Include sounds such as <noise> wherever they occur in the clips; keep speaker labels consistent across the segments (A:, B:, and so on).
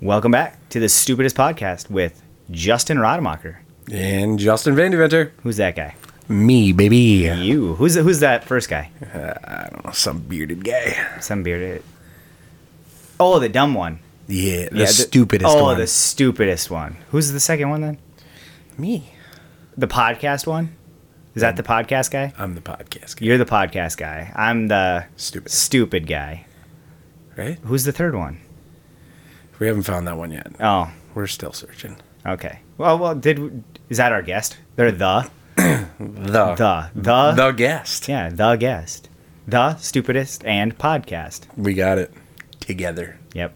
A: Welcome back to the stupidest podcast with Justin Rademacher.
B: And Justin Van Deventer.
A: Who's that guy?
B: Me, baby.
A: You. Who's who's that first guy?
B: Some bearded guy.
A: Some bearded. Oh, the dumb one.
B: Yeah, the
A: Yeah,
B: stupidest
A: Oh,
B: one.
A: the stupidest one. Who's the second one then?
B: Me.
A: The podcast one. Is that the podcast guy?
B: I'm the podcast guy.
A: You're the podcast guy. I'm the
B: Stupid.
A: stupid guy.
B: Right?
A: Who's the third one?
B: We haven't found that one yet.
A: Oh,
B: We're still searching.
A: okay. Well, well, did is that our guest? They're the
B: The.
A: the the,
B: The guest.
A: yeah the guest, the stupidest and podcast.
B: We got it together.
A: Yep.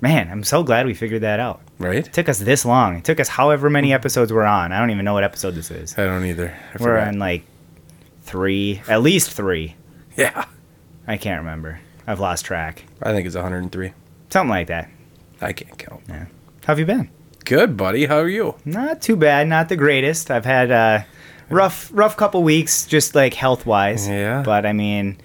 A: Man, I'm so glad we figured that out.
B: Right?
A: It took us this long. It took us however many episodes we're on. I don't even know what episode this
B: <laughs>
A: is.
B: I don't either. I
A: We're
B: forgot.
A: on like three, at least three.
B: <laughs> Yeah.
A: I can't remember. I've lost track.
B: I think it's 103.
A: Something like that.
B: I can't count.
A: Yeah. How have you been?
B: Good, buddy. How are you?
A: Not too bad. Not the greatest. I've had a rough, rough couple weeks, just like health wise.
B: Yeah.
A: But I mean,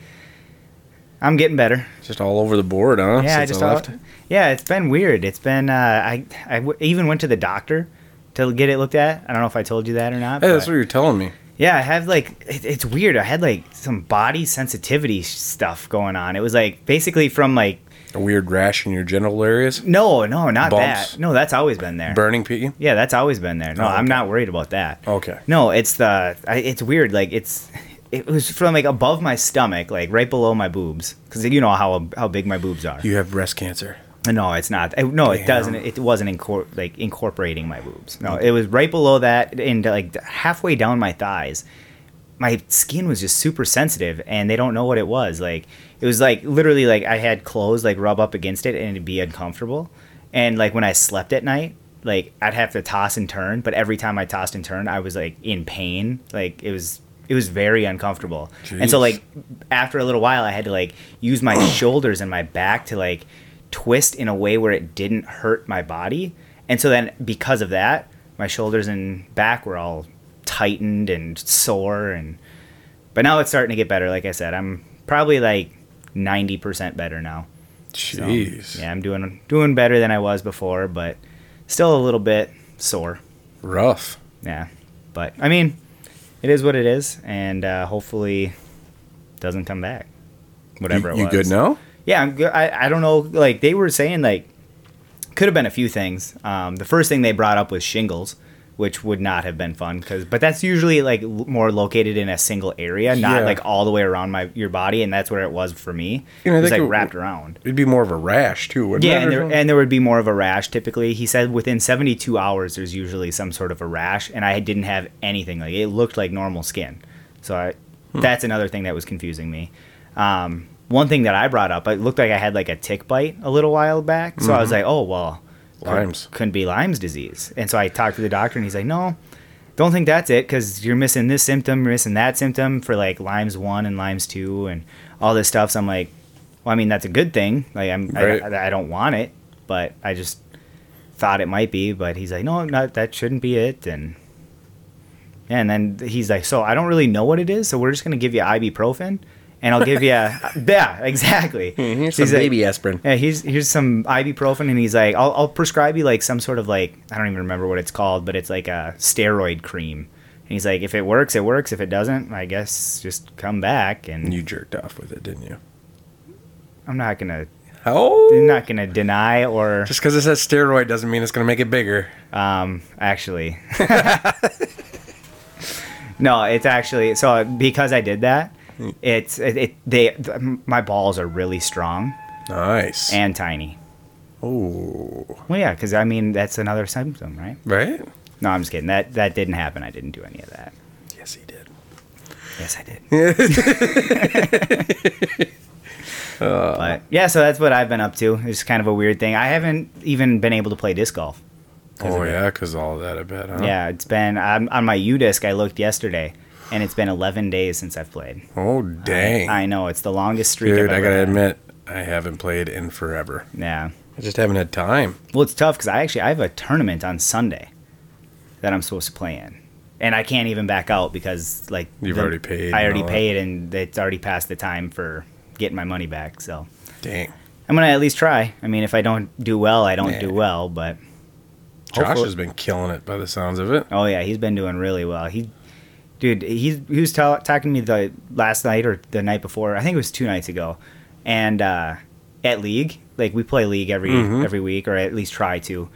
A: I'm getting better.
B: Just all over the board, huh?
A: yeah, I
B: Since
A: just
B: I
A: all-
B: left.
A: yeah, it's been weird. It's been uh, I I w- even went to the doctor to get it looked at. I don't know if I told you that or not.
B: Hey, that's
A: but-
B: what you were telling me.
A: Yeah, I have like it, it's weird. I had like some body sensitivity sh- stuff going on. It was like basically from like
B: A weird rash in your genital areas.
A: no, no, not
B: Bumps?
A: that. No, that's always been there.
B: Burning pee.
A: Yeah, that's always been there. No,
B: Oh,
A: I'm
B: okay.
A: not worried about that.
B: Okay.
A: No, it's the I, it's weird. Like it's it was from like above my stomach, like right below my boobs, because you know how how big my boobs are.
B: You have breast cancer.
A: No, it's not. It- no, it
B: Damn.
A: doesn't. It wasn't incor- like incorporating my boobs. No, it was right below that and like halfway down my thighs. My skin was just super sensitive, and they don't know what it was. Like it was like literally like I had clothes like rub up against it, and it'd be uncomfortable. And like when I slept at night, like I'd have to toss and turn, but every time I tossed and turned, I was like in pain. Like it was it was very uncomfortable. And so
B: Jeez.
A: like after a little while I had to like use my shoulders and my back to like twist in a way where it didn't hurt my body. And so then because of that, my shoulders and back were all tightened and sore and but now it's starting to get better like I said. I'm probably like 90% better now. So,
B: Jeez.
A: yeah, I'm doing doing better than I was before, but still a little bit sore.
B: Rough.
A: Yeah. But I mean, it is what it is and uh, hopefully doesn't come back. Whatever
B: you,
A: it
B: you
A: was.
B: good now?
A: Yeah, I'm good. I, I don't know. Like they were saying, like could have been a few things. Um, the first thing they brought up was shingles, which would not have been fun because, but that's usually like l- more located in a single area, not
B: Yeah.
A: like all the way around my your body, and that's where it was for me.
B: You know,
A: it was
B: they
A: like
B: could-
A: wrapped around.
B: It'd be more of a rash too, wouldn't
A: Yeah,
B: it?
A: and
B: or
A: there,
B: <laughs> something?
A: and there would be more of a rash typically. He said within 72 hours, there's usually some sort of a rash, and I didn't have anything. Like it looked like normal skin. So I, that's another thing that was confusing me. Um, one thing that I brought up, it looked like I had like a tick bite a little while back. So I was like, oh, well, could-
B: Lyme's.
A: Couldn't be Lyme's disease. And so I talked to the doctor, and he's like, no, don't think that's it because you're missing this symptom, you're missing that symptom for like Lyme's one and Lyme's two and all this stuff. So I'm like, well, I mean, that's a good thing. Like, I'm,
B: Right.
A: I, I don't want it, but I just thought it might be. But he's like, no, not, that shouldn't be it. And yeah, and then he's like, so I don't really know what it is. So we're just going to give you ibuprofen and I'll give you, <laughs>
B: <laughs>
A: yeah, exactly. He's
B: here's Mm-hmm. some
A: like-
B: baby aspirin.
A: yeah, here's here's some ibuprofen, and he's like, I'll, I'll prescribe you like some sort of like I don't even remember what it's called, but it's like a steroid cream. And he's like, if it works, it works. If it doesn't, I guess just come back. And
B: You jerked off with it, didn't you?
A: I'm not gonna
B: Oh,
A: I'm not gonna deny or
B: just because it says steroid doesn't mean it's gonna make it bigger.
A: um actually. <laughs> no, it's actually so because I did that. It's it, it they th- my balls are really strong
B: Nice.
A: and tiny.
B: oh,
A: Well, yeah, because I mean that's another symptom, right?
B: right?
A: No, I'm just kidding. That that didn't happen. I didn't do any of that.
B: Yes, he did.
A: Yes, I did. but yeah, so that's what I've been up to. It's kind of a weird thing. I haven't even been able to play disc golf.
B: Oh yeah, because all of that, I bet. Huh?
A: Yeah, it's been I'm, on my U disc. I looked yesterday, and it's been 11 days since I've played.
B: Oh dang,
A: I know it's the longest streak. I've
B: dude! I
A: ever
B: gotta
A: had.
B: admit, I haven't played in forever.
A: Yeah.
B: I just haven't had time.
A: Well, it's tough because I actually I have a tournament on Sunday that I'm supposed to play in, and I can't even back out because like
B: You've already paid
A: I
B: and
A: already
B: all that.
A: paid, and it's already past the time for getting my money back. So
B: Dang.
A: I'm gonna at least try. I mean, if I don't do well, I don't
B: Yeah.
A: do well. But
B: Josh
A: hopefully-
B: has been killing it by the sounds of it.
A: oh yeah, he's been doing really well. He, dude, he's he was tell talking to me the last night or the night before. I think it was two nights ago, and uh, at league, like we play league every
B: Mhm.
A: every week or at least try to.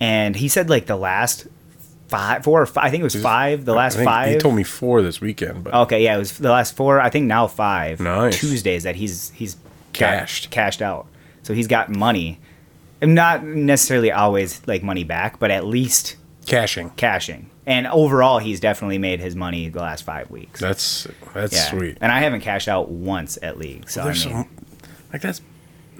A: And he said like the last five, four or five. I think it was
B: He's-
A: five. The last
B: I think
A: five. Oh.
B: He told me four this weekend, but
A: Okay, yeah, it was the last four. I think now five
B: Nice.
A: Tuesdays that he's he's got
B: Cashed.
A: cashed out. So he's got money, and not necessarily always like money back, but at least
B: cashing.
A: cashing. And overall, he's definitely made his money the last five weeks.
B: That's that's
A: yeah.
B: sweet.
A: And I haven't cashed out once at league. So
B: There's
A: I mean,
B: some, like that's.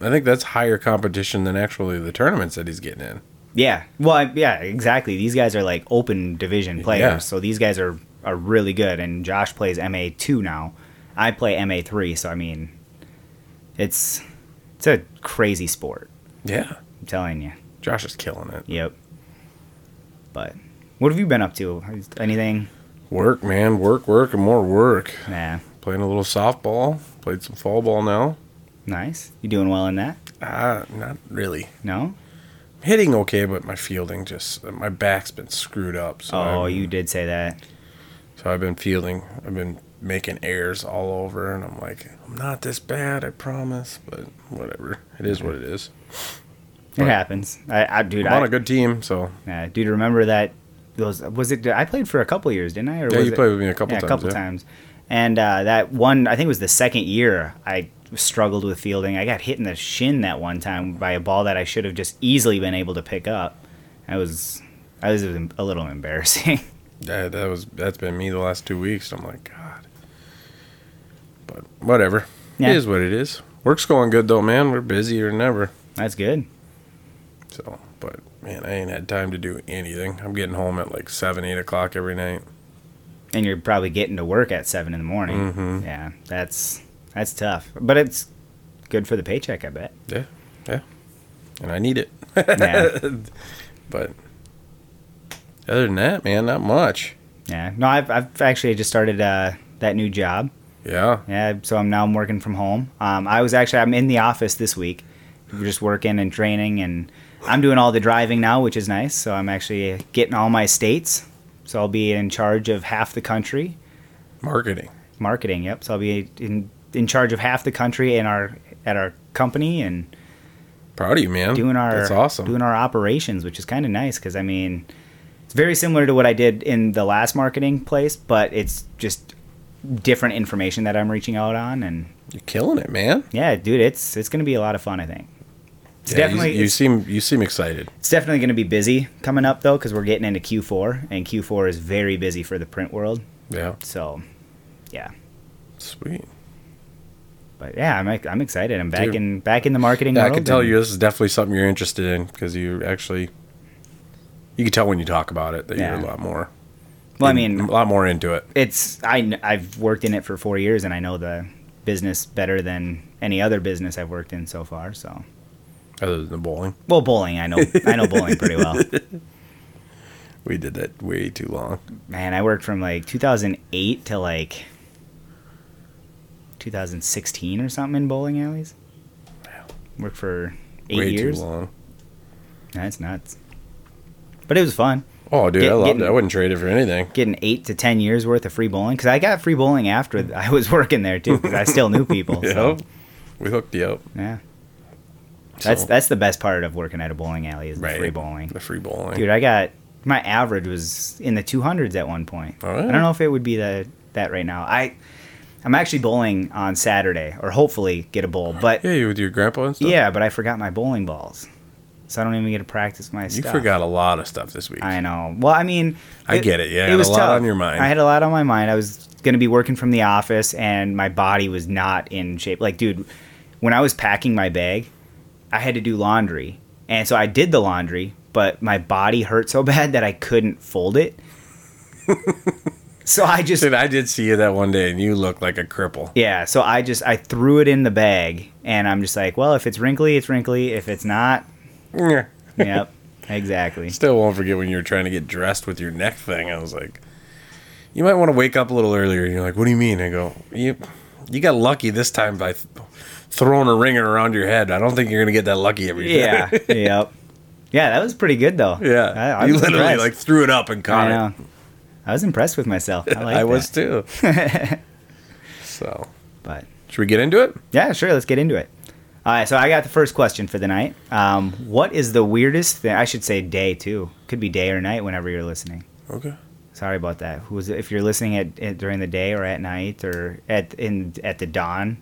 B: I think that's higher competition than actually the tournaments that he's getting in.
A: yeah, well, I- yeah, exactly. These guys are like open division players,
B: Yeah.
A: so these guys are are really good. And Josh plays MA two now. I play MA three, so I mean, it's it's a crazy sport.
B: Yeah,
A: I'm telling you.
B: Josh is killing it.
A: Yep. But what have you been up to? Anything?
B: Work, man, work, work, and more work.
A: Nah.
B: Playing a little softball. Played some fall ball now.
A: Nice. You doing well in that? Uh,
B: Ah, not really.
A: No.
B: Hitting okay, but my fielding just my back's been screwed up. So
A: Oh,
B: I'm-
A: you did say that.
B: So I've been fielding. I've been making errors all over, and I'm like, I'm not this bad, I promise. But whatever, it is what it is.
A: It happens. I, I dude,
B: I'm on
A: I,
B: a good team, so
A: uh, dude, remember that? Those was it? I played for a couple years, didn't I? Or
B: yeah,
A: was
B: you
A: it-
B: played with me a couple
A: yeah,
B: times.
A: a couple
B: yeah.
A: times. And uh, that one, I think it was the second year I struggled with fielding. I got hit in the shin that one time by a ball that I should have just easily been able to pick up. I was, I was a little embarrassing. <laughs>
B: Yeah, that was that's been me the last two weeks. I'm like, God. But whatever,
A: Yeah.
B: it is what it is. Work's going good though, man. We're busier than ever.
A: That's good.
B: So, but man, I ain't had time to do anything. I'm getting home at like seven, eight o'clock every night.
A: and you're probably getting to work at seven in the morning.
B: Mm-hmm.
A: Yeah, that's that's tough, but it's good for the paycheck, I bet.
B: Yeah, yeah, and I need it. <laughs>
A: Yeah,
B: But other than that, man, not much.
A: yeah. No, I've I've actually just started uh, that new job.
B: Yeah.
A: Yeah, so I'm now I'm working from home. Um, I was actually I'm in the office this week, We're just working and training, and I'm doing all the driving now, which is nice. So I'm actually getting all my states. So I'll be in charge of half the country.
B: Marketing.
A: marketing. Yep. So I'll be in in charge of half the country in our at our company and
B: Proud of you, man.
A: doing our
B: That's awesome.
A: doing our operations, which is kind of nice because I mean, it's very similar to what I did in the last marketing place, but it's just different information that I'm reaching out on, and
B: You're killing it, man.
A: yeah, dude, it's it's gonna be a lot of fun. I think it's
B: Yeah, you-
A: definitely
B: You,
A: it's,
B: seem you seem excited.
A: it's definitely gonna be busy coming up though because we're getting into Q4, and Q4 is very busy for the print world.
B: Yeah.
A: So, yeah.
B: Sweet.
A: But yeah, I'm I'm excited. I'm back
B: Dude.
A: in back in the marketing.
B: Yeah, I
A: world
B: can tell
A: and-
B: you this is definitely something you're interested in because you actually you can tell when you talk about it that
A: Yeah.
B: you're a lot more.
A: Well, I
B: in-
A: mean,
B: a lot more into it.
A: it's I kn- I've worked in it for four years and I know the business better than any other business I've worked in so far. So,
B: Other than the bowling,
A: well, bowling I know I know bowling pretty well.
B: <laughs> we did that way too long.
A: Man, I worked from like 2008 to like 2016 or something in bowling alleys. Worked for eight
B: way
A: years.
B: too long.
A: That's nuts. But it was fun.
B: Oh, dude,
A: Get-
B: I loved
A: getting-
B: it. I wouldn't trade it for anything.
A: getting eight to ten years worth of free bowling because I got free bowling after th- I was working there too because I still knew people.
B: <laughs>
A: So,
B: Yep. we hooked you up.
A: yeah, that's
B: So-
A: that's the best part of working at a bowling alley is the
B: Right.
A: free bowling.
B: The free bowling.
A: Dude, I got my average was in the two hundreds at one point.
B: Oh,
A: I
B: yeah.
A: don't know if it would be the that right now. I I'm actually bowling on Saturday or hopefully get a bowl, but
B: yeah, you with your grandpa and stuff.
A: yeah, but I forgot my bowling balls, so I don't even get to practice my
B: you
A: stuff.
B: forgot a lot of stuff this week.
A: I know. Well, I mean,
B: I get it. Yeah, had a lot on your mind.
A: I had a lot on my mind. I was going to be working from the office, and my body was not in shape. Like, dude, when I was packing my bag, I had to do laundry, and so I did the laundry, but my body hurt so <laughs> bad that I couldn't fold
B: <laughs>
A: it. so I just
B: Dude, I did see you that one day, and you looked like a cripple.
A: yeah. So I just I threw it in the bag, and I'm just like, well, if it's wrinkly, it's wrinkly. If it's
B: <laughs>
A: not,
B: Yeah.
A: yep, exactly.
B: Still won't forget when you were trying to get dressed with your neck thing. I was like, you might want to wake up a little earlier. And you're like, what do you mean? I go, you, You got lucky this time by th- throwing a ringer around your head. I don't think you're gonna get that lucky every day.
A: Yeah. <laughs> yep. Yeah, that was pretty good though.
B: <laughs> yeah.
A: I, I
B: you
A: was
B: literally
A: impressed.
B: like threw it up and caught
A: I know.
B: it.
A: I was impressed with myself.
B: <laughs>
A: I like
B: I
A: that.
B: was too.
A: <laughs>
B: so,
A: But
B: should we get into it?
A: yeah, sure. Let's get into it. All right. So I got the first question for the night. Um, what is the weirdest thing? I should say day too. Could be day or night. Whenever you're listening.
B: Okay.
A: Sorry about that. Who was if you're listening at, at during the day or at night or at in at the dawn.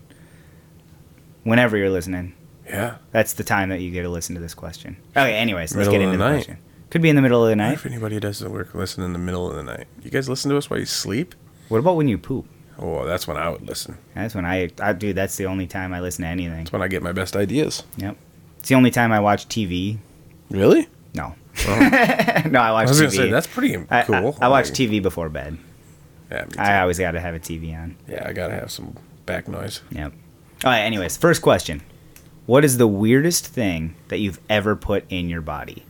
A: Whenever you're listening,
B: Yeah.
A: that's the time that you get to listen to this question. Okay. Anyways, let's
B: Middle
A: get
B: of
A: into
B: the
A: the,
B: night.
A: question. Could be in the middle of the
B: I
A: night.
B: if anybody does the work, listen in the middle of the night. You guys listen to us while you sleep?
A: What about when you poop?
B: Oh, that's when I would listen.
A: That's when I, I dude. That's the only time I listen to anything.
B: That's when I get my best ideas.
A: Yep. It's the only time I watch TV.
B: Really?
A: No.
B: Oh,
A: <laughs> no, I watch
B: I was
A: TV.
B: gonna say that's pretty cool.
A: I, I, I watch
B: Like,
A: TV before bed.
B: Yeah, me too.
A: I always got to have a TV on.
B: yeah, I gotta have some back noise.
A: Yep. All right. Anyways, first question: What is the weirdest thing that you've ever put in your body?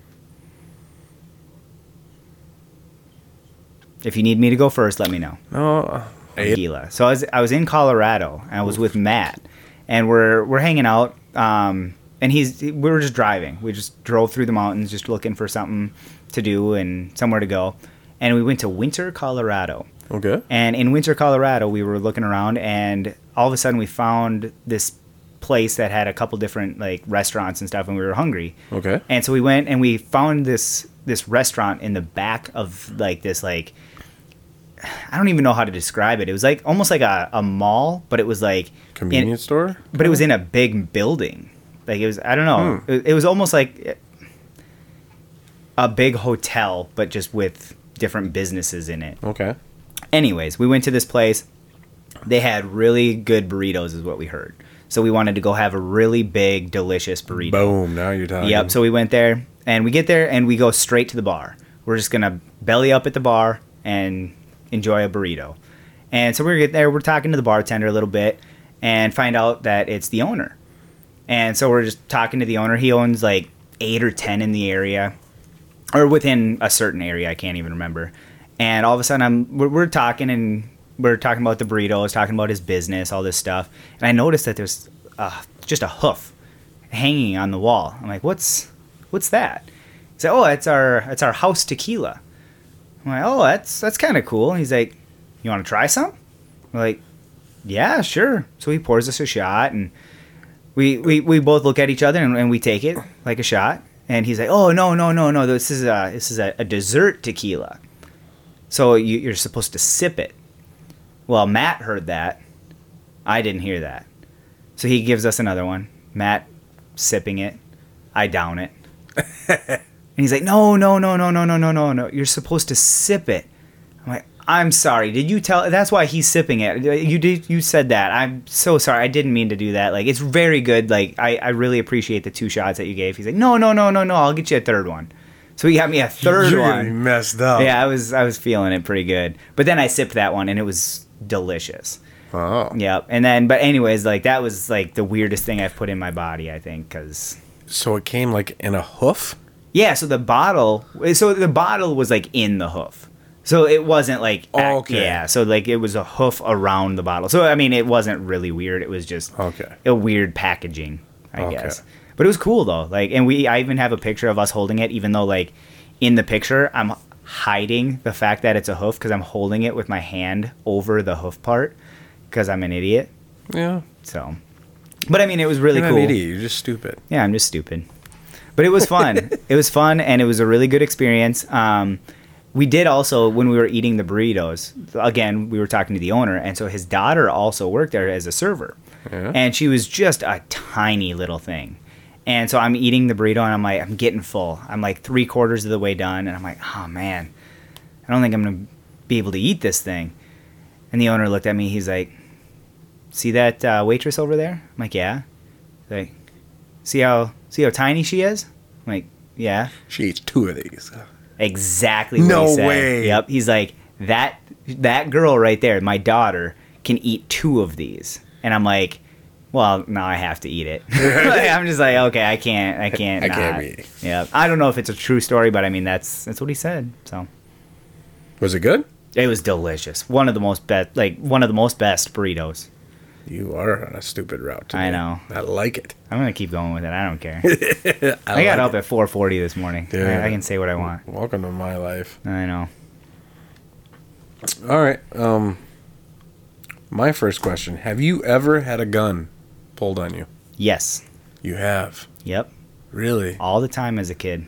A: If you need me to go first, let me know.
B: No, uh, I-
A: Gila. So I was I was in Colorado. And I was with Matt, and we're we're hanging out. Um, and he's we were just driving. We just drove through the mountains, just looking for something to do and somewhere to go. And we went to Winter, Colorado.
B: okay.
A: And in Winter, Colorado, we were looking around, and all of a sudden we found this place that had a couple different like restaurants and stuff, and we were hungry.
B: Okay.
A: And so we went and we found this this restaurant in the back of like this like I don't even know how to describe it. It was like almost like a, a mall, but it was like in-
B: Convenience store? Hmm.
A: but it was in a big building. Like it was I don't know. It, it was almost like a big hotel, but just with different businesses in it.
B: Okay.
A: Anyways, we went to this place. They had really good burritos, is what we heard. So we wanted to go have a really big, delicious burrito.
B: Boom. Now you're talking.
A: Yep. So we went there, and we get there, and we go straight to the bar. We're just gonna belly up at the bar and enjoy a burrito. And so we get there, we're talking to the bartender a little bit, and find out that it's the owner. And so we're just talking to the owner. He owns like eight or ten in the area, or within a certain area. I can't even remember. And all of a sudden, I'm we're, we're talking and we're talking about the burritos, talking about his business, all this stuff. And I noticed that there's uh, just a hoof hanging on the wall. I'm like, what's what's that? He's like, oh, it's our it's our house tequila. I'm like, oh, that's that's kind of cool. He's like, you want to try some? I'm like, yeah, sure. So he pours us a shot, and we we, we both look at each other and, and we take it like a shot. And he's like, oh no no no no, this is a this is a, a dessert tequila. So you, you're supposed to sip it. Well, Matt heard that. I didn't hear that. So he gives us another one. Matt sipping it. I down it. and he's like, no, no, no, no, no, no, no, no, no. You're supposed to sip it. I'm like, I'm sorry. Did you tell? That's why he's sipping it. You did. You said that. I'm so sorry. I didn't mean to do that. Like, it's very good. Like, I, I really appreciate the two shots that you gave. He's like, no, no, no, no, no. I'll get you a third one. So he got me a third
B: You're gonna
A: one.
B: be messed up.
A: Yeah, I was I was feeling it pretty good. But then I sipped that one and it was delicious.
B: Oh.
A: Yep. And then but anyways, like that was like the weirdest thing I've put in my body, I think, cuz
B: So it came like in a hoof.
A: Yeah, so the bottle so the bottle was like in the hoof. So it wasn't like ac-
B: Oh, Okay.
A: yeah, so like it was a hoof around the bottle. So I mean, it wasn't really weird. It was just
B: Okay.
A: a weird packaging, I
B: Okay.
A: guess. But it was cool though. Like, and we I even have a picture of us holding it, even though like in the picture I'm hiding the fact that it's a hoof because I'm holding it with my hand over the hoof part because I'm an idiot.
B: Yeah.
A: So, but I mean, it was really
B: You're not
A: cool.
B: an idiot. You're just stupid.
A: Yeah, I'm just stupid. But it was fun. it was fun, and it was a really good experience. Um, we did also when we were eating the burritos. Again, we were talking to the owner, and so his daughter also worked there as a server,
B: Yeah.
A: and she was just a tiny little thing. And so I'm eating the burrito, and I'm like, I'm getting full. I'm like three quarters of the way done, and I'm like, oh man, I don't think I'm gonna be able to eat this thing. And the owner looked at me. He's like, "See that uh, waitress over there?" I'm like, "Yeah." He's like, see how see how tiny she is? I'm like, yeah,
B: She eats two of these.
A: exactly. What
B: No
A: he said.
B: way.
A: Yep. He's like that that girl right there, my daughter, can eat two of these, and I'm like, well, now I have to eat it. <laughs> Like, I'm just like, okay, I can't, I can't,
B: I can't
A: not.
B: be eating.
A: Yep. I don't know if it's a true story, but I mean that's that's what he said. So
B: Was it good?
A: it was delicious. One of the most best, like one of the most best burritos.
B: You are on a stupid route. Today.
A: I know.
B: I like it. <laughs>
A: I'm gonna keep going with it. I don't care. I, got up at 4:40 this morning.
B: Dude.
A: I, I can say what I want.
B: Welcome to my life.
A: I know.
B: All right. Um, my first question: Have you ever had a gun pulled on you?
A: Yes.
B: You have.
A: Yep.
B: Really?
A: All the time as a kid.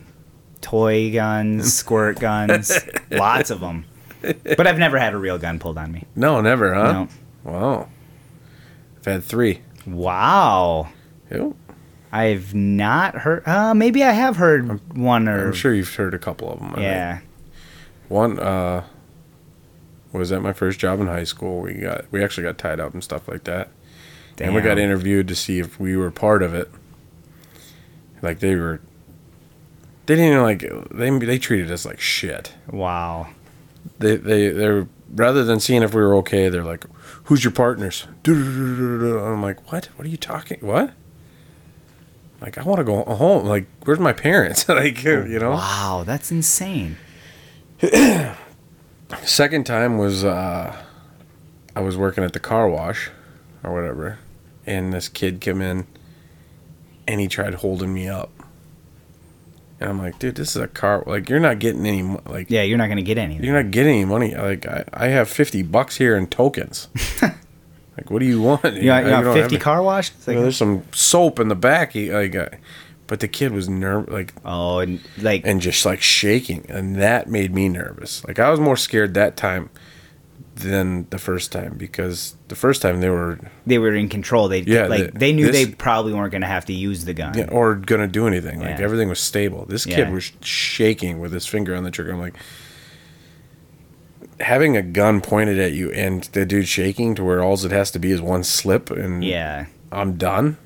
A: Toy
B: <laughs>
A: guns, squirt guns, lots of them. But I've never had a real gun pulled on me.
B: No, never, huh? Wow. I've had three.
A: No. Wow.
B: Yep.
A: I've not heard. Uh, maybe I have heard one or.
B: I'm sure you've heard a couple of them.
A: Yeah.
B: One uh, was at my first job in high school. We got we actually got tied up and stuff like that, and we got
A: Damn.
B: interviewed to see if we were part of it. Like they were. They didn't even like they they treated us like shit.
A: Wow.
B: They they they're rather than seeing if we were okay, they're like, "Who's your partners?" I'm like, "What? What are you talking? What?" Like I want to go home. Like where's my parents? <laughs> like you know.
A: Wow. That's insane.
B: Second time was uh, I was working at the car wash or whatever, and this kid came in and he tried holding me up. And I'm like, dude, this is a car. Like, you're not getting any, mo- like,
A: Yeah, you're not gonna get anything.
B: you're not getting any money. Like, I, I have 50 bucks here in tokens. like, what do you want?
A: You got, you
B: I
A: got
B: don't have
A: 50
B: any-
A: car washes?
B: You
A: Like,
B: know, there's some soap in the back. He, like, I, but the kid was nerve, like,
A: oh, and like,
B: and just like shaking and that made me nervous like i was more scared that time than the first time because the first time they were
A: they were in control. They
B: Yeah,
A: like
B: the-
A: they knew
B: this-
A: they probably weren't gonna have to use the gun.
B: yeah, or gonna do anything like
A: Yeah.
B: everything was stable this
A: Yeah.
B: kid was shaking with his finger on the trigger i'm like having a gun pointed at you and the dude shaking to where all it has to be is one slip and
A: Yeah.
B: i'm done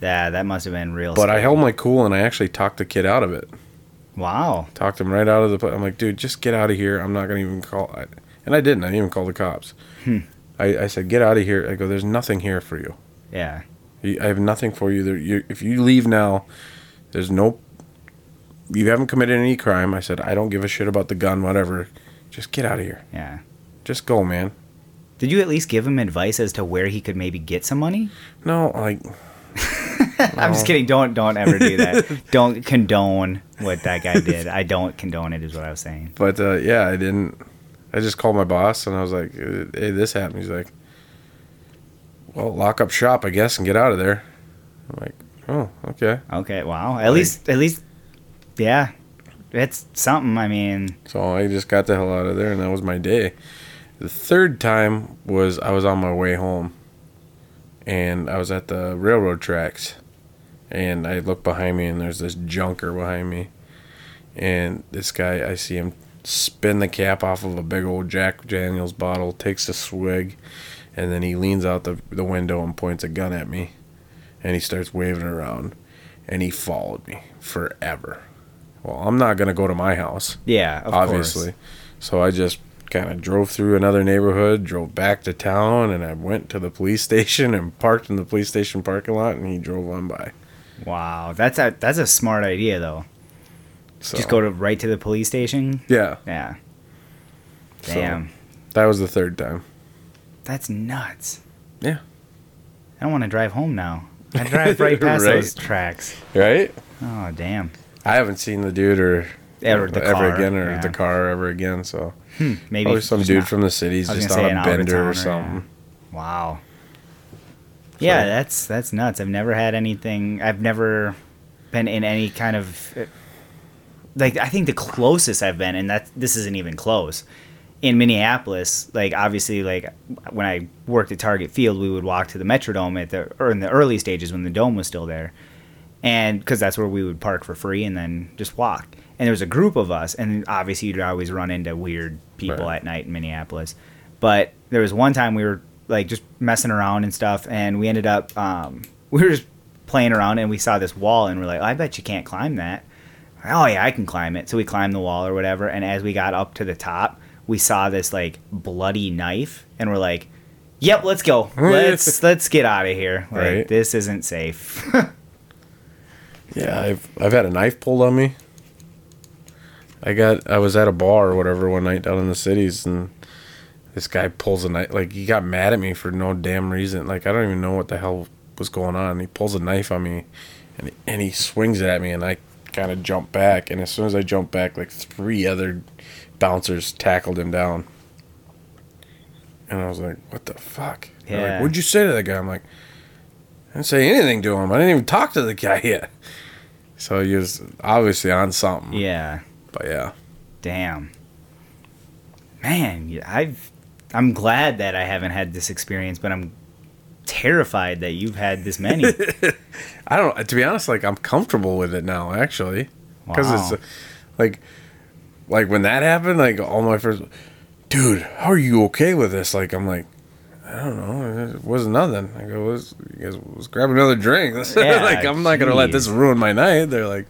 A: Yeah, that must have been real.
B: but i
A: scary.
B: held my cool and i actually talked the kid out of it
A: wow.
B: talked him right out of the. pla- I'm like, dude, just get out of here. I'm not gonna even call. I, and I didn't. I didn't even call the cops.
A: Hmm.
B: I, I said, get out of here. I go, there's nothing here for you.
A: Yeah.
B: You- I have nothing for you. There, you if you leave now, there's no. You haven't committed any crime. I said, I don't give a shit about the gun, whatever. Just get out of here.
A: Yeah.
B: Just go, man.
A: Did you at least give him advice as to where he could maybe get some
B: <laughs>
A: money?
B: No, like
A: I'm just kidding. Don't don't ever do
B: <laughs>
A: that. don't condone what that guy did. I don't condone it. Is what I was saying.
B: But uh, yeah, I didn't. I just called my boss and I was like, "Uh, "Hey, this happened." He's like, "Well, lock up shop, I guess, and get out of there." I'm like, "Oh, okay."
A: Okay. Wow. At least at least, yeah, it's something. I mean,
B: So I just got the hell out of there, and that was my day. The third time was I was on my way home, and I was at the railroad tracks, and I look behind me, and there's this junker behind me, and this guy I see him spin the cap off of a big old Jack Daniels bottle, takes a swig, and then he leans out the the window and points a gun at me, and he starts waving it around, and he followed me forever. Well, I'm not gonna go to my house
A: yeah, of
B: obviously.
A: course.
B: So I just kind of drove through another neighborhood, drove back to town, and I went to the police <laughs> station and parked in the police station parking lot, and he drove on by.
A: Wow. That's a that's a smart idea though.
B: So,
A: Just go to right to the police station.
B: Yeah,
A: Yeah.
B: So-
A: Damn.
B: that was the third time.
A: That's nuts.
B: Yeah.
A: I don't want to drive home now.
B: <laughs>
A: I drive right past
B: Right.
A: those tracks.
B: Right?
A: Oh damn.
B: I haven't seen the dude or
A: Ever the
B: ever
A: car,
B: again or
A: yeah.
B: the car ever again. So
A: Maybe
B: probably some
A: just
B: dude
A: not-
B: from the city's
A: I was
B: just
A: gonna
B: on
A: say an
B: a
A: out of
B: bender
A: towner, yeah.
B: or something.
A: Wow. Yeah, that's that's nuts. I've never had anything. I've never been in any kind of like. I think the closest I've been, and that this isn't even close. In Minneapolis, like obviously, like when I worked at Target Field, we would walk to the Metrodome at the or in the early stages when the dome was still there, and because that's where we would park for free and then just walk. And there was a group of us, and obviously you'd always run into weird people
B: Right.
A: at night in Minneapolis. But there was one time we were like just messing around and stuff, and we ended up um, we were just playing around, and we saw this wall, and we're like, "Oh, I bet you can't climb that. Oh yeah, I can climb it. So we climbed the wall or whatever, and as we got up to the top, we saw this like bloody knife, and we're like, Yep, let's
B: <laughs>
A: go. Let's let's get out of here. Like
B: Right.
A: this isn't safe. <laughs>
B: Yeah, I've I've had a knife pulled on me. I got I was at a bar or whatever one night down in the cities and this guy pulls a knife. Like he got mad at me for no damn reason. Like I don't even know what the hell was going on. He pulls a knife on me, and and he swings it at me, and I kind of jump back. And as soon as I jump back, like three other bouncers tackled him down. And I was like, "What the fuck?" They're
A: Yeah.
B: Like, What'd you say to that guy? I'm like, I didn't say anything to him. I didn't even talk to the guy <laughs> yet. So he was obviously on something.
A: Yeah.
B: But yeah. <laughs>
A: Damn. Man, y- I've I'm glad that I haven't had this experience, but I'm terrified that you've had this
B: <laughs>
A: many.
B: I don't. To be honest, like I'm comfortable with it now, actually, because
A: Wow.
B: it's like, like when that happened, like all my friends, dude, how are you okay with this? Like I'm like, I don't know, it wasn't nothing. I go, let's, you guys, let's grab another drink. <laughs>
A: Yeah,
B: like I'm not gonna let this
A: geez.
B: ruin my night. They're like,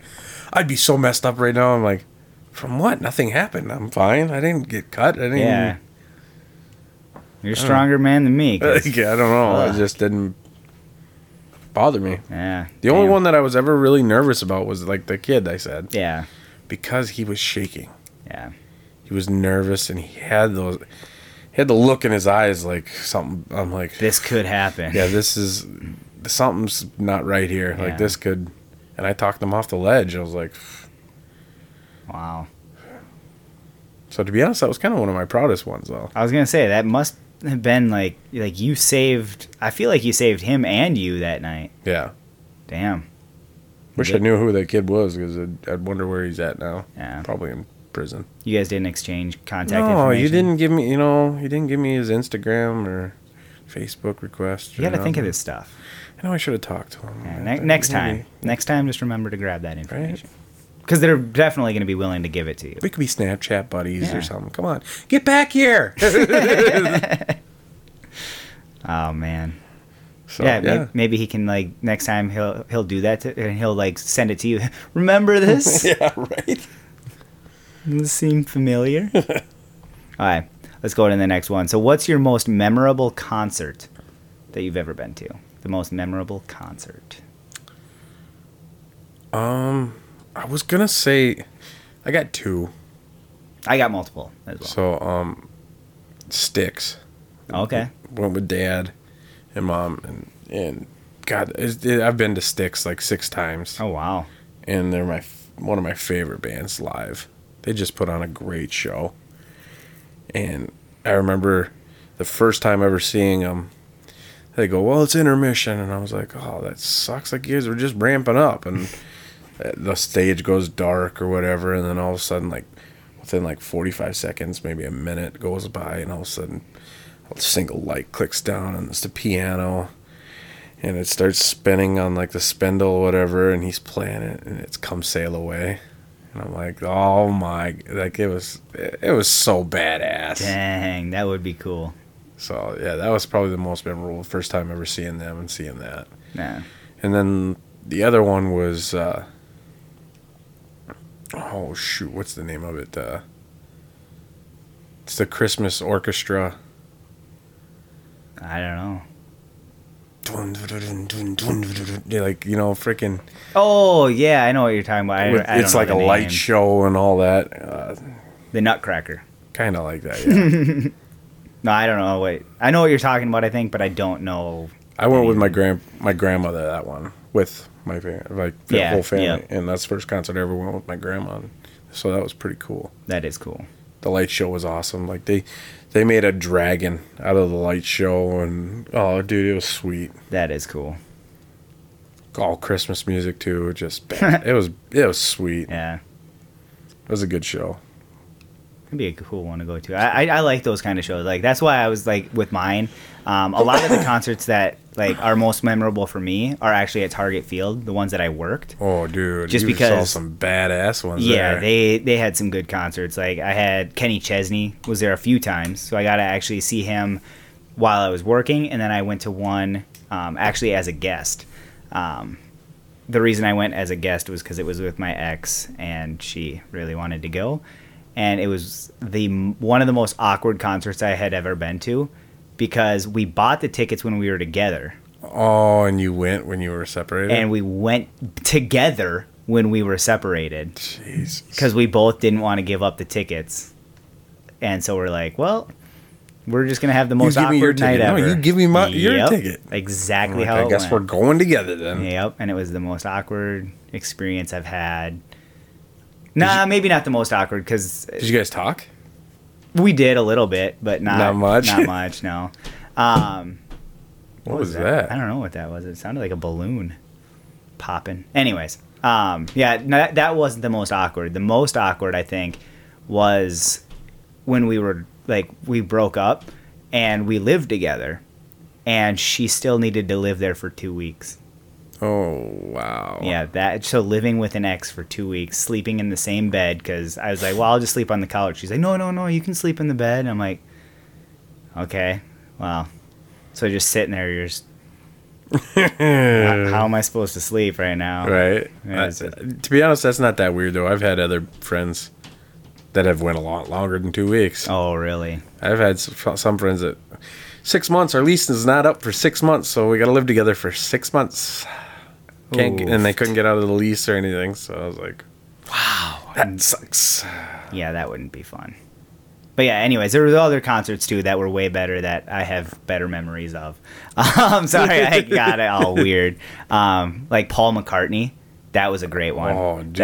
B: I'd be so messed up right now. I'm like, from what? Nothing happened. I'm fine. I didn't get cut. I didn't.
A: yeah. You're a
B: Uh,
A: stronger man than me.
B: <laughs>
A: 'cause-
B: Like, I don't know.
A: Fuck.
B: It just didn't bother me.
A: yeah.
B: The only
A: damn.
B: one that I was ever really nervous about was like the kid I said
A: Yeah.
B: because he was shaking.
A: Yeah.
B: He was nervous and he had those he had the look in his eyes like something I'm like
A: This could happen.
B: yeah, this is something's not right here.
A: Yeah.
B: Like this could and I talked him off the ledge. I was like
A: Wow.
B: so to be honest, that was kind of one of my proudest ones though.
A: I was gonna say that must have been like like you saved. I feel like you saved him and you that night.
B: Yeah.
A: Damn.
B: Wish I
A: Good.
B: knew who that kid was because I'd, I'd wonder where he's at now.
A: Yeah.
B: Probably in prison.
A: You guys didn't exchange contact
B: No,
A: information.
B: you didn't give me. You know, you didn't give me his Instagram or Facebook request.
A: You
B: or
A: got to think of
B: nothing.
A: this stuff.
B: I know I should have talked to him.
A: Yeah,
B: I
A: ne-
B: think
A: next
B: maybe-
A: time, next time, just remember to grab that information because they're definitely going to be willing to give it to you.
B: We could be Snapchat buddies
A: Yeah.
B: or something. Come on, get
A: <laughs>
B: back here. <laughs>
A: Oh man,
B: So,
A: yeah, Maybe, maybe he can like next time he'll he'll do that to, and he'll like send it to you. <laughs> remember this?
B: <laughs> yeah, right.
A: this seem
B: <laughs>
A: familiar? All right, let's go to the next one. So, what's your most memorable concert that you've ever been to? The most memorable concert?
B: Um, I was gonna say, I got two.
A: I got multiple as well.
B: So, um, sticks
A: okay,
B: went with dad and mom and and God, it's it, I've been to sticks like six times.
A: oh wow,
B: and they're my f- one of my favorite bands live. They just put on a great show, and I remember the first time ever seeing them. They go, well, it's intermission, and I was like, oh, that sucks. Like you guys were just ramping up, and <laughs> the stage goes dark or whatever, and then all of a sudden, like within like 45 seconds, maybe a minute goes by, and all of a sudden, a single light clicks down, and it's the piano and it starts spinning on like the spindle or whatever and he's playing it and it's come sail away and i'm like oh my like it was it it was so badass
A: dang, that would be cool.
B: so yeah that was probably the most memorable first time ever seeing them and seeing that
A: Nah.
B: and then the other one was uh oh shoot what's the name of it uh it's the christmas orchestra
A: I don't know.
B: Dun, dun, dun, dun, dun, dun, dun, dun. like you know freaking
A: Oh yeah, I know what you're talking about. I,
B: with-
A: I don't
B: it's
A: know
B: like
A: the
B: a
A: name.
B: light show and all that uh,
A: The Nutcracker.
B: Kind of like that. Yeah.
A: No, I don't know. Wait, I know what you're talking about. I think, but I don't know.
B: I went with my grand my grandmother to that one with my fa- like fa-
A: Yeah,
B: whole family,
A: yeah.
B: and that's the first concert I ever went with my grandma. on. So that was pretty cool.
A: That is cool.
B: The light show was awesome. Like they they made a dragon out of the light show, and oh dude, it was sweet.
A: That is cool.
B: All Christmas music too. It Just
A: <laughs>
B: it was it was sweet.
A: Yeah,
B: It was a good show.
A: it'd be a cool one to go to. I, I, I like those kind of shows. Like that's why I was like with mine. Um, a lot of the concerts that like are most memorable for me are actually at Target Field, the ones that I worked.
B: Oh dude,
A: Just
B: you
A: because-
B: saw some badass ones.
A: Yeah,
B: there.
A: they they had some good concerts. Like I had Kenny Chesney was there a few times, so I got to actually see him while I was working, and then I went to one um, actually as a guest. Um, the reason I went as a guest was because it was with my ex, and she really wanted to go, and it was the m- one of the most awkward concerts I had ever been to, because we bought the tickets when we were together,
B: Oh, and you went when you were separated.
A: and we went together when we were separated
B: Jeez.
A: because we both didn't want to give up the tickets, and so we're like, well, We're just gonna have the most
B: give me your
A: awkward night
B: ticket. No,
A: ever.
B: you give me my- your
A: Yep,
B: ticket.
A: Exactly
B: Like,
A: how
B: I
A: it
B: guess
A: went.
B: we're going together then.
A: Yep, and it was the most awkward experience I've had. Nah, maybe not the most awkward because
B: Did you guys talk?
A: we did a little bit, but not
B: Not much.
A: Not much. No. Um,
B: What, was that?
A: I don't know what that was. It sounded like a balloon popping. Anyways, um, yeah, no, that, that wasn't the most awkward. The most awkward, I think, was when we were like we broke up and we lived together, and she still needed to live there for two weeks.
B: Oh wow.
A: Yeah, that so living with an ex for two weeks, sleeping in the same bed because I was like, well, I'll just sleep on the couch. She's like, no, no, no, you can sleep in the bed. And I'm like, okay, wow. So just sitting there, you're just, how, how am I supposed to sleep right now?
B: Right.
A: Yeah,
B: Uh,
A: it's a-
B: to be honest, that's not that weird though. I've had other friends that have went a lot longer than two weeks.
A: Oh, really?
B: I've had s- some friends that six months. Our lease is not up for six months, so we got to live together for six months. Can't,
A: Ooh.
B: and they couldn't get out of the lease or anything. So I was like, "Wow, that sucks."
A: Yeah, that wouldn't be fun. But yeah, anyways, there was other concerts too that were way better that I have better memories of. <laughs> Um, sorry, I got it all weird. Um, like Paul McCartney, that was a great one.
B: Oh,
A: That-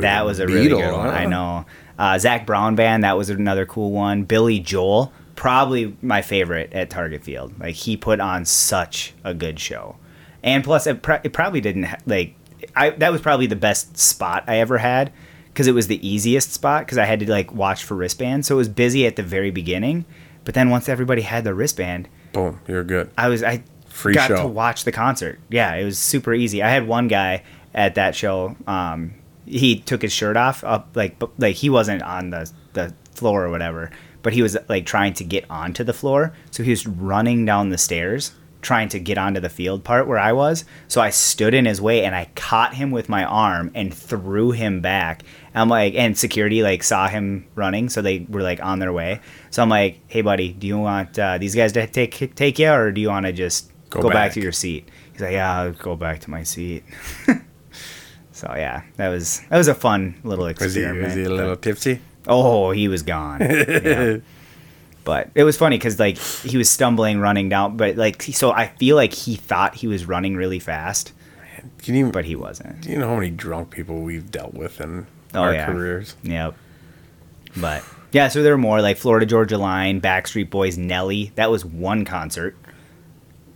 A: that,
B: dude,
A: was a really good
B: Beatle,
A: one. I
B: huh?
A: know. Uh, Zach Brown band, that was another cool one. Billy Joel, probably my favorite at Target Field. Like he put on such a good show, and plus it, pro- it probably didn't ha- like I that was probably the best spot I ever had because it was the easiest spot because I had to like watch for wristband, so it was busy at the very beginning. But then once everybody had their wristband,
B: Boom, you're good.
A: I was I
B: Free
A: got
B: show.
A: to watch the concert. Yeah, it was super easy. I had one guy at that show. Um, he took his shirt off, up like bu- like he wasn't on the the floor or whatever, but he was like trying to get onto the floor. So he was running down the stairs trying to get onto the field part where I was. So I stood in his way and I caught him with my arm and threw him back. I'm like, and security like saw him running, so they were like on their way. So I'm like, hey buddy, do you want uh, these guys to take take you, or do you want to just go,
B: Go
A: back.
B: back.
A: to your seat? He's like, yeah, I'll go back to my seat. <laughs> so yeah, that was that was a fun little
B: Was he,
A: experiment.
B: was he a little tipsy?
A: Oh, he was gone. Yeah.
B: <laughs>
A: but it was funny because like he was stumbling, running down. But like, so I feel like he thought he was running really fast,
B: Can you?
A: but he wasn't.
B: do you know how many drunk people we've dealt with in
A: Oh,
B: our
A: yeah.
B: careers?
A: Yep. But yeah, so there were more like Florida Georgia Line, Backstreet Boys, Nelly. That was one concert.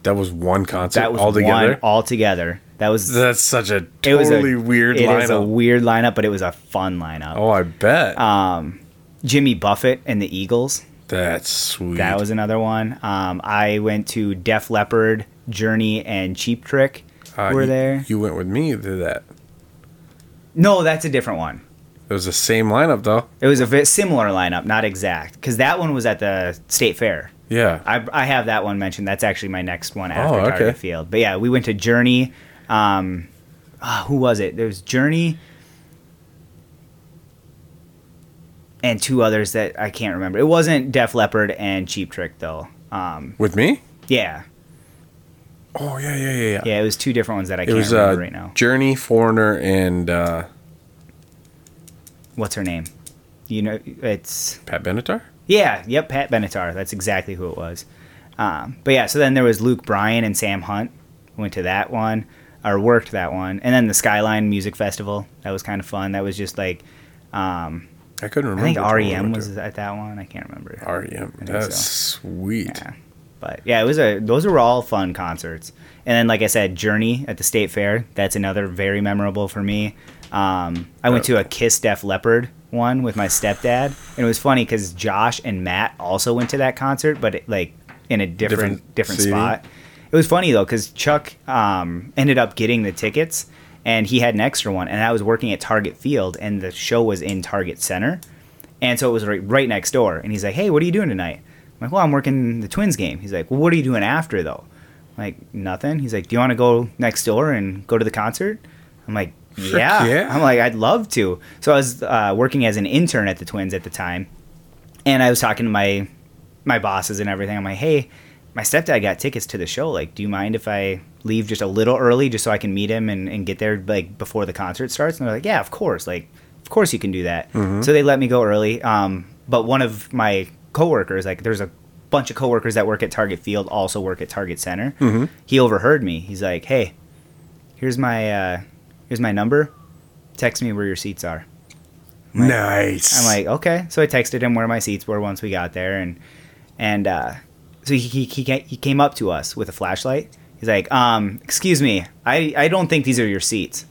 B: That was one concert
A: That was
B: all
A: one
B: together.
A: all together. That was
B: That's such a
A: it was a-
B: totally weird
A: It is a
B: lineup.
A: weird lineup, but it was a fun lineup.
B: oh, I bet.
A: um, Jimmy Buffett and the Eagles.
B: That's sweet.
A: That was another one. Um, I went to Def Leppard, Journey, and Cheap Trick.
B: Uh,
A: were
B: you-
A: there?
B: You went with me to that.
A: No, that's a different one.
B: It was the same lineup though.
A: It was a ve- similar lineup, not exact, because that one was at the state fair.
B: Yeah.
A: I, I have that one mentioned. That's actually my next one after
B: Oh, okay.
A: Target Field. But yeah, we went to Journey. Um, ah, who was it? There was Journey and two others that I can't remember. It wasn't Def Leppard and Cheap Trick though. Um,
B: with me?
A: yeah,
B: Oh yeah, yeah, yeah, yeah.
A: yeah, it was two different ones that I
B: it
A: can't
B: was
A: remember
B: uh,
A: right now.
B: Journey, Foreigner, and uh,
A: What's her name? You know, it's
B: Pat Benatar.
A: Yeah, yep, Pat Benatar. That's exactly who it was. Um, but yeah, so then there was Luke Bryan and Sam Hunt. Went to that one, or worked that one. And then the Skyline Music Festival. That was kind of fun. That was just like, um,
B: I couldn't
A: I
B: remember.
A: think
B: which one we
A: REM
B: went
A: was
B: to.
A: at that one. I can't remember.
B: REM.
A: think
B: That's sweet.
A: Yeah. But yeah, it was a. Those were all fun concerts. And then, like I said, Journey at the State Fair. That's another very memorable for me. Um, I went to a Kiss Def Leopard one with my stepdad, and it was funny because Josh and Matt also went to that concert, but it, like in a different
B: Different
A: different
B: seating?
A: spot. It was funny though because Chuck um, ended up getting the tickets, and he had an extra one, and I was working at Target Field, and the show was in Target Center. And so it was right, right next door. And he's like, hey, what are you doing tonight? I'm like, well, I'm working the Twins game. He's like, well, what are you doing after, though? I'm like, nothing. He's like, do you want to go next door and go to the concert? I'm like, yeah.
B: yeah.
A: I'm like, I'd love to. So I was uh, working as an intern at the Twins at the time. And I was talking to my my bosses and everything. I'm like, hey, my stepdad got tickets to the show. Like, do you mind if I leave just a little early just so I can meet him and, and get there like before the concert starts? And they're like, yeah, of course. Like, of course you can do that. So they let me go early. Um, but one of my coworkers, like, there's a bunch of coworkers that work at Target Field also work at Target Center. Mm-hmm. He overheard me. He's like, "Hey, here's my uh, here's my number. Text me where your seats are." I'm like-
B: nice.
A: I'm like, okay. So I texted him where my seats were once we got there, and and uh, so he he, he ca- he came up to us with a flashlight. He's like, um, excuse me, I I don't think these are your seats.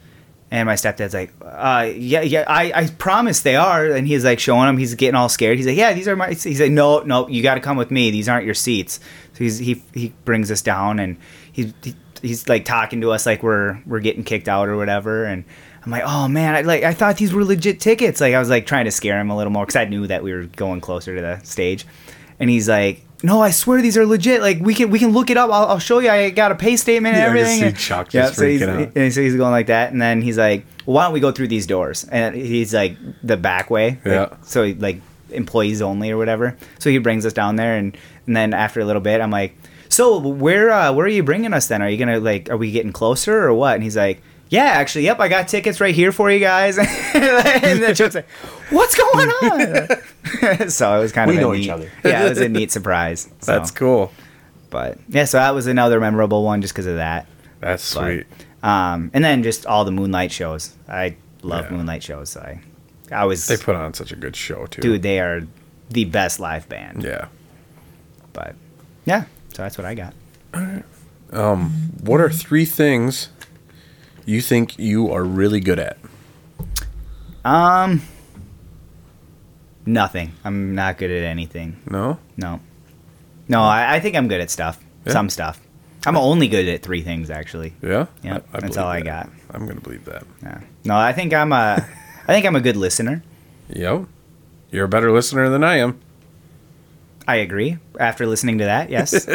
A: And my stepdad's like, uh, yeah, yeah, I, I promise they are. And he's like showing him, he's getting all scared. He's like, yeah, these are my, seats." he's like, no, no, you got to come with me. These aren't your seats. So he's, he, he brings us down and he's, he, he's like talking to us like we're, we're getting kicked out or whatever. And I'm like, oh man, I like, I thought these were legit tickets. Like I was like trying to scare him a little more cause I knew that we were going closer to the stage. And he's like, no, I swear these are legit. Like we can, we can look it up. I'll, I'll show you. I got a pay statement and
B: Yeah, I can
A: everything.
B: see
A: And-
B: Chuck
A: yeah,
B: just
A: so he's,
B: freaking out.
A: and so he's going like that, and then he's like, well, "Why don't we go through these doors?" And he's like, "The back way." like,
B: Yeah.
A: So he- like employees only or whatever. So he brings us down there, and and then after a little bit, I'm like, "So where uh, where are you bringing us then? Are you gonna like are we getting closer or what?" And he's like. Yeah, actually, yep. I got tickets right here for you guys. <laughs> and then Chuck's like, "What's going on?" <laughs> so it was kind
C: We
A: of a
C: know
A: neat,
C: each other.
A: Yeah, it was a
C: <laughs>
A: neat surprise. So,
B: That's cool.
A: but yeah, so that was another memorable one just because of that.
B: That's
A: But,
B: sweet.
A: Um, and then just all the moonlight shows. I love
B: Yeah.
A: moonlight shows. So I, I was,
B: They put on such a good show too.
A: dude, they are the best live band.
B: Yeah.
A: But yeah, so that's what I got.
B: What are three things you think you are really good at?
A: Nothing. I'm not good at anything.
B: No.
A: No, no. I, I think I'm good at stuff.
B: Yeah.
A: Some stuff. I'm only good at three things actually.
B: Yeah.
A: Yeah, that's
B: believe
A: all I
B: that.
A: got.
B: I'm gonna believe that.
A: Yeah. No, I think I'm
B: <laughs>
A: a, I think I'm a good listener.
B: Yep. You're a better listener than I am.
A: I agree. After listening to that, yes.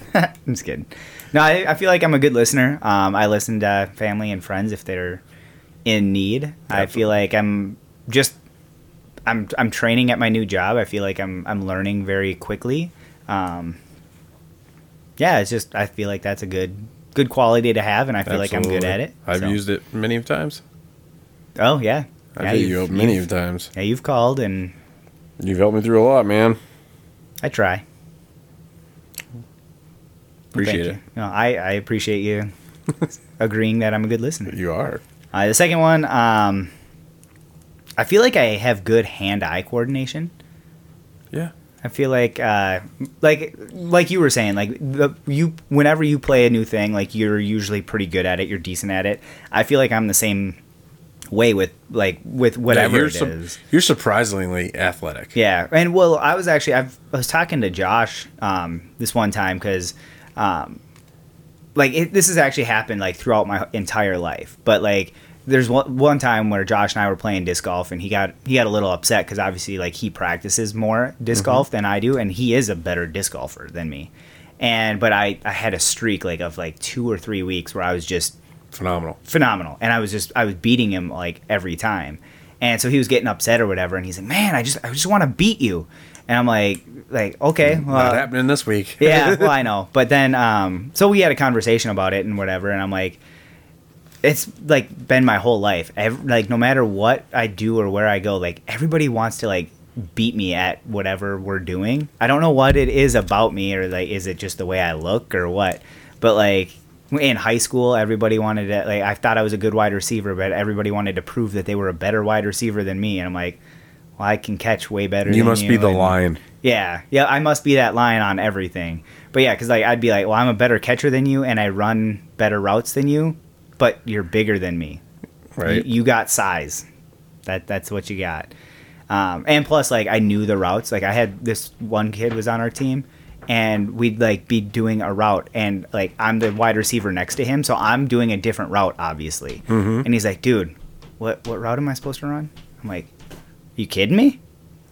A: <laughs> I'm just kidding. No, I, I feel like I'm a good listener. Um, I listen to family and friends if they're in need. I feel like I'm just I'm I'm training at my new job. I feel like I'm I'm learning very quickly. Um, yeah, it's just I feel like that's a good good quality to have, and I feel like I'm good
B: Absolutely.
A: at it.
B: I've
A: so-
B: used it many of times.
A: Oh yeah,
B: I've
A: yeah,
B: hit
A: you've,
B: you up many
A: you've-
B: of times.
A: yeah, you've called, and
B: You've helped me through a lot, man.
A: I try.
B: Appreciate
A: Thank
B: it.
A: you. No, I, I appreciate you <laughs> agreeing that I'm a good listener.
B: You are.
A: Uh, the second one, um, I feel like I have good hand-eye coordination.
B: Yeah.
A: I feel like, uh, like, like you were saying, like the, you, whenever you play a new thing, like you're usually pretty good at it. You're decent at it. I feel like I'm the same way with like with whatever
B: you're,
A: it
B: sup-
A: is.
B: you're surprisingly athletic.
A: Yeah, and well, I was actually I've, I was talking to Josh um, this one time because, um, like, it, this has actually happened like throughout my entire life. But like, there's one, one time where Josh and I were playing disc golf, and he got he got a little upset because obviously like he practices more disk golf than I do, and he is a better disc golfer than me. And but I I had a streak like of like two or three weeks where I was just
B: Phenomenal.
A: phenomenal. And I was just I was beating him like every time. And so he was getting upset or whatever and he's like, Man, I just I just wanna beat you and I'm like like, okay,
B: Not
A: well
B: happening this week.
A: <laughs> Yeah, well I know. But then um so we had a conversation about it and whatever and I'm like it's like been my whole life. Ev like no matter what I do or where I go, like everybody wants to like beat me at whatever we're doing. I don't know what it is about me or like is it just the way I look or what. But like in high school, everybody wanted to like I thought I was a good wide receiver, but everybody wanted to prove that they were a better wide receiver than me and I'm like, well, I can catch way better
B: you
A: than
B: must be the
A: and-
B: lion.
A: yeah, yeah, I must be that line on everything. But yeah, because like I'd be like, well, I'm a better catcher than you, and I run better routes than you, but you're bigger than me.
B: Right.
A: You, you got size. That that's what you got. Um, and plus, like I knew the routes. Like I had this one kid was on our team, and we'd like be doing a route, and like I'm the wide receiver next to him, so I'm doing a different route, obviously. And he's like, dude, what what route am I supposed to run? I'm like, you kidding me?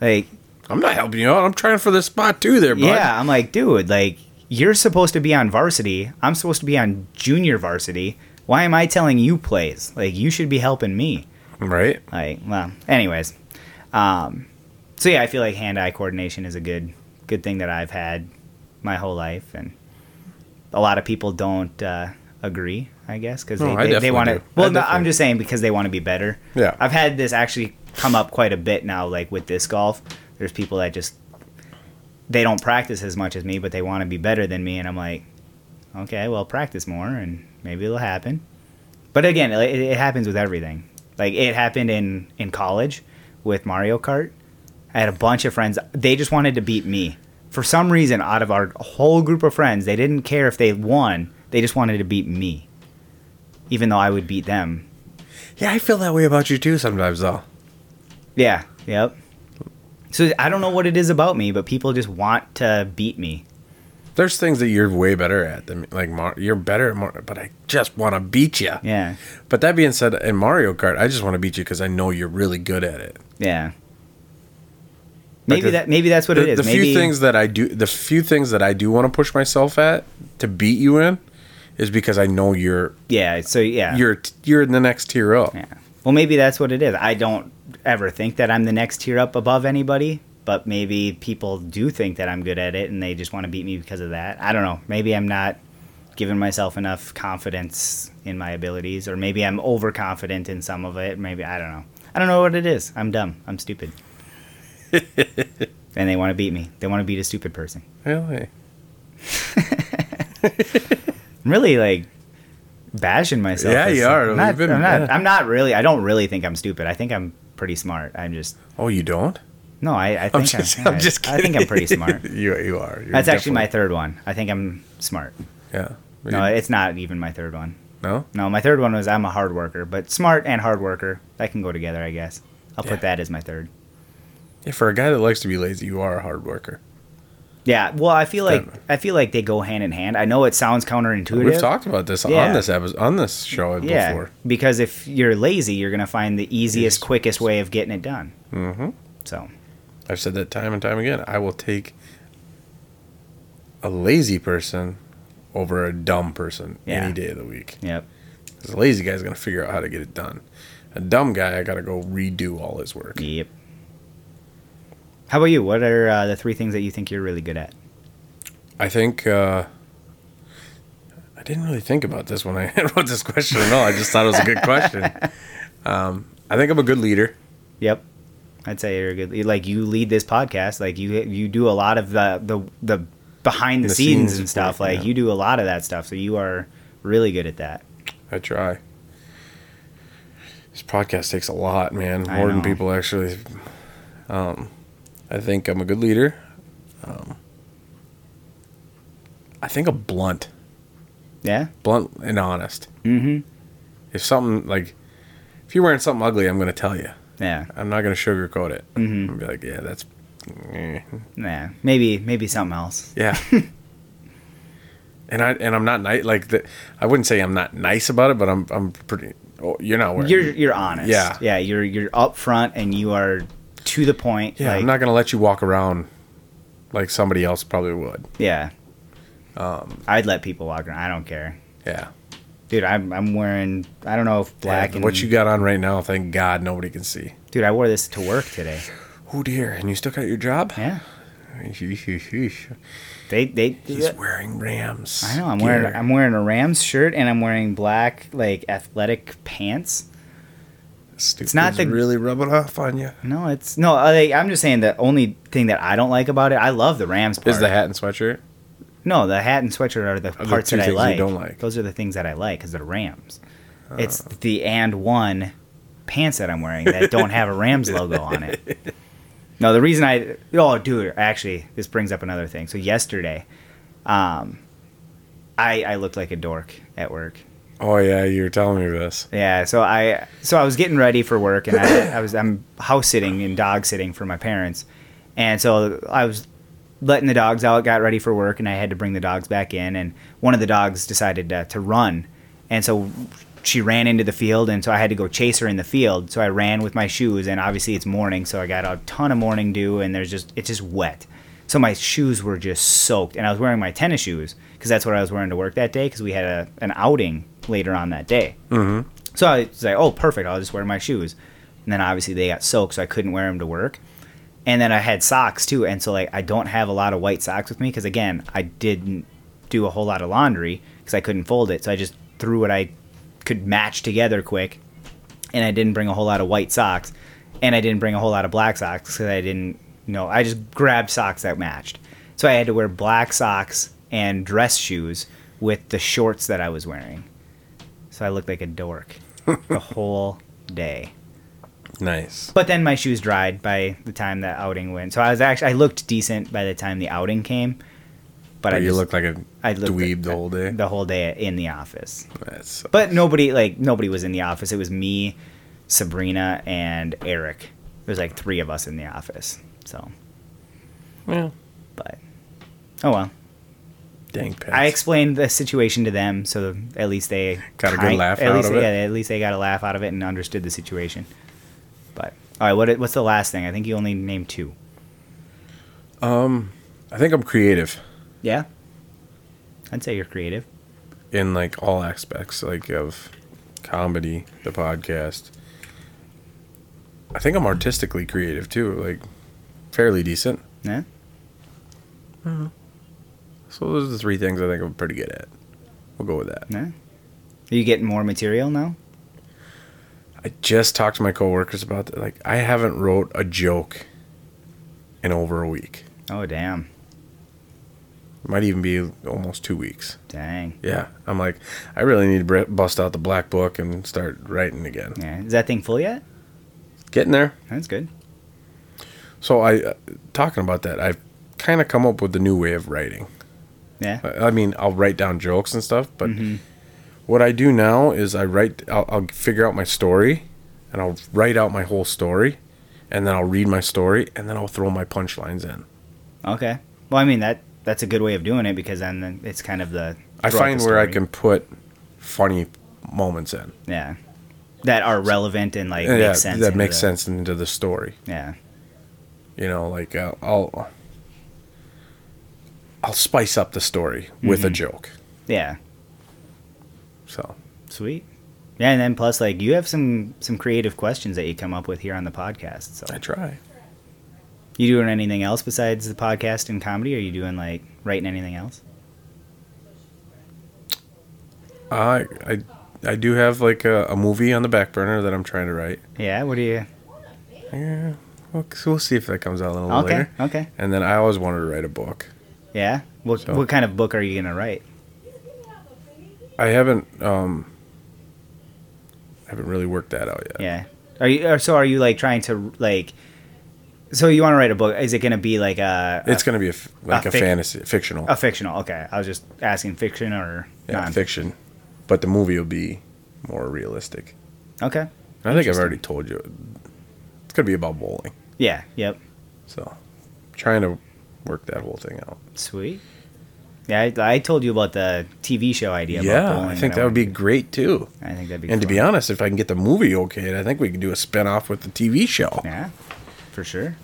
A: Like
B: I'm not helping you out. I'm trying for this spot too there, bud.
A: yeah, I'm like, dude, like you're supposed to be on varsity. I'm supposed to be on junior varsity. Why am I telling you plays? Like you should be helping me.
B: Right?
A: Like, well, anyways. Um so yeah, I feel like hand-eye coordination is a good good thing that I've had my whole life and a lot of people don't uh agree, I guess, cuz
B: No, Oh, I
A: they, they,
B: definitely
A: want
B: do.
A: to Well,
B: I
A: no, I'm
B: definitely-
A: just saying because they want to be better.
B: Yeah.
A: I've had this actually come up quite a bit now like with disc golf. There's people that just they don't practice as much as me, but they want to be better than me. And I'm like, okay, well, practice more and maybe it'll happen. But again, it, it happens with everything. Like it happened in, in college with Mario Kart. I had a bunch of friends. They just wanted to beat me. For some reason, out of our whole group of friends, they didn't care if they won. They just wanted to beat me, even though I would beat them.
B: Yeah, I feel that way about you too sometimes, though.
A: Yeah. Yep. So I don't know what it is about me, but people just want to beat me.
B: There's things that you're way better at than me. like Mar- you're better at Mar- but I just want to beat you.
A: Yeah.
B: But that being said, in Mario Kart, I just want to beat you because I know you're really good at it.
A: Yeah. Maybe
B: the-
A: that maybe that's what
B: The,
A: it is.
B: the
A: maybe
B: few things that I do, the few things that I do want to push myself at to beat you in, is because I know you're
A: Yeah. So yeah.
B: you're t- you're in the next tier up.
A: yeah. Well, maybe that's what it is. I don't ever think that I'm the next tier up above anybody, but maybe people do think that I'm good at it, and they just want to beat me because of that. I don't know. Maybe I'm not giving myself enough confidence in my abilities, or maybe I'm overconfident in some of it. Maybe I don't know. I don't know what it is. I'm dumb. I'm
B: <laughs>
A: stupid. and they want to beat me. They want to beat a stupid person.
B: Really?
A: I'm really like bashing myself.
B: Yeah,
A: as-
B: you are.
A: I'm not,
B: You've been-
A: I'm,
B: yeah.
A: not, I'm not really. I don't really think I'm stupid. I think I'm pretty smart. I'm just
B: Oh, you don't?
A: no. I, I think
B: I'm just, I'm
A: I-
B: just
A: I
B: kidding.
A: think I'm pretty
B: <laughs>
A: smart.
B: you you are. You're
A: That's actually my
B: definitely-
A: third one. I think I'm smart.
B: yeah.
A: No,
B: You-
A: it's not even my third one.
B: no.
A: No, my third one was I'm a hard worker, but smart and hard worker that can go together, I guess. I'll
B: Yeah.
A: put that as my third.
B: Yeah, for a guy that likes to be lazy, you are a hard worker.
A: Yeah. Well, I feel like
B: Definitely.
A: I feel like they go hand in hand. I know it sounds counterintuitive.
B: We've talked about this on
A: Yeah.
B: this episode, on this show before.
A: because if you're lazy, you're gonna find the easiest, quickest way of getting it done. Mm-hmm. So
B: I've said that time and time again. I will take a lazy person over a dumb person
A: Yeah.
B: any day of the week.
A: Yep.
B: 'Cause a lazy guy's gonna figure out how to get it done. A dumb guy, I gotta go redo all his work.
A: Yep. How about you? What are uh, the three things that you think you're really good at?
B: I think uh, I didn't really think about this when I <laughs> wrote this question at all. I just thought it was a
A: <laughs>
B: good question. Um, I think I'm a good leader.
A: Yep. I'd say you're a good. Like you lead this podcast. Like you you do a lot of the the, the behind the,
B: The
A: scenes,
B: scenes
A: and stuff.
B: work,
A: Like
B: yeah.
A: you do a lot of that stuff. So you are really good at that.
B: I try. This podcast takes a lot, man.
A: I
B: More than
A: know.
B: people actually. Um, I think I'm a good leader. Um, I think I'm blunt,
A: Yeah.
B: blunt and honest.
A: Mm-hmm.
B: If something like, if you're wearing something ugly, I'm gonna tell you.
A: Yeah.
B: I'm not gonna sugarcoat it. Mm-hmm. be like, yeah, that's, eh.
A: Yeah. Maybe maybe something else. <laughs>
B: yeah. and I and I'm not nice. Like the, I wouldn't say I'm not nice about it, but I'm I'm pretty. Oh, you're not wearing.
A: You're you're honest.
B: Yeah.
A: Yeah. You're you're upfront and you are to the point.
B: Yeah,
A: like-
B: I'm not gonna let you walk around like somebody else probably would.
A: Yeah.
B: Um,
A: I'd let people walk around. I don't care.
B: Yeah.
A: Dude, I'm I'm wearing I don't know if black
B: Yeah,
A: and
B: what you got on right now, thank God nobody can see.
A: Dude, I wore this to work today.
B: Oh dear, and you still got
A: <laughs>
B: your job?
A: Yeah.
B: He's
A: They they
B: wearing Rams.
A: I know I'm wearing
B: gear.
A: I'm wearing a Rams shirt and I'm wearing black like athletic pants.
B: Stupid's
A: not the-
B: really rubbing off on you.
A: No, it's no. I, I'm just saying the only thing that I don't like about it. I love the Rams part.
B: Is the hat and sweatshirt?
A: No, the hat and sweatshirt are the parts
B: two
A: that I
B: things you
A: like.
B: don't like. Oh.
A: Those are the things that I like because they're Rams. It's the and one pants that I'm wearing that don't have a Rams logo on it.
B: <laughs>
A: No, the reason I oh dude, actually, this brings up another thing. So yesterday, um, I I looked like a dork at work.
B: Oh yeah, you were telling me this.
A: Yeah, so I so I was getting ready for work, and I, I was I'm house sitting and dog sitting for my parents, and so I was letting the dogs out, got ready for work, and I had to bring the dogs back in, and one of the dogs decided to, to run, and so she ran into the field, and so I had to go chase her in the field, so I ran with my shoes, and obviously it's morning, so I got a ton of morning dew, and there's just it's just wet. So my shoes were just soaked, and I was wearing my tennis shoes because that's what I was wearing to work that day because we had a, an outing later on that day. So I was like, oh, perfect. I'll just wear my shoes. And then obviously they got soaked, so I couldn't wear them to work. And then I had socks too. And so, like, I don't have a lot of white socks with me because, again, I didn't do a whole lot of laundry because I couldn't fold it. So I just threw what I could match together quick. And I didn't bring a whole lot of white socks. And I didn't bring a whole lot of black socks because I didn't know. I just grabbed socks that matched. So I had to wear black socks and dress shoes with the shorts that I was wearing. So I looked like a dork
B: <laughs>
A: the whole day.
B: Nice.
A: But then my shoes dried by the time that outing went. So I was actually I looked decent by the time the outing came. But
B: But
A: I
B: you
A: just,
B: look like a
A: I looked
B: dweeb
A: like-
B: the whole day.
A: the whole day in the office.
B: That's
A: But nobody like nobody was in the office. It was me, Sabrina, and Eric. There's like three of us in the office. So,
B: yeah.
A: but oh well.
B: Dang pants.
A: I explained the situation to them, so at least they
B: Got a good laugh
A: At
B: out
A: least,
B: of it.
A: yeah, at least they got a laugh out of it and understood the situation. But all right, what what's the last thing? I think you only named two.
B: I think I'm creative
A: Yeah, I'd say you're creative.
B: in like all aspects, like of comedy, the podcast. I think I'm artistically creative too, like fairly decent.
A: Yeah.
B: So those are the three things I think I'm pretty good at. We'll go with that.
A: Yeah. Are you getting more material now?
B: I just talked to my coworkers about that. Like I haven't wrote a joke in over a week.
A: Oh damn,
B: Might even be almost two weeks.
A: dang.
B: Yeah, I'm like, I really need to br- bust out the black book and start writing again.
A: Yeah. Is that thing full yet?
B: Getting there.
A: That's good.
B: So I, uh, talking about that, I've kind of come up with a new way of writing.
A: Yeah.
B: I I mean, I'll write down jokes and stuff, but
A: Mm-hmm.
B: what I do now is I write, I'll, I'll figure out my story, and I'll write out my whole story, and then I'll read my story, and then I'll throw my punchlines in.
A: Okay. Well, I mean that that's a good way of doing it because then it's kind of the
B: I
A: throughout
B: find
A: the
B: where I
A: story.
B: can put funny moments in.
A: yeah that are relevant and like
B: yeah,
A: make sense
B: that
A: into
B: makes
A: the-
B: sense into the story.
A: Yeah.
B: you know like uh, i'll i'll spice up the story with a joke
A: Yeah.
B: so
A: Sweet. Yeah, and then plus, like, you have some some creative questions that you come up with here on the podcast. So,
B: i try
A: you doing anything else besides the podcast and comedy? Or are you doing like writing anything else?
B: i i i do have like a, a movie on the back burner that i'm trying to write
A: Yeah. What do you?
B: yeah we'll, so we'll see if that comes out a little
A: Okay.
B: later
A: Okay.
B: and then i always wanted to write a book
A: Yeah. What
B: So-
A: What kind of book are you gonna write?
B: i haven't um haven't really worked that out yet
A: Yeah. Are you? Or so are you like trying to like? So you want to write a book? Is it gonna be like a?
B: it's gonna be a f- like a,
A: fic-
B: fantasy fictional
A: a fictional. Okay. I was just asking fiction or
B: yeah,
A: non.
B: fiction but the movie will be more realistic
A: Okay.
B: i think i've
A: Interesting.
B: already told you it's gonna be about bowling
A: Yeah. Yep.
B: So, trying to work that whole thing out.
A: Sweet. Yeah, I, I told you about the TV show idea.
B: Yeah,
A: about bowling
B: I think
A: I
B: that would be
A: wanted
B: great too.
A: to- I think that'd be.
B: And to
A: fun.
B: be honest, if I can get the movie okayed, I think we could do a spin off with the TV show.
A: Yeah, for sure.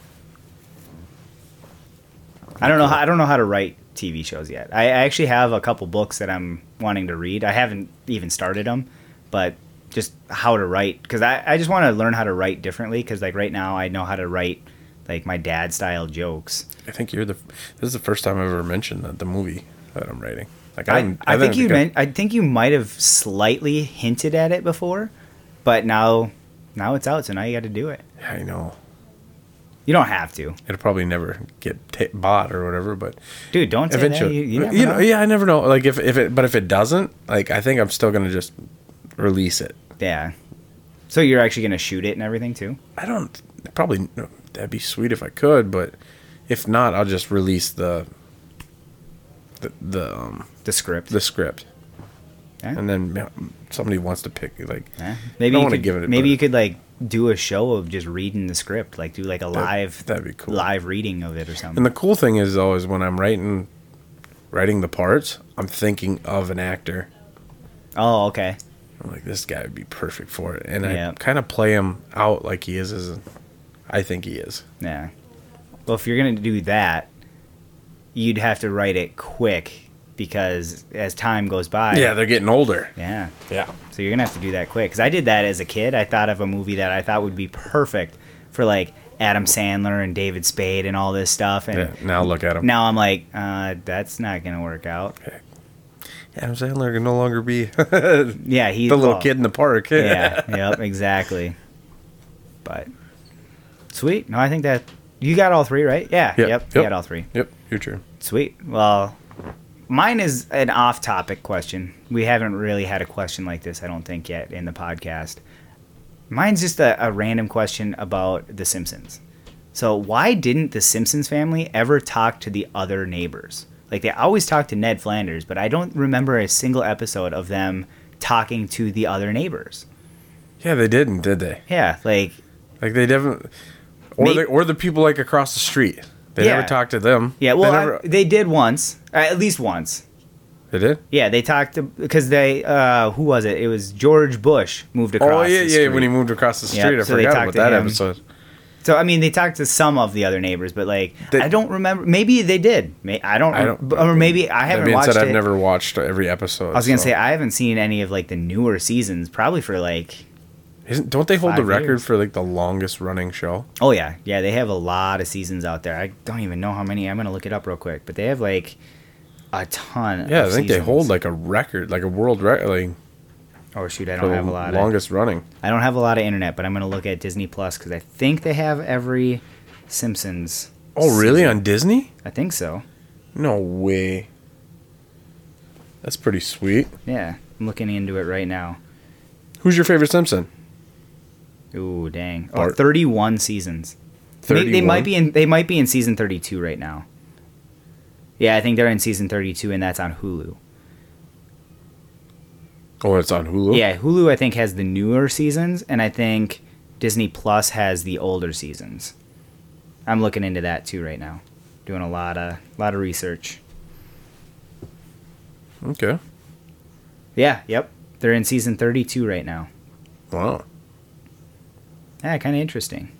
A: I don't know. How, I don't know how to write TV shows yet. I, I actually have a couple books that I'm wanting to read. I haven't even started them, but just how to write because I, I just want to learn how to write differently. Because like right now, I know how to write like my dad style jokes.
B: I think you're the. This is the first time I've ever mentioned that the movie that I'm writing. Like
A: I,
B: haven't-
A: I, think
B: haven't
A: you
B: I-
A: meant. I think you might have slightly hinted at it before, but now now it's out, so now you got to do it.
B: I know
A: You don't have to,
B: it'll probably never get t- bought or whatever, but
A: dude. Don't say
B: eventually,
A: that. You, you never
B: know, yeah, I never know. Like if if it, but if it doesn't, like I think I'm still gonna just release it.
A: Yeah. So you're actually gonna shoot it and everything too?
B: I don't probably that'd be sweet if I could, but if not, I'll just release the the the, um,
A: The script.
B: the script,
A: Yeah.
B: and then ma- somebody wants to pick like
A: Yeah. Eh? Maybe
B: don't
A: you
B: wanna
A: could
B: give it a
A: maybe
B: bud.
A: you could like do a show of just reading the script, like do like a live
B: that'd be cool.
A: live reading of it or something.
B: And the cool thing is always when I'm writing writing the parts, I'm thinking of an actor.
A: oh, okay.
B: I'm like this guy would be perfect for it, and
A: Yeah.
B: I kind of play him out like he is as I think he is.
A: Yeah. Well, if you're gonna do that, you'd have to write it quick because as time goes by.
B: Yeah, they're getting older.
A: Yeah.
B: Yeah,
A: So you're gonna have to do that quick. Cause I did that as a kid. I thought of a movie that I thought would be perfect for like Adam Sandler and David Spade and all this stuff. And
B: yeah. Now look at him.
A: now I'm like, uh, that's not gonna work out.
B: Adam Sandler can no
A: <laughs>
B: longer be the
A: Yeah, he's
B: little
A: well,
B: kid in the
A: <laughs>
B: park.
A: yeah, yep, exactly. But sweet. No, I think that you got all three, right? Yeah.
B: Yep,
A: Yep. You
B: yep.
A: got all three.
B: Yep, Your turn.
A: Sweet. Well, mine is an off topic question. We haven't really had a question like this, I don't think, yet in the podcast. Mine's just a, a random question about The Simpsons. So, why didn't the Simpsons family ever talk to the other neighbors? Like, they always talk to Ned Flanders, but I don't remember a single episode of them talking to the other neighbors.
B: Yeah, they didn't, did they?
A: Yeah, like,
B: Like they didn't, or
A: May-
B: the or the people like across the street. They
A: Yeah.
B: never talked to them.
A: yeah, well,
B: they,
A: I-
B: never,
A: they, did once, uh, at least once.
B: they did.
A: Yeah, they talked because they, uh, who was it? It was George Bush moved across.
B: Oh yeah,
A: the
B: yeah.
A: street.
B: When he moved across the
A: Yep,
B: street, I
A: so they
B: forgot
A: talked
B: about
A: to
B: that
A: him.
B: episode.
A: So I mean, they talked to some of the other neighbors, but like
B: They-
A: I don't remember. Maybe they did. May, I don't.
B: I don't-
A: b- or maybe I
B: That
A: haven't
B: being
A: watched
B: said, I've
A: it.
B: never watched every episode.
A: I was gonna say uh, I haven't seen any of like the newer seasons. Probably for like.
B: Isn't, don't they hold the
A: Five
B: record
A: years.
B: for like the longest running show?
A: Oh yeah, yeah. They have a lot of seasons out there. I don't even know how many. I'm gonna look it up real quick. But they have like a ton.
B: Yeah,
A: of
B: I think they
A: seasons.
B: hold like a record, like a world record, like
A: Oh shoot, I
B: for
A: don't
B: the
A: have a lot. of-
B: longest running.
A: I don't have a lot of internet, but I'm gonna look at Disney Plus because I think they have every Simpsons.
B: Oh, really?
A: season.
B: On Disney?
A: I think so.
B: No way. That's pretty sweet.
A: Yeah, I'm looking into it right now.
B: Who's your favorite Simpson?
A: Ooh, dang! Oh,
B: Bart.
A: 31 seasons. They, they
B: 31?
A: might be in. They might be in season 32 right now. Yeah, I think they're in season 32, and that's on Hulu.
B: Oh, it's on Hulu.
A: Yeah, Hulu I think has the newer seasons, and I think Disney Plus has the older seasons. I'm looking into that too right now. Doing a lot of lot of research.
B: Okay.
A: Yeah, yep. They're in season 32 right now.
B: Wow.
A: Yeah, kind of interesting.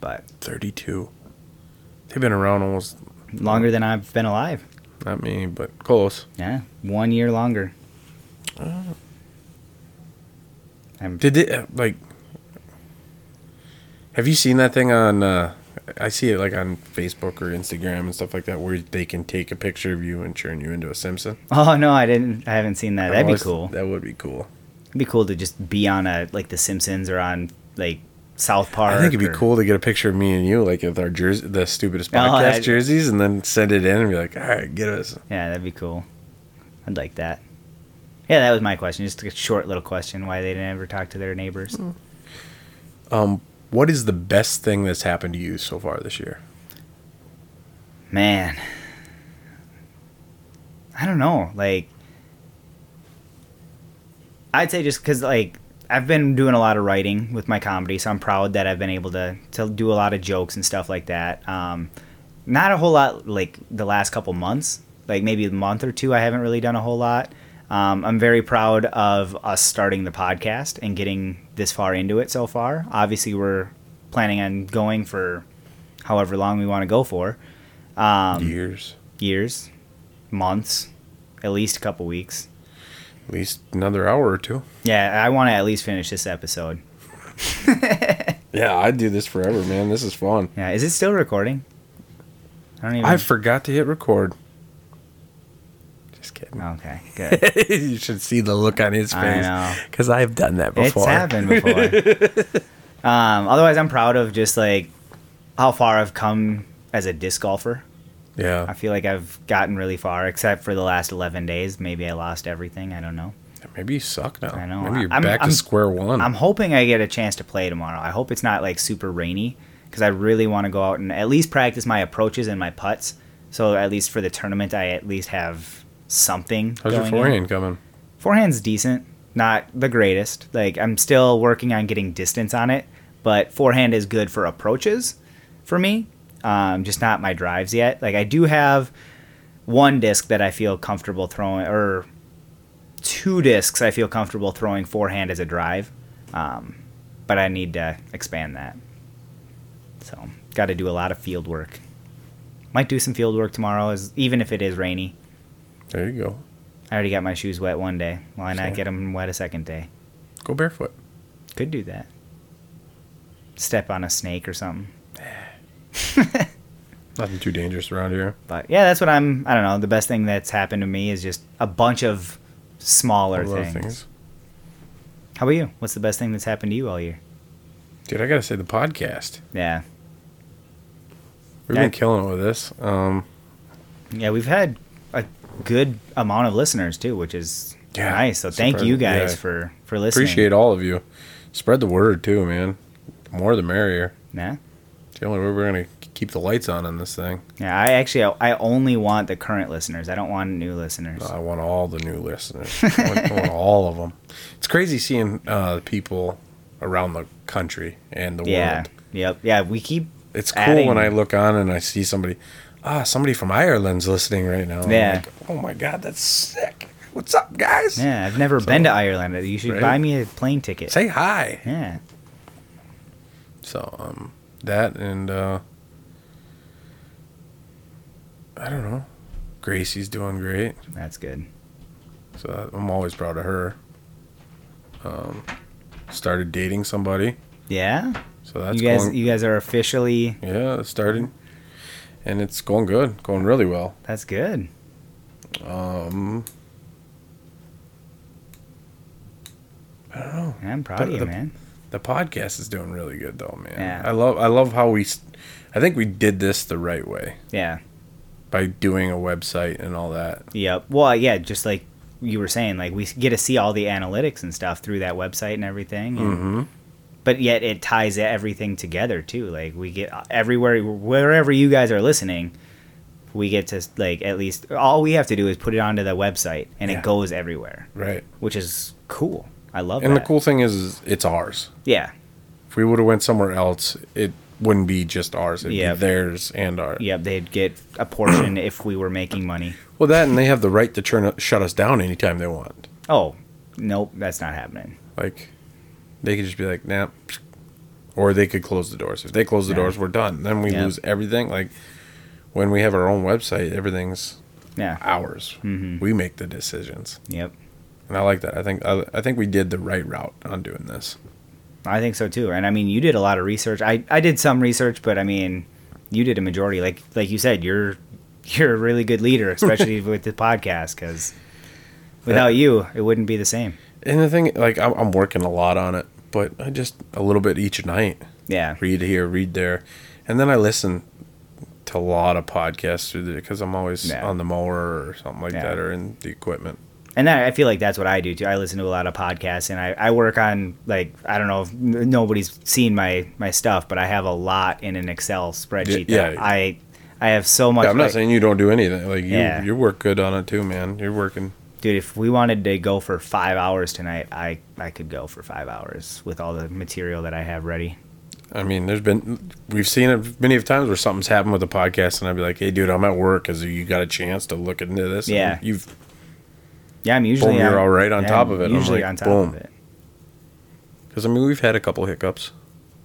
A: But
B: Thirty-two. They've been around almost
A: longer than I've been alive.
B: not me, but close.
A: Yeah, one year longer. <laughs> I'm
B: Did it uh, like? Have you seen that thing on? uh I see it like on Facebook or Instagram and stuff like that, where they can take a picture of you and turn you into a Simpson.
A: Oh no, I didn't. I haven't seen that.
B: I've
A: That'd be
B: always-
A: cool.
B: That would be cool.
A: It'd be cool to just be on a like The Simpsons or on like South Park.
B: I think it'd be
A: or-
B: cool to get a picture of me and you, like with our jersey, the stupidest
A: Oh,
B: podcast
A: I-
B: jerseys, and then send it in and be like, "All right, get us."
A: Yeah, that'd be cool. I'd like that. Yeah, that was my question. Just a short little question: Why they didn't ever talk to their neighbors?
B: What is the best thing that's happened to you so far this year?
A: Man, I don't know. Like, I'd say just because like I've been doing a lot of writing with my comedy, so I'm proud that I've been able to to do a lot of jokes and stuff like that. Um, not a whole lot like the last couple months, like maybe a month or two. I haven't really done a whole lot. Um, I'm very proud of us starting the podcast and getting this far into it so far. Obviously, we're planning on going for however long we want to go for
B: Years,
A: years, months, at least a couple weeks.
B: at least another hour or two.
A: Yeah, I want to at least finish this episode.
B: Yeah, I'd do this forever, man. This is fun.
A: Yeah, is it still recording? I don't even.
B: I forgot to hit record. Just kidding. <laughs>
A: okay, good.
B: you should see the look on his
A: I
B: face
A: know
B: because I've done that before.
A: it's
B: <laughs>
A: happened before. um, otherwise, I'm proud of just like how far I've come as a disc golfer. I
B: Yeah,
A: feel like I've gotten really far, except for the last 11 days. Maybe I lost everything. I don't know.
B: maybe you suck now.
A: I know.
B: Maybe you're
A: I'm-
B: back
A: I'm-
B: to square one.
A: I'm hoping I get a chance to play tomorrow. I hope it's not like super rainy because I really want to go out and at least practice my approaches and my putts. So at least for the tournament, I at least have something.
B: How's your
A: going in.
B: forehand coming?
A: Forehand's decent, not the greatest. Like I'm still working on getting distance on it, but forehand is good for approaches for me. Um, just not my drives yet. Like I do have one disc that I feel comfortable throwing, or two discs I feel comfortable throwing forehand as a drive, um, but I need to expand that. So got to do a lot of field work. Might do some field work tomorrow, as, even if it is rainy.
B: There you go.
A: I already got my shoes wet one day. Why not
B: Same.
A: get them wet a second day?
B: Go barefoot.
A: Could do that. Step on a snake or something.
B: Nothing too dangerous around here.
A: But yeah, that's what I'm. I don't know. The best thing that's happened to me is just a bunch of smaller
B: All those
A: things. How about you? What's the best thing that's happened to you all year?
B: Dude, I gotta say the podcast.
A: Yeah.
B: We've
A: Yeah.
B: been killing it with this. Um,
A: Yeah, we've had a good amount of listeners too, which is
B: Yeah,
A: nice. So thank
B: surprising.
A: you guys
B: Yeah.
A: for for listening.
B: appreciate all of you. Spread the word too, man. The more the merrier.
A: Yeah.
B: It's the only way we're gonna keep the lights on on this thing.
A: Yeah, I actually I only want the current listeners. I don't want new listeners.
B: Uh, I want all the new listeners.
A: <laughs>
B: I want, I want all of them. It's crazy seeing uh, people around the country and the
A: yeah.
B: world.
A: Yep. Yeah, we keep
B: It's cool
A: adding-
B: when I look on and I see somebody. Ah, somebody from Ireland's listening right now. I'm
A: Yeah.
B: like, oh my God, that's sick. What's up, guys?
A: Yeah, I've never been to Ireland. You should
B: Right?
A: buy me a plane ticket.
B: Say hi.
A: yeah.
B: So um, that and uh, I don't know. Gracie's doing great,
A: That's good.
B: so I'm always proud of her. Um, started dating somebody,
A: Yeah.
B: so that's
A: you guys
B: going.
A: you guys are officially
B: yeah, started, and it's going good, going really well.
A: That's good.
B: Um, I don't know.
A: Yeah, I'm proud
B: But
A: of you,
B: the-
A: man.
B: The podcast is doing really good though, man.
A: Yeah.
B: I love I love how we, s- I think we did this the right way
A: Yeah.
B: by doing a website and all that.
A: Yep. Well, yeah, just like you were saying, like we get to see all the analytics and stuff through that website and everything. and-
B: Mm-hmm.
A: But yet it ties everything together too. Like we get uh, everywhere, wherever you guys are listening, we get to like at least all we have to do is put it onto the website and
B: Yeah.
A: it goes everywhere,
B: Right.
A: which is cool. I love
B: And
A: that.
B: the cool thing is, is it's ours.
A: yeah.
B: If we would have went somewhere else, it wouldn't be just ours. It'd
A: Yeah.
B: be theirs and ours.
A: Yep. They'd get a portion if we were making money.
B: Well, that and they have the right to turn shut us down anytime they want.
A: Oh, nope. That's not happening.
B: Like, they could just be like, nah. psh. Or they could close the doors. If they close the
A: Yeah.
B: doors, we're done. Then we
A: Yeah.
B: lose everything. Like, when we have our own website, everything's
A: Yeah.
B: ours.
A: Mm-hmm.
B: We make the decisions,
A: Yep.
B: and I like that. I think I, I think we did the right route on doing this.
A: I think so too. And I mean, you did a lot of research. I, I did some research, but I mean, you did a majority. Like like you said, you're <laughs> you're a really good leader, especially with the podcast, because without you, it wouldn't be the same.
B: And the thing, like, I'm, I'm working a lot on it, but I just a little bit each night.
A: Yeah.
B: read here, read there, and then I listen to a lot of podcasts through the because I'm always
A: Yeah.
B: on the mower or something like
A: Yeah.
B: that or in the equipment.
A: And that, I feel like that's what I do too. I listen to a lot of podcasts, and I, I work on like I don't know if n- nobody's seen my my stuff, but I have a lot in an Excel spreadsheet.
B: Yeah,
A: that
B: yeah.
A: I I have so much.
B: Yeah, I'm not
A: like-
B: saying you don't do anything. Like you,
A: Yeah.
B: you work good on it too, man. You're working.
A: dude if we wanted to go for five hours tonight i i could go for five hours with all the material that i have ready
B: I mean, there's been we've seen it many of times where something's happened with the podcast, and I'd be like, "Hey, dude, I'm at work. Is you got a chance to look into this?" And
A: Yeah.
B: you've
A: yeah i'm usually
B: Boom, you're
A: I'm-
B: all right on
A: yeah,
B: top of it. I'm
A: usually
B: like,
A: on top
B: boom.
A: of it
B: because I mean we've had a couple hiccups.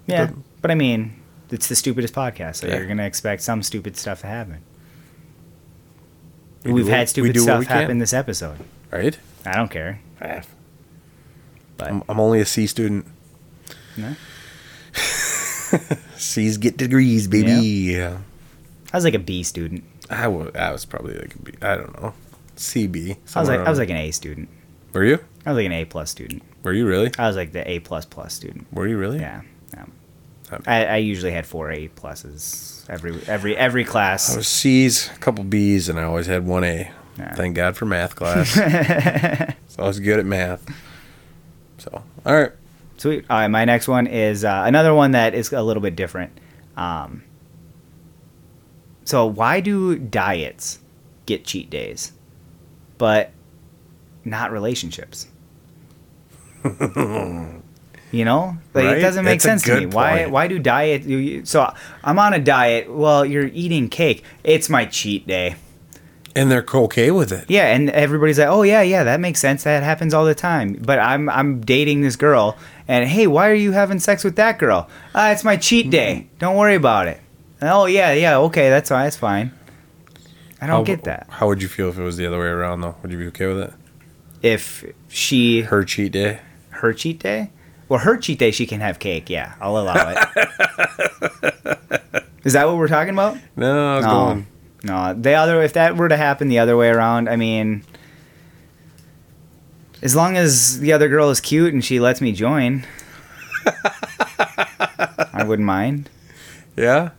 A: yeah
B: Good.
A: but i mean it's the stupidest podcast so
B: Yeah.
A: you're gonna expect some stupid stuff to happen
B: We
A: we've
B: do what- we
A: had stupid
B: do what
A: stuff
B: we can.
A: happen this episode
B: Right?
A: i don't care but
B: I'm, I'm only a C student.
A: no.
B: <laughs> C's get degrees, baby.
A: i was like a b student
B: I was I was probably like a B, I don't know CB.
A: i was
B: somewhere
A: like i was
B: around-
A: like an a student
B: were you
A: i was like an a plus student
B: were you really
A: i was like the a plus plus student
B: were you really
A: Yeah. yeah.
B: Um,
A: I, I usually had four A pluses every every every
B: I
A: class.
B: was C's, a couple B's, and I always had one A.
A: Yeah.
B: Thank God
A: <laughs>
B: for math class. so I was good at math. So all right,
A: Sweet. All right, my next one is uh, another one that is a little bit different. Um, so why do diets get cheat days, but not
B: <laughs>
A: relationships? you know, like
B: Right?
A: it doesn't make
B: That's a
A: sense to
B: good
A: me. Why?
B: point.
A: Why do diet? you- you- So I'm on a diet. Well, you're eating cake. It's my cheat day.
B: and they're okay with it.
A: Yeah, and everybody's like, "Oh yeah, yeah, that makes sense. That happens all the time." But I'm I'm dating this girl, and hey, why are you having sex with that girl? Uh, it's my cheat day. Don't worry about it. Oh yeah, yeah, okay, that's fine. That's fine. I don't
B: How-
A: get that.
B: How would you feel if it was the other way around, though? Would you be okay with it?
A: If she her,
B: Her cheat day.
A: cheat day, well, her cheat day, she can have cake. Yeah, I'll allow it. Is that what we're talking about?
B: No, I was
A: No,
B: going.
A: no. The other, if that were to happen the other way around, I mean, as long as the other girl is cute and she lets me
B: <laughs>
A: join, I wouldn't mind.
B: Yeah.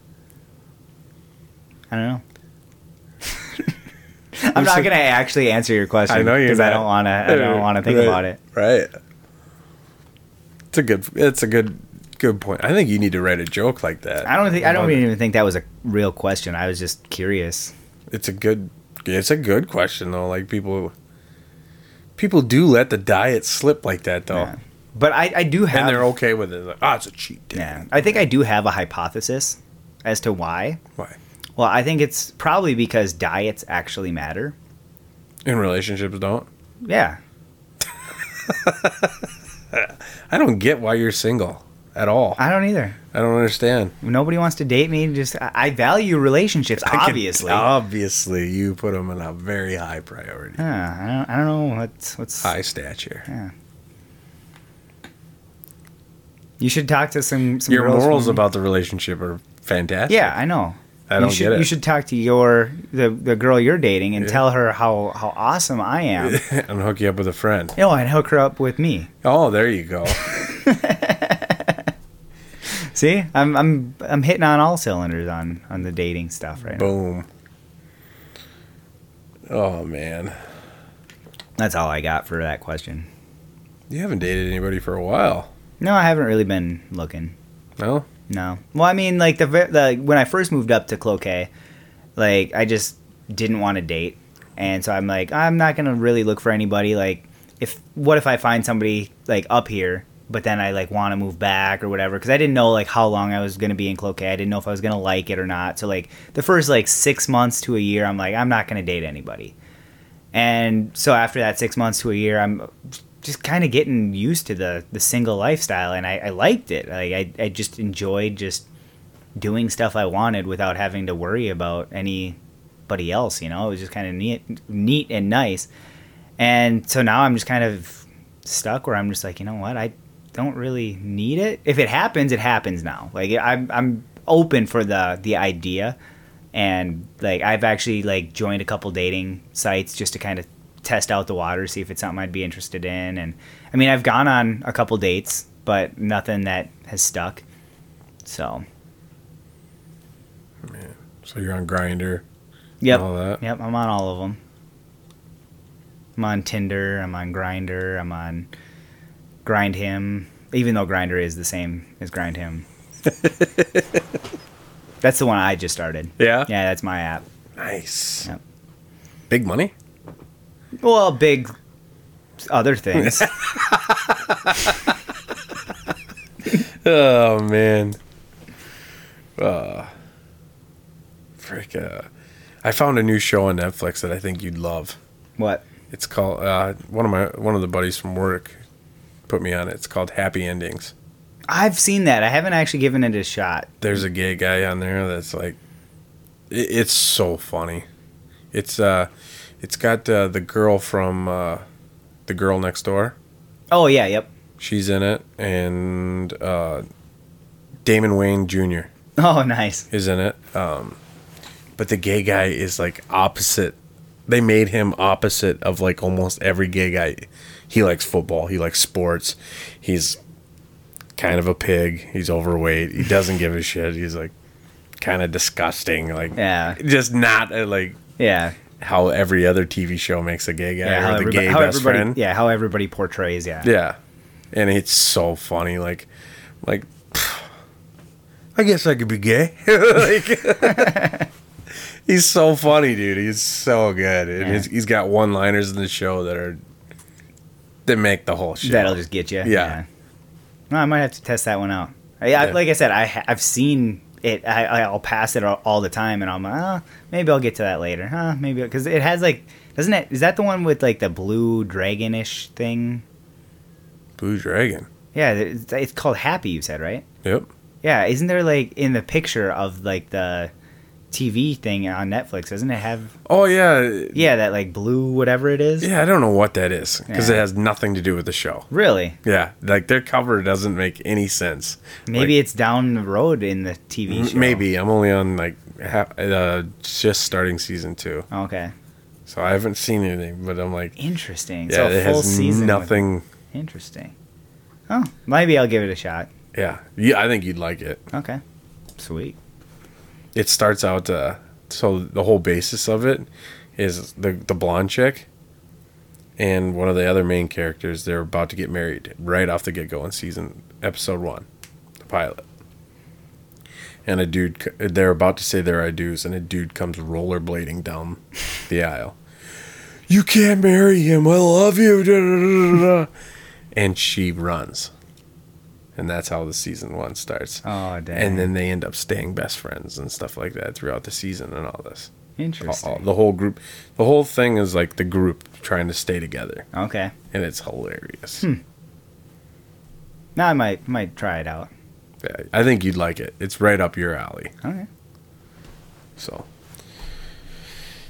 A: I don't
B: <laughs>
A: know. I'm not
B: so-
A: gonna actually answer your question.
B: I know you're
A: because I
B: not.
A: don't want to. I don't want to think
B: Right,
A: about it.
B: Right. It's a good. It's a good. Good point. I think you need to write a joke like that.
A: I don't think. I don't
B: Love it.
A: even think that was a real question. I was just curious.
B: It's a good. It's a good question though. Like people. People do let the diet slip like that though,
A: Yeah. But I, I do have.
B: Oh. and they're okay with it. Like, ah, it's a cheat day.
A: Yeah, I think I do have a hypothesis as to why.
B: Why?
A: Well, I think it's probably because diets actually matter.
B: In relationships, don't.
A: Yeah,
B: I don't get why you're single at all.
A: I don't either.
B: I don't understand.
A: Nobody wants to date me. Just I, I value relationships.
B: <laughs> I can-
A: obviously,
B: obviously, you put them in a very high priority,
A: yeah, I don't. I don't know what's what's.
B: high stature.
A: You should talk to some some
B: Your
A: girls
B: morals
A: from-
B: about the relationship are fantastic.
A: Yeah, I know.
B: I don't
A: you should,
B: get it.
A: You should talk to your the, the girl you're dating and
B: Yeah.
A: tell her how how awesome I
B: <laughs>
A: am.
B: and hook you up with a friend.
A: oh, and hook her up with me.
B: Oh, there you <laughs> go.
A: See, I'm I'm I'm hitting on all cylinders on on the dating stuff right now.
B: Boom. Oh man,
A: That's all I got for that question.
B: you haven't dated anybody for a while,
A: No, I haven't really been looking.
B: no?
A: No. Well, I mean, like the, ve- the when I first moved up to Cloquet, like I just didn't want to date, and so I'm like, I'm not gonna really look for anybody. Like, if what if I find somebody like up here, but then I like want to move back or whatever? Because I didn't know like how long I was gonna be in Cloquet. I didn't know if I was gonna like it or not. So like the first like six months to a year, I'm like, I'm not gonna date anybody. And so after that six months to a year, I'm just kind of getting used to the the single lifestyle, and I, I liked it. Like I, I just enjoyed just doing stuff I wanted without having to worry about anybody else. You know, it was just kind of neat, neat and nice. And so now I'm just kind of stuck where I'm just like, you know what, I don't really need it. If it happens, it happens now. Like I'm I'm open for the the idea and like I've actually like joined a couple dating sites just to kind of test out the water, see if it's something I'd be interested in. And I mean, I've gone on a couple dates, but nothing that has stuck. So,
B: So you're on grinder.
A: yep,
B: All that.
A: yep, I'm on all of them. I'm on Tinder, I'm on Grinder, I'm on Grind Him, even though Grinder is the same as Grind
B: <laughs>
A: Him. that's the one I just started.
B: Yeah.
A: Yeah, that's my app.
B: Nice.
A: Yep.
B: Big money.
A: Well, big other things.
B: <laughs> Oh man. Uh, frick. Uh, I found a new show on Netflix that I think you'd love.
A: what?
B: It's called uh, one of my one of the buddies from work put me on it. It's called Happy Endings.
A: I've seen that. I haven't actually given it a shot.
B: There's a gay guy on there that's like, it, it's so funny. It's uh, it's got uh, the girl from uh, the girl next door.
A: Oh yeah, yep. <laughs>
B: She's in it, and uh, Damon Wayne Jr.
A: Oh nice.
B: is in it. Um, but the gay guy is like opposite. They made him opposite of like almost every gay guy. He likes football. He likes sports. He's kind of a pig. He's overweight. He doesn't give a shit. He's like kind of disgusting. Like
A: Yeah.
B: just not uh, like
A: Yeah.
B: how every other TV show makes a gay guy
A: Yeah.
B: or the
A: everybo-
B: gay best
A: everybody,
B: friend.
A: Yeah, how everybody portrays. Yeah.
B: Yeah, and it's so funny. Like, like, <sighs> I guess I could be gay. <laughs> like, <laughs> he's so funny, dude. He's so good, and he's, he's got one-liners in the show that are that make the whole show.
A: That'll just get you. Yeah. No, I might have to test that one out. I, I,
B: Yeah.
A: like I said, I ha- I've seen it. I, I- I'll pass it all, all the time, and I'm like, oh, maybe I'll get to that later. Huh? Maybe because it has like, doesn't it? Is that the one with like the blue dragonish thing?
B: Blue Dragon.
A: Yeah, it's, it's called Happy. You said right?
B: Yep.
A: Yeah, isn't there like in the picture of like the TV thing on Netflix? Doesn't it have
B: Oh yeah,
A: yeah that like blue whatever it is?
B: yeah. I don't know what that is because it
A: Yeah.
B: has nothing to do with the show.
A: Really?
B: Yeah, like their cover doesn't make any sense.
A: Maybe
B: Like,
A: it's down the road in the TV show.
B: m- maybe I'm only on like half, uh, just starting season two.
A: Okay.
B: So I haven't seen anything, but I'm like,
A: Interesting.
B: yeah,
A: so
B: it
A: full
B: has
A: season. with-
B: nothing.
A: Interesting. Oh, maybe I'll give it a shot.
B: Yeah, yeah, I think you'd like it.
A: Okay. Sweet.
B: It starts out uh, so the whole basis of it is the the blonde chick and one of the other main characters they're about to get married right off the get-go in season episode 1 the pilot and a dude c- they're about to say their I do's and a dude comes rollerblading down the aisle you can't marry him I love you da, da, da, da, da. and she runs and that's how the season 1 starts
A: Oh, dang.
B: and then they end up staying best friends and stuff like that throughout the season and all this. All-
A: Interesting.
B: all- the whole group, the whole thing is like the group trying to stay together,
A: Okay.
B: and it's hilarious.
A: Hmm. Now I might might try it out.
B: Yeah, I think you'd like it. It's right up your alley.
A: Okay.
B: So,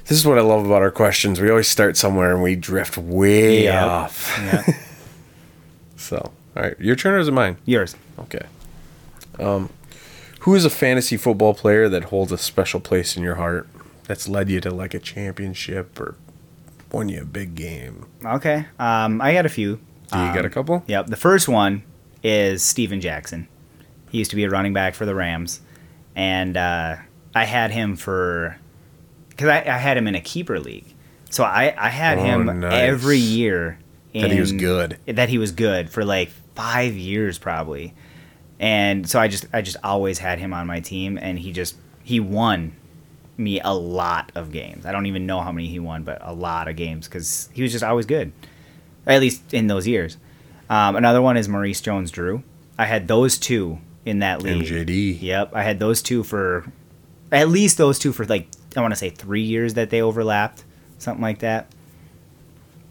B: this is what I love about our questions. We always start somewhere and we drift way
A: Yep.
B: off. <laughs>
A: Yeah.
B: So, all right, your turn or is it mine?
A: Yours.
B: Okay. Um, who is a fantasy football player that holds a special place in your heart that's led you to like a championship or won you a big game?
A: Okay. Um, I got a few.
B: Do you
A: Um,
B: got a couple?
A: Yep. The first one is Steven Jackson. He used to be a running back for the Rams, and uh, I had him for because I, I had him in a keeper league, so I I had
B: Oh,
A: him
B: nice.
A: every year.
B: That he was
A: in-
B: good.
A: That he was good for like five years probably, and so I just I just always had him on my team, and he just he won me a lot of games. I don't even know how many he won, but a lot of games because he was just always good, at least in those years. Um, another one is Maurice Jones-Drew. I had those two in that league.
B: MJD.
A: Yep, I had those two for at least those two for like I want to say three years that they overlapped, something like that.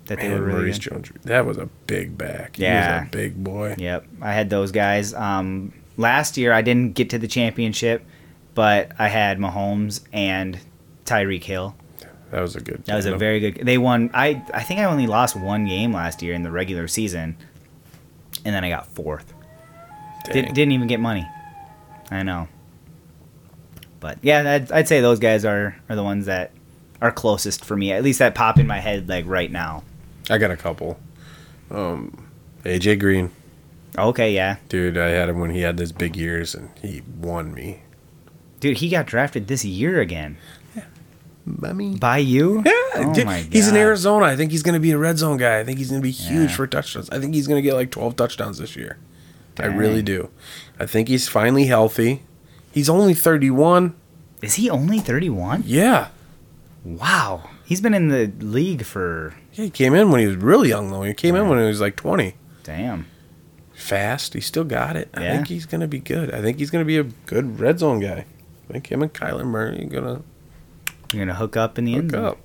A: That they
B: Man,
A: were really
B: Maurice
A: good.
B: Jones. That was a big back. He
A: Yeah.
B: was a big boy.
A: Yep, I had those guys. Um, last year, I didn't get to the championship, but I had Mahomes and Tyreek Hill.
B: That was a good.
A: That was a
B: tandem.
A: very good. They won. I I think I only lost one game last year in the regular season, and then I got fourth. Did,
B: Dang.
A: didn't even get money. I know. But yeah, I'd, I'd say those guys are are the ones that are closest for me. At least that pop in my head like right now.
B: I got a couple. Um, AJ Green,
A: Okay, yeah,
B: dude. I had him when he had those big years, and he won me.
A: dude, he got drafted this year again
B: Mummy.
A: by you.
B: Yeah,
A: oh
B: dude,
A: my
B: he's in
A: God.
B: Arizona. I think he's going to be a red zone guy. I think he's going to be huge
A: Yeah.
B: for touchdowns. I think he's going to get like 12 touchdowns this year. I
A: Dang.
B: really do. I think he's finally healthy. He's only 31.
A: Is he only thirty one?
B: Yeah.
A: Wow, he's been in the league for
B: yeah. He came in when he was really young, though. He came in when he was like 20.
A: damn.
B: Fast. He still got it. I
A: Yeah.
B: think he's going to be good. I think he's going to be a good red zone guy. I think him and Kyler Murray are going to
A: You're gonna hook up in the end
B: hook
A: zone.
B: up.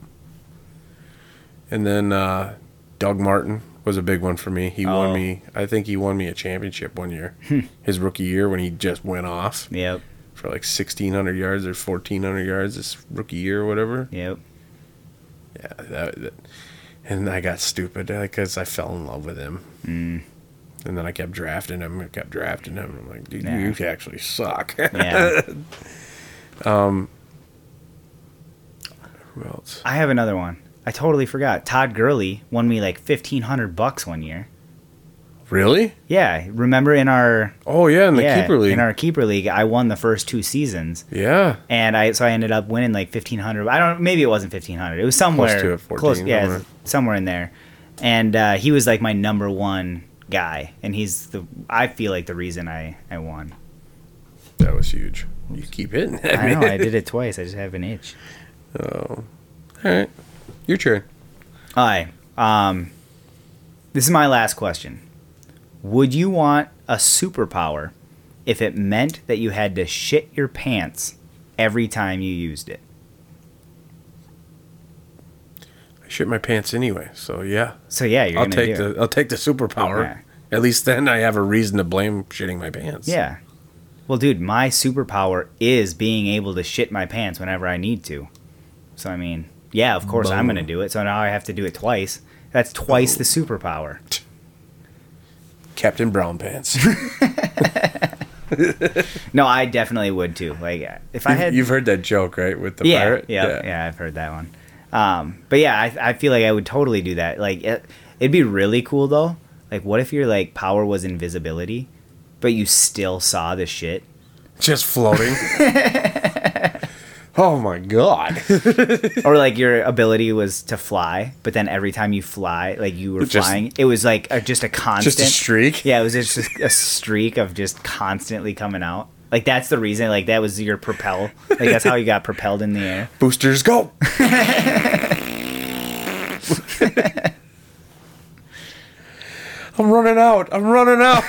B: And then uh, Doug Martin was a big one for me. He
A: Oh. Hmm.
B: won me. I think he won me a championship one year, his rookie year when he just went off
A: Yep,
B: for like sixteen hundred yards or fourteen hundred yards this rookie year or whatever. <laughs>
A: yep.
B: Yeah, that, that- and I got stupid because I fell in love with him.
A: Hmm.
B: Mm. And then I kept drafting him. I kept drafting him. I'm like, dude,
A: Yeah.
B: you actually suck. <laughs>
A: Yeah.
B: Who else?
A: I have another one. I totally forgot. Todd Gurley won me like fifteen hundred bucks one year.
B: Really?
A: Yeah, remember in our
B: Oh yeah, in the
A: yeah,
B: keeper league.
A: in our keeper league, I won the first two seasons,
B: yeah.
A: and I so I ended up winning like fifteen hundred. I don't. Maybe it wasn't fifteen hundred. It was somewhere
B: to it, 14,
A: yeah,
B: somewhere.
A: somewhere in there. And uh, he was like my number one guy, and he's the. I feel like the reason I I won.
B: That was huge. You keep hitting that.
A: I know
B: man.
A: I did it twice. I just have an itch.
B: All right. Your turn.
A: All right. Um, this is my last question. Would you want a superpower if it meant that you had to shit your pants every time you used it?
B: I shit my pants anyway, so yeah.
A: So yeah, you're
B: I'll
A: gonna
B: take
A: do
B: the
A: it.
B: I'll take the superpower.
A: Okay.
B: At least then I have a reason to blame shitting my pants.
A: Yeah. Well, dude, my superpower is being able to shit my pants whenever I need to. So I mean, yeah, of course I'm
B: Boom. Oh.
A: gonna do it. So now I have to do it twice. That's twice the superpower.
B: Captain Brown pants.
A: No, I definitely would too. Like if <laughs> I had
B: <laughs> You've heard that joke, right? With the
A: yeah,
B: pirate?
A: Yeah, yeah, I've heard that one. Um, but yeah, I, I feel like I would totally do that. Like, it, it'd be really cool though. Like, what if your like power was invisibility,
B: <laughs>
A: <laughs> but you still saw the shit?
B: Just floating. Oh
A: <laughs>
B: my god!
A: or like your ability was to fly, but then every time you fly, like you were
B: Just-
A: flying, it was like a, just a constant
B: Just a streak.
A: Yeah, it was just a- a streak of just constantly coming out. Like that's the reason. Like that was your propel. Like that's how you got propelled in the air. <laughs>
B: Boosters go. I'm running out. I'm running out.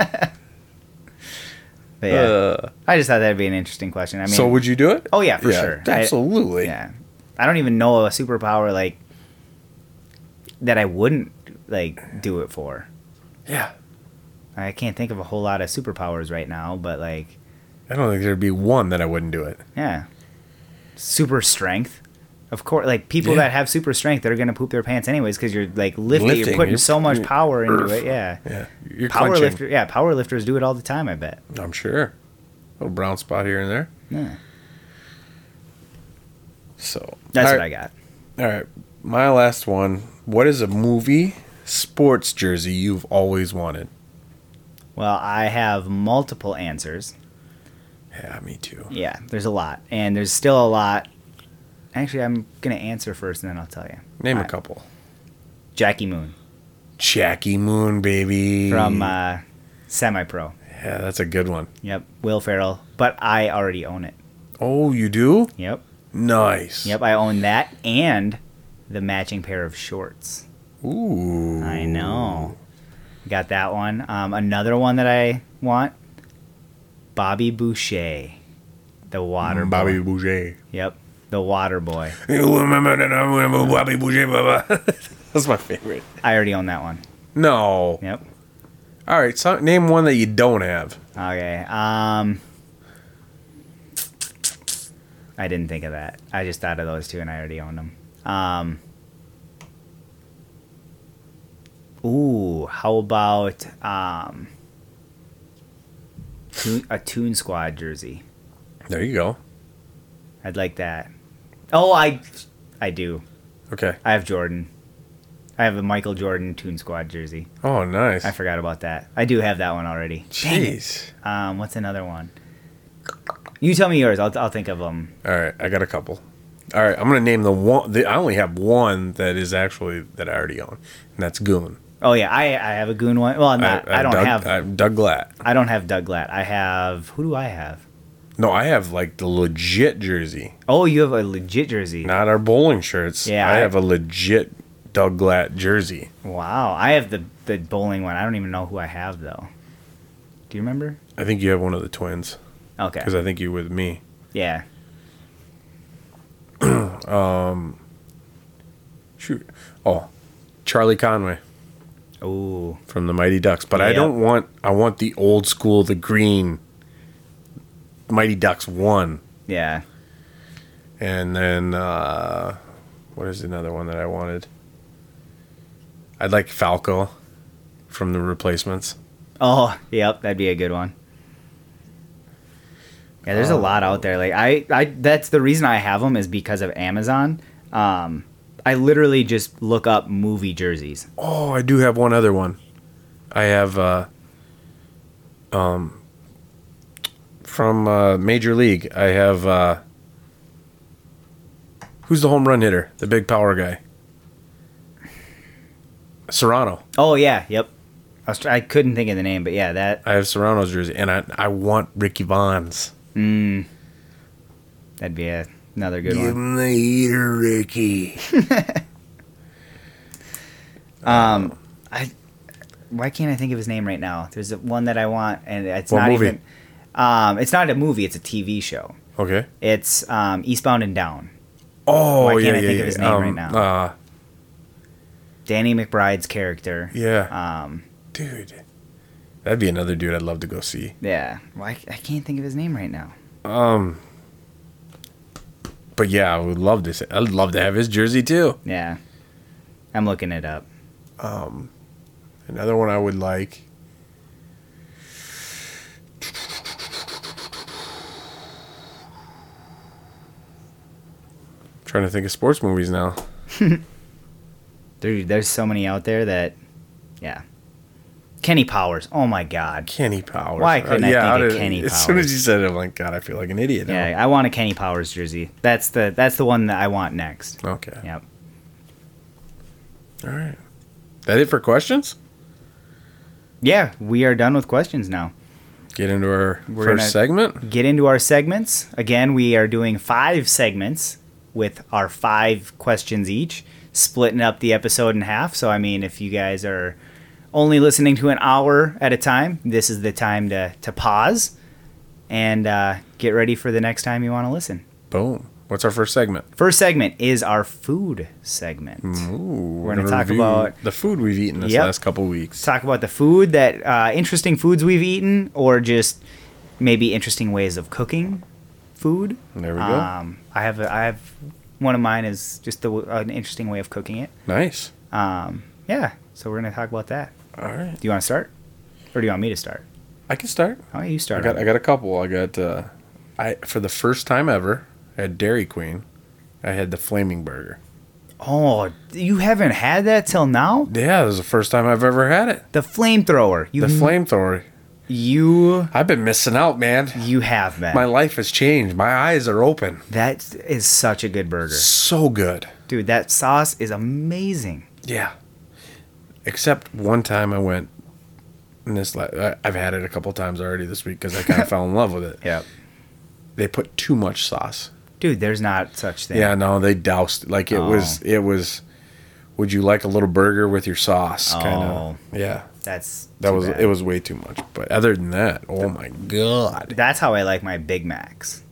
A: But yeah,
B: <laughs> Uh,
A: I just thought that'd be an interesting question. I mean,
B: <laughs> so would you do it?
A: Oh, yeah, for sure. I-
B: Absolutely.
A: yeah, I don't even know a superpower like that. I wouldn't like do it for.
B: yeah.
A: I can't think of a whole lot of superpowers right now, but like,
B: I don't think there'd be one that I wouldn't do it.
A: yeah, super strength. Of course, like people
B: Yeah.
A: that have super strength, they're gonna poop their pants anyways because you're like lifting, you're
B: Lifting,
A: putting
B: you're-
A: so much power into it. Yeah,
B: Yeah. You're
A: power
B: clenching.
A: lifter, yeah, power lifters do it all the time. I bet.
B: I'm sure. Little brown spot here and there.
A: Yeah,
B: So
A: that's
B: all
A: what I
B: right,
A: got.
B: All right. My last one. What is a movie sports jersey you've always wanted?
A: Well, I have multiple answers.
B: Yeah, me too.
A: Yeah, there's a lot, and there's still a lot. Actually, I'm gonna answer first, and then I'll tell you.
B: Name a
A: Alright.
B: couple.
A: Jackie Moon
B: Jackie Moon, baby.
A: from uh, Semi Pro.
B: yeah, that's a good one.
A: Yep, Will Ferrell, but I already own it.
B: Oh, you do?
A: Yep,
B: Nice.
A: yep, I own that and the matching pair of shorts.
B: Ooh.
A: I know. Got that one. Um, another one that I want. Bobby Boucher, the water
B: Bobby
A: boy.
B: Boucher. <laughs>
A: Yep, the water boy.
B: You remember that I remember Bobby Boucher, Baba. <laughs> That's my favorite.
A: I already own that one.
B: No.
A: Yep.
B: All right, so name one that you don't have.
A: Okay. Um I didn't think of that. I just thought of those two and I already owned them. Um Ooh, how about um Toon- a Toon Squad jersey?
B: There you go.
A: I'd like that. Oh, I I do.
B: Okay.
A: I have Jordan. I have a Michael Jordan Toon Squad jersey.
B: Oh, nice.
A: I forgot about that. I do have that one already.
B: Jeez.
A: Um, what's another one? You tell me yours. I'll, I'll think of them.
B: All right, I got a couple. All right, I'm gonna name the one. The, I only have one that is actually that I already own, and that's Goon. Uh,
A: Oh yeah, I I have a goon one. Well, I'm not, I, don't
B: Doug,
A: have I,
B: I, Doug Glatt.
A: don't have Doug Glatt. I have who do I have?
B: No, I have like the legit jersey,
A: Oh, you have a legit jersey.
B: not our bowling shirts.
A: Yeah,
B: I,
A: I-
B: have a legit Doug Glatt jersey.
A: Wow, I have the the bowling one. I don't even know who I have though. Do you remember?
B: I think you have one of the twins
A: Okay.
B: because I think you're with me.
A: yeah.
B: Shoot. Oh, Charlie Conway
A: Ooh.
B: from the Mighty Ducks, but I
A: Yep.
B: don't want. I want the old school, the green Mighty Ducks one.
A: Yeah.
B: And then uh, what is another one that I wanted? I'd like Falco from the replacements.
A: Oh, yep. That'd be a good one. Yeah,
B: Oh.
A: there's a lot out there. Like I, I that's the reason I have them is because of Amazon. Um, I literally just look up movie jerseys.
B: Oh, I do have one other one. I have uh, um from uh, Major League. I have uh, who's the home run hitter? The big power guy. Serrano.
A: Oh yeah, yep. I, was, tr- I couldn't think of the name, but yeah, that
B: I have Serrano's jersey, and I I want Ricky Bonds.
A: that'd be a, another good one.
B: him the heater, Ricky.
A: I why can't I think of his name right now? There's a- one that I want, and it's
B: What
A: not
B: movie?
A: even. Um, it's not a movie. It's a TV show.
B: Okay.
A: It's um, Eastbound and Down.
B: Oh,
A: Why can't
B: yeah,
A: I
B: yeah,
A: think of
B: yeah.
A: his name
B: um,
A: right now?
B: Uh,
A: Danny McBride's character.
B: yeah,
A: Um,
B: dude, that'd be another dude I'd love to go see.
A: yeah. Why I can't think of his name right now.
B: But yeah, I would love to. See, I'd love to have his jersey too.
A: Yeah, I'm looking it up.
B: Another one I would like. trying to think of sports movies now.
A: Dude, there's so many out there that, yeah, Kenny Powers. Oh my God.
B: Kenny Powers.
A: Why couldn't I think
B: how
A: of
B: did-
A: Kenny
B: As soon as
A: Powers?
B: you said it, I'm like, God, I feel like an idiot. now.
A: Yeah, I want a Kenny Powers jersey. That's the that's the one that I want next.
B: Okay.
A: Yep.
B: All right. That it for questions?
A: Yeah, we are done with questions now.
B: Get into our
A: We're
B: 1st
A: gonna-
B: segment.
A: Get into our segments. Again, we are doing five segments with our five questions each, splitting up the episode in half. So I mean, if you guys are only listening to an hour at a time, this is the time to to pause and uh, get ready for the next time you want to listen.
B: Boom. What's our first segment?
A: First segment is our food segment.
B: Ooh, we're
A: gonna talk
B: review
A: about-
B: the food we've eaten this
A: Yep.
B: last couple weeks.
A: talk about the food that uh, interesting foods we've eaten or just maybe interesting ways of cooking food
B: There we go.
A: um, i have a, i have one of mine is just the, w- an interesting way of cooking it
B: Nice.
A: um, yeah so we're gonna talk about that
B: All right.
A: do you want to start or do you want me to start
B: I can start.
A: oh you
B: I
A: start
B: got I got a couple. I got uh I for the first time ever at Dairy Queen, I had the flaming burger.
A: oh you haven't had that till now
B: Yeah, this is the first time I've ever had it.
A: the flamethrower you
B: The flamethrower.
A: you
B: I've been missing out, man.
A: you have man
B: My life has changed. My eyes are open.
A: that is such a good burger
B: So good.
A: dude that sauce is amazing
B: Yeah. Except one time I went, and this la- I- I've had it a couple times already this week because I <laughs> kind of fell in love with it.
A: yep
B: They put too much sauce.
A: dude there's not such thing
B: Yeah, no, they doused like it was.
A: Oh.
B: It was. Would you like a little burger with your sauce? Kind
A: Oh.
B: of. Yeah,
A: That's
B: that
A: too
B: was.
A: bad.
B: It was way too much. But other than that, oh my god.
A: That's how I like my Big Macs.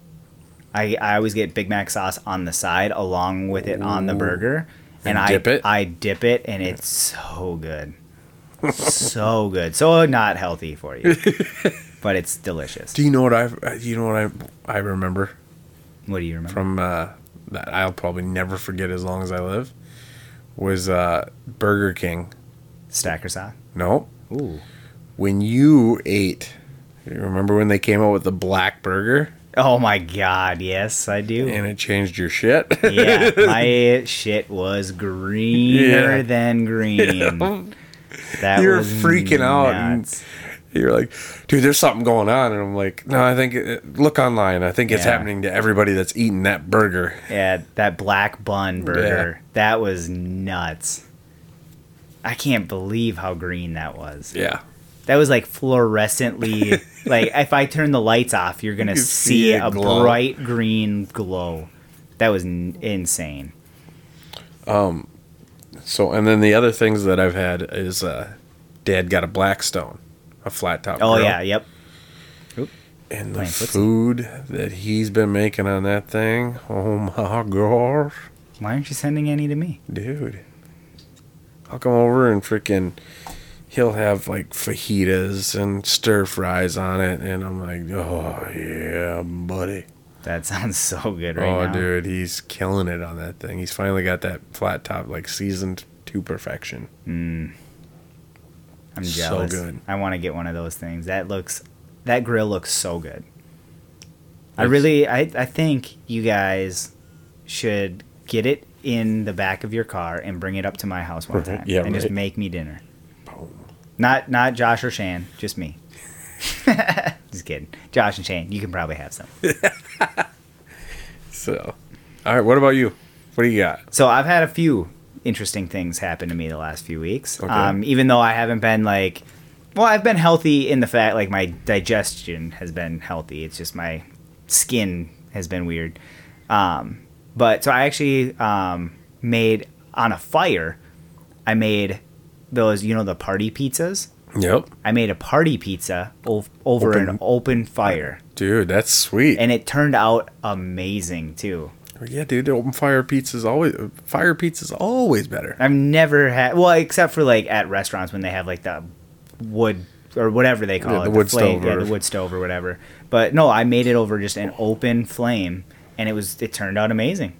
A: I I always get Big Mac sauce on the side along with it on the burger, and,
B: And
A: I
B: dip it?
A: I dip it, and it's so
B: <laughs>
A: good, so good. So not healthy for
B: <laughs>
A: you, but it's delicious.
B: Do you know what I? You know what I? I remember
A: what do you remember?
B: from uh, that I'll probably never forget as long as I live was uh, Burger King.
A: Stacker sauce.
B: No,
A: Ooh.
B: when you ate, you remember when they came out with the black burger
A: Oh my God! Yes, I do.
B: and it changed your shit?
A: yeah,
B: <laughs>
A: my shit was greener
B: Yeah. <laughs>
A: than green. That
B: You were
A: was
B: freaking out and-
A: nuts.
B: You're like, dude, there's something going on, and I'm like, no, I think it, look online. I think it's
A: Yeah.
B: happening to everybody that's eating that burger.
A: Yeah, that black bun burger. That was nuts. I can't believe how green that was.
B: Yeah,
A: That was like
B: <laughs>
A: fluorescently like if I turn the lights off, you're going to
B: You
A: see,
B: see it
A: a
B: glow.
A: bright green glow. That was n- insane.
B: So, and then the other things that I've had is uh, Dad got a Blackstone, a flat top.
A: Oh
B: grill,
A: yeah, yep.
B: and the
A: playing footsie.
B: food that he's been making on that thing. Oh my gosh,
A: Why aren't you sending any to me?
B: dude! I'll come over and freaking. He'll have like fajitas and stir fries on it, and I'm like, oh yeah, buddy.
A: That <laughs> sounds so good right
B: oh,
A: now.
B: dude, he's killing it on that thing. He's finally got that flat top like seasoned to perfection.
A: I'm
B: so
A: jealous.
B: good.
A: I want to get one of those things. That looks that grill looks so good. I
B: It's-
A: really I, I think you guys should get it in the back of your car and bring it up to my house one time.
B: Yeah,
A: and just
B: right.
A: make me dinner.
B: Boom.
A: Not not Josh or Shan, just me. <laughs> just kidding. Josh and Shan, you can probably have some.
B: So, all right, what about you? What do you got?
A: So I've had a few interesting things happen to me the last few weeks.
B: Okay.
A: Um, even though I haven't been like, well, I've been healthy in the fact like my digestion has been healthy. It's just my skin has been weird. Um, but so I actually um, made on a fire. I made those, you know, the party pizzas.
B: Yep.
A: I made a party pizza ov- over an
B: Open-
A: open fire,
B: Dude, that's sweet.
A: and it turned out amazing too.
B: yeah, dude, the open fire pizza's always fire pizza's always better.
A: I've never had well, except for like at restaurants when they have like the wood or whatever they call
B: Yeah,
A: it,
B: the wood stove
A: yeah,
B: or-
A: the wood stove or whatever. But no, I made it over just an open flame, and it was it turned out amazing.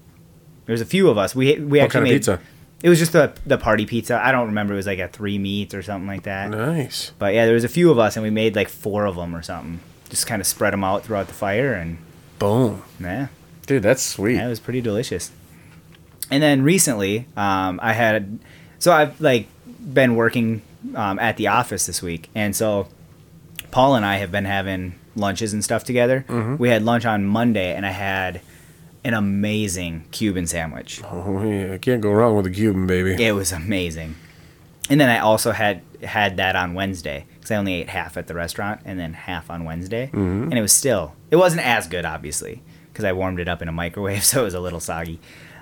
A: There was a few of us. We we
B: What
A: actually
B: kind of
A: made
B: pizza?
A: it was just the the party pizza. I don't remember. It was like a three meat or something like that.
B: Nice.
A: But yeah, there was a few of us, and we made like four of them or something. Just kind of spread them out throughout the fire, and
B: Boom.
A: yeah,
B: Dude, that's sweet.
A: yeah, it was pretty delicious. And then recently, um, I had so I've like been working um, at the office this week, and so Paul and I have been having lunches and stuff together. We had lunch on Monday, and I had an amazing Cuban sandwich.
B: Oh, yeah, can't go wrong with a Cuban baby.
A: It was amazing. And then I also had had that on Wednesday because I only ate half at the restaurant and then half on Wednesday, and it was still it wasn't as good obviously because I warmed it up in a microwave, <laughs> so it was a little soggy,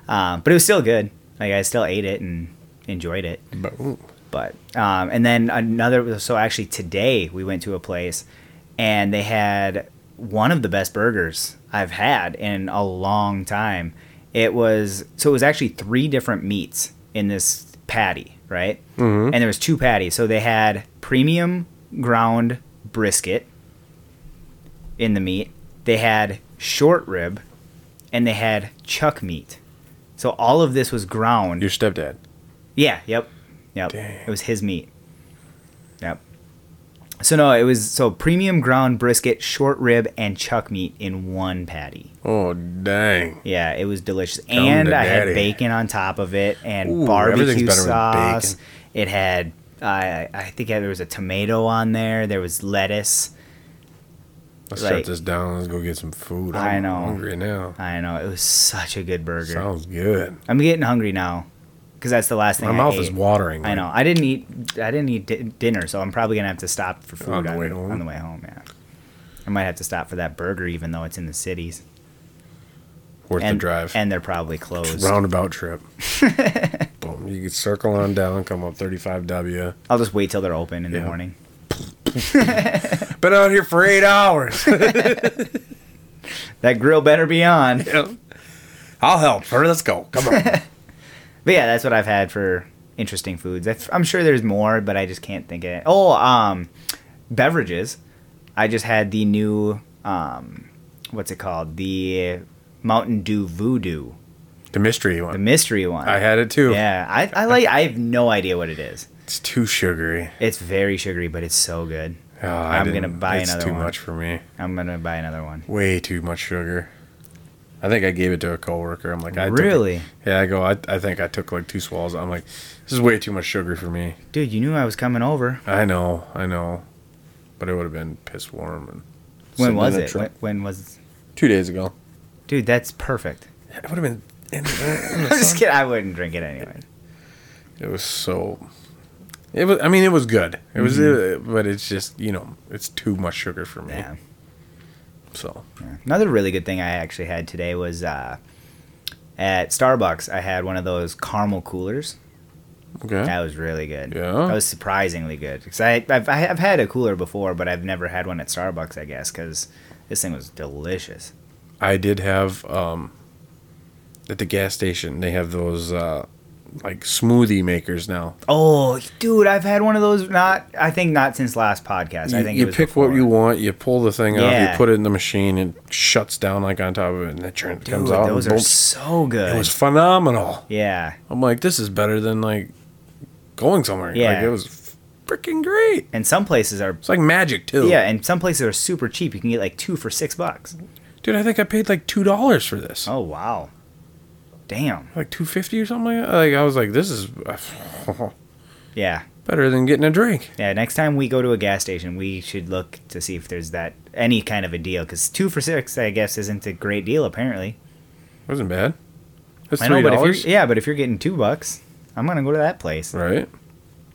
A: um, but it was still good. Like I still ate it and enjoyed it.
B: But, ooh,
A: But um, and then another. So actually today we went to a place and they had one of the best burgers I've had in a long time. It was so it was actually three different meats in this patty, right? Mm-hmm. And there was two patties. So they had premium ground brisket in the meat. They had short rib, and they had chuck meat. So all of this was ground.
B: your stepdad.
A: Yeah. Yep. Yep.
B: Dang.
A: It was his meat. Yep. So no, it was so premium ground brisket, short rib, and chuck meat in one patty.
B: Oh, dang.
A: Yeah, it was delicious.
B: to
A: and I had
B: daddy.
A: bacon on top of it, and
B: Ooh, everything's
A: barbecue
B: better with
A: sauce.
B: bacon.
A: It had, I I think there was a tomato on there. There was lettuce.
B: Let's
A: Like-
B: shut this down. Let's go get some food. I'm
A: I know.
B: hungry now.
A: I don't know it was such a good burger.
B: Sounds good.
A: I'm getting hungry now, because that's the last thing.
B: My
A: I
B: mouth
A: ate.
B: is watering.
A: I know. I didn't eat. I didn't eat di- dinner, so I'm probably gonna have to stop for food
B: On the way home?
A: On the way home, yeah. I might have to stop for that burger, even though it's in the cities.
B: Worth
A: and
B: the drive.
A: and they're probably closed. <laughs>
B: Roundabout trip. Boom. You could circle on down, come up 35W.
A: I'll just wait till they're open in
B: Yeah.
A: the morning.
B: Been out here for
A: <laughs>
B: eight hours.
A: That grill better be on.
B: I'll help her. Let's go.
A: <laughs>
B: Come on.
A: But yeah, that's what I've had for interesting foods. I am sure there's more, but I just can't think of it. Oh, um, beverages. I just had the new um, what's it called? The Mountain Dew Voodoo,
B: the mystery
A: the
B: one.
A: mystery one.
B: I had it too.
A: Yeah, I, I like. I have no idea what it is.
B: It's too sugary.
A: It's very sugary, but it's so good.
B: Oh, I
A: I'm gonna
B: didn't-
A: buy
B: it's
A: another
B: too
A: one.
B: much for me.
A: I'm gonna buy another one.
B: Way too much sugar. I think I gave it to a coworker. I'm like, I took it-
A: really,
B: yeah, I go. I, I think I took like two swallows. I'm like, this is way too much sugar for me.
A: dude? You knew I was coming over.
B: I know, I know, but it would have been piss warm. And
A: When
B: sitting
A: was
B: in a
A: it?
B: truck.
A: When, when was?
B: Two days ago.
A: Dude, that's perfect. <laughs>
B: It would have been. In,
A: I'm just kidding. I wouldn't drink it anyway.
B: it was so. It was. I mean, it was good. It was, uh, but it's just you know, it's too much sugar for me.
A: Mm-hmm. Yeah.
B: So
A: yeah. Another really good thing I actually had today was uh, at Starbucks. I had one of those caramel coolers.
B: okay.
A: That was really good.
B: Yeah?
A: That was surprisingly good because I I've, I have had a cooler before, but I've never had one at Starbucks. I guess because this thing was delicious.
B: I did have um at the gas station they have those uh like smoothie makers now.
A: Oh, dude, I've had one of those. Not, I think not since last podcast. I
B: You-
A: think
B: you
A: it was
B: pick
A: before.
B: what you want, you pull the thing out,
A: Yeah.
B: you put it in the machine, and it shuts down like on top of it, and it turn,
A: Dude,
B: comes out.
A: those
B: and
A: are
B: boom.
A: so good.
B: it was phenomenal.
A: yeah,
B: I'm like, this is better than like going somewhere. like,
A: Yeah.
B: it was freaking great.
A: and some places are.
B: It's like magic too.
A: Yeah, and some places are super cheap. You can get like two for six bucks.
B: dude, I think I paid like two dollars for this,
A: Oh wow, damn.
B: like two fifty or something. Like, that. like I was like, this is uh,
A: Yeah,
B: better than getting a drink.
A: yeah. Next time we go to a gas station, we should look to see if there's that any kind of a deal. Because two for six, I guess, isn't a great deal apparently.
B: wasn't bad. That's
A: I know,
B: three
A: but if
B: dollars.
A: you're yeah, but if you're getting two bucks, I'm gonna go to that place.
B: Right?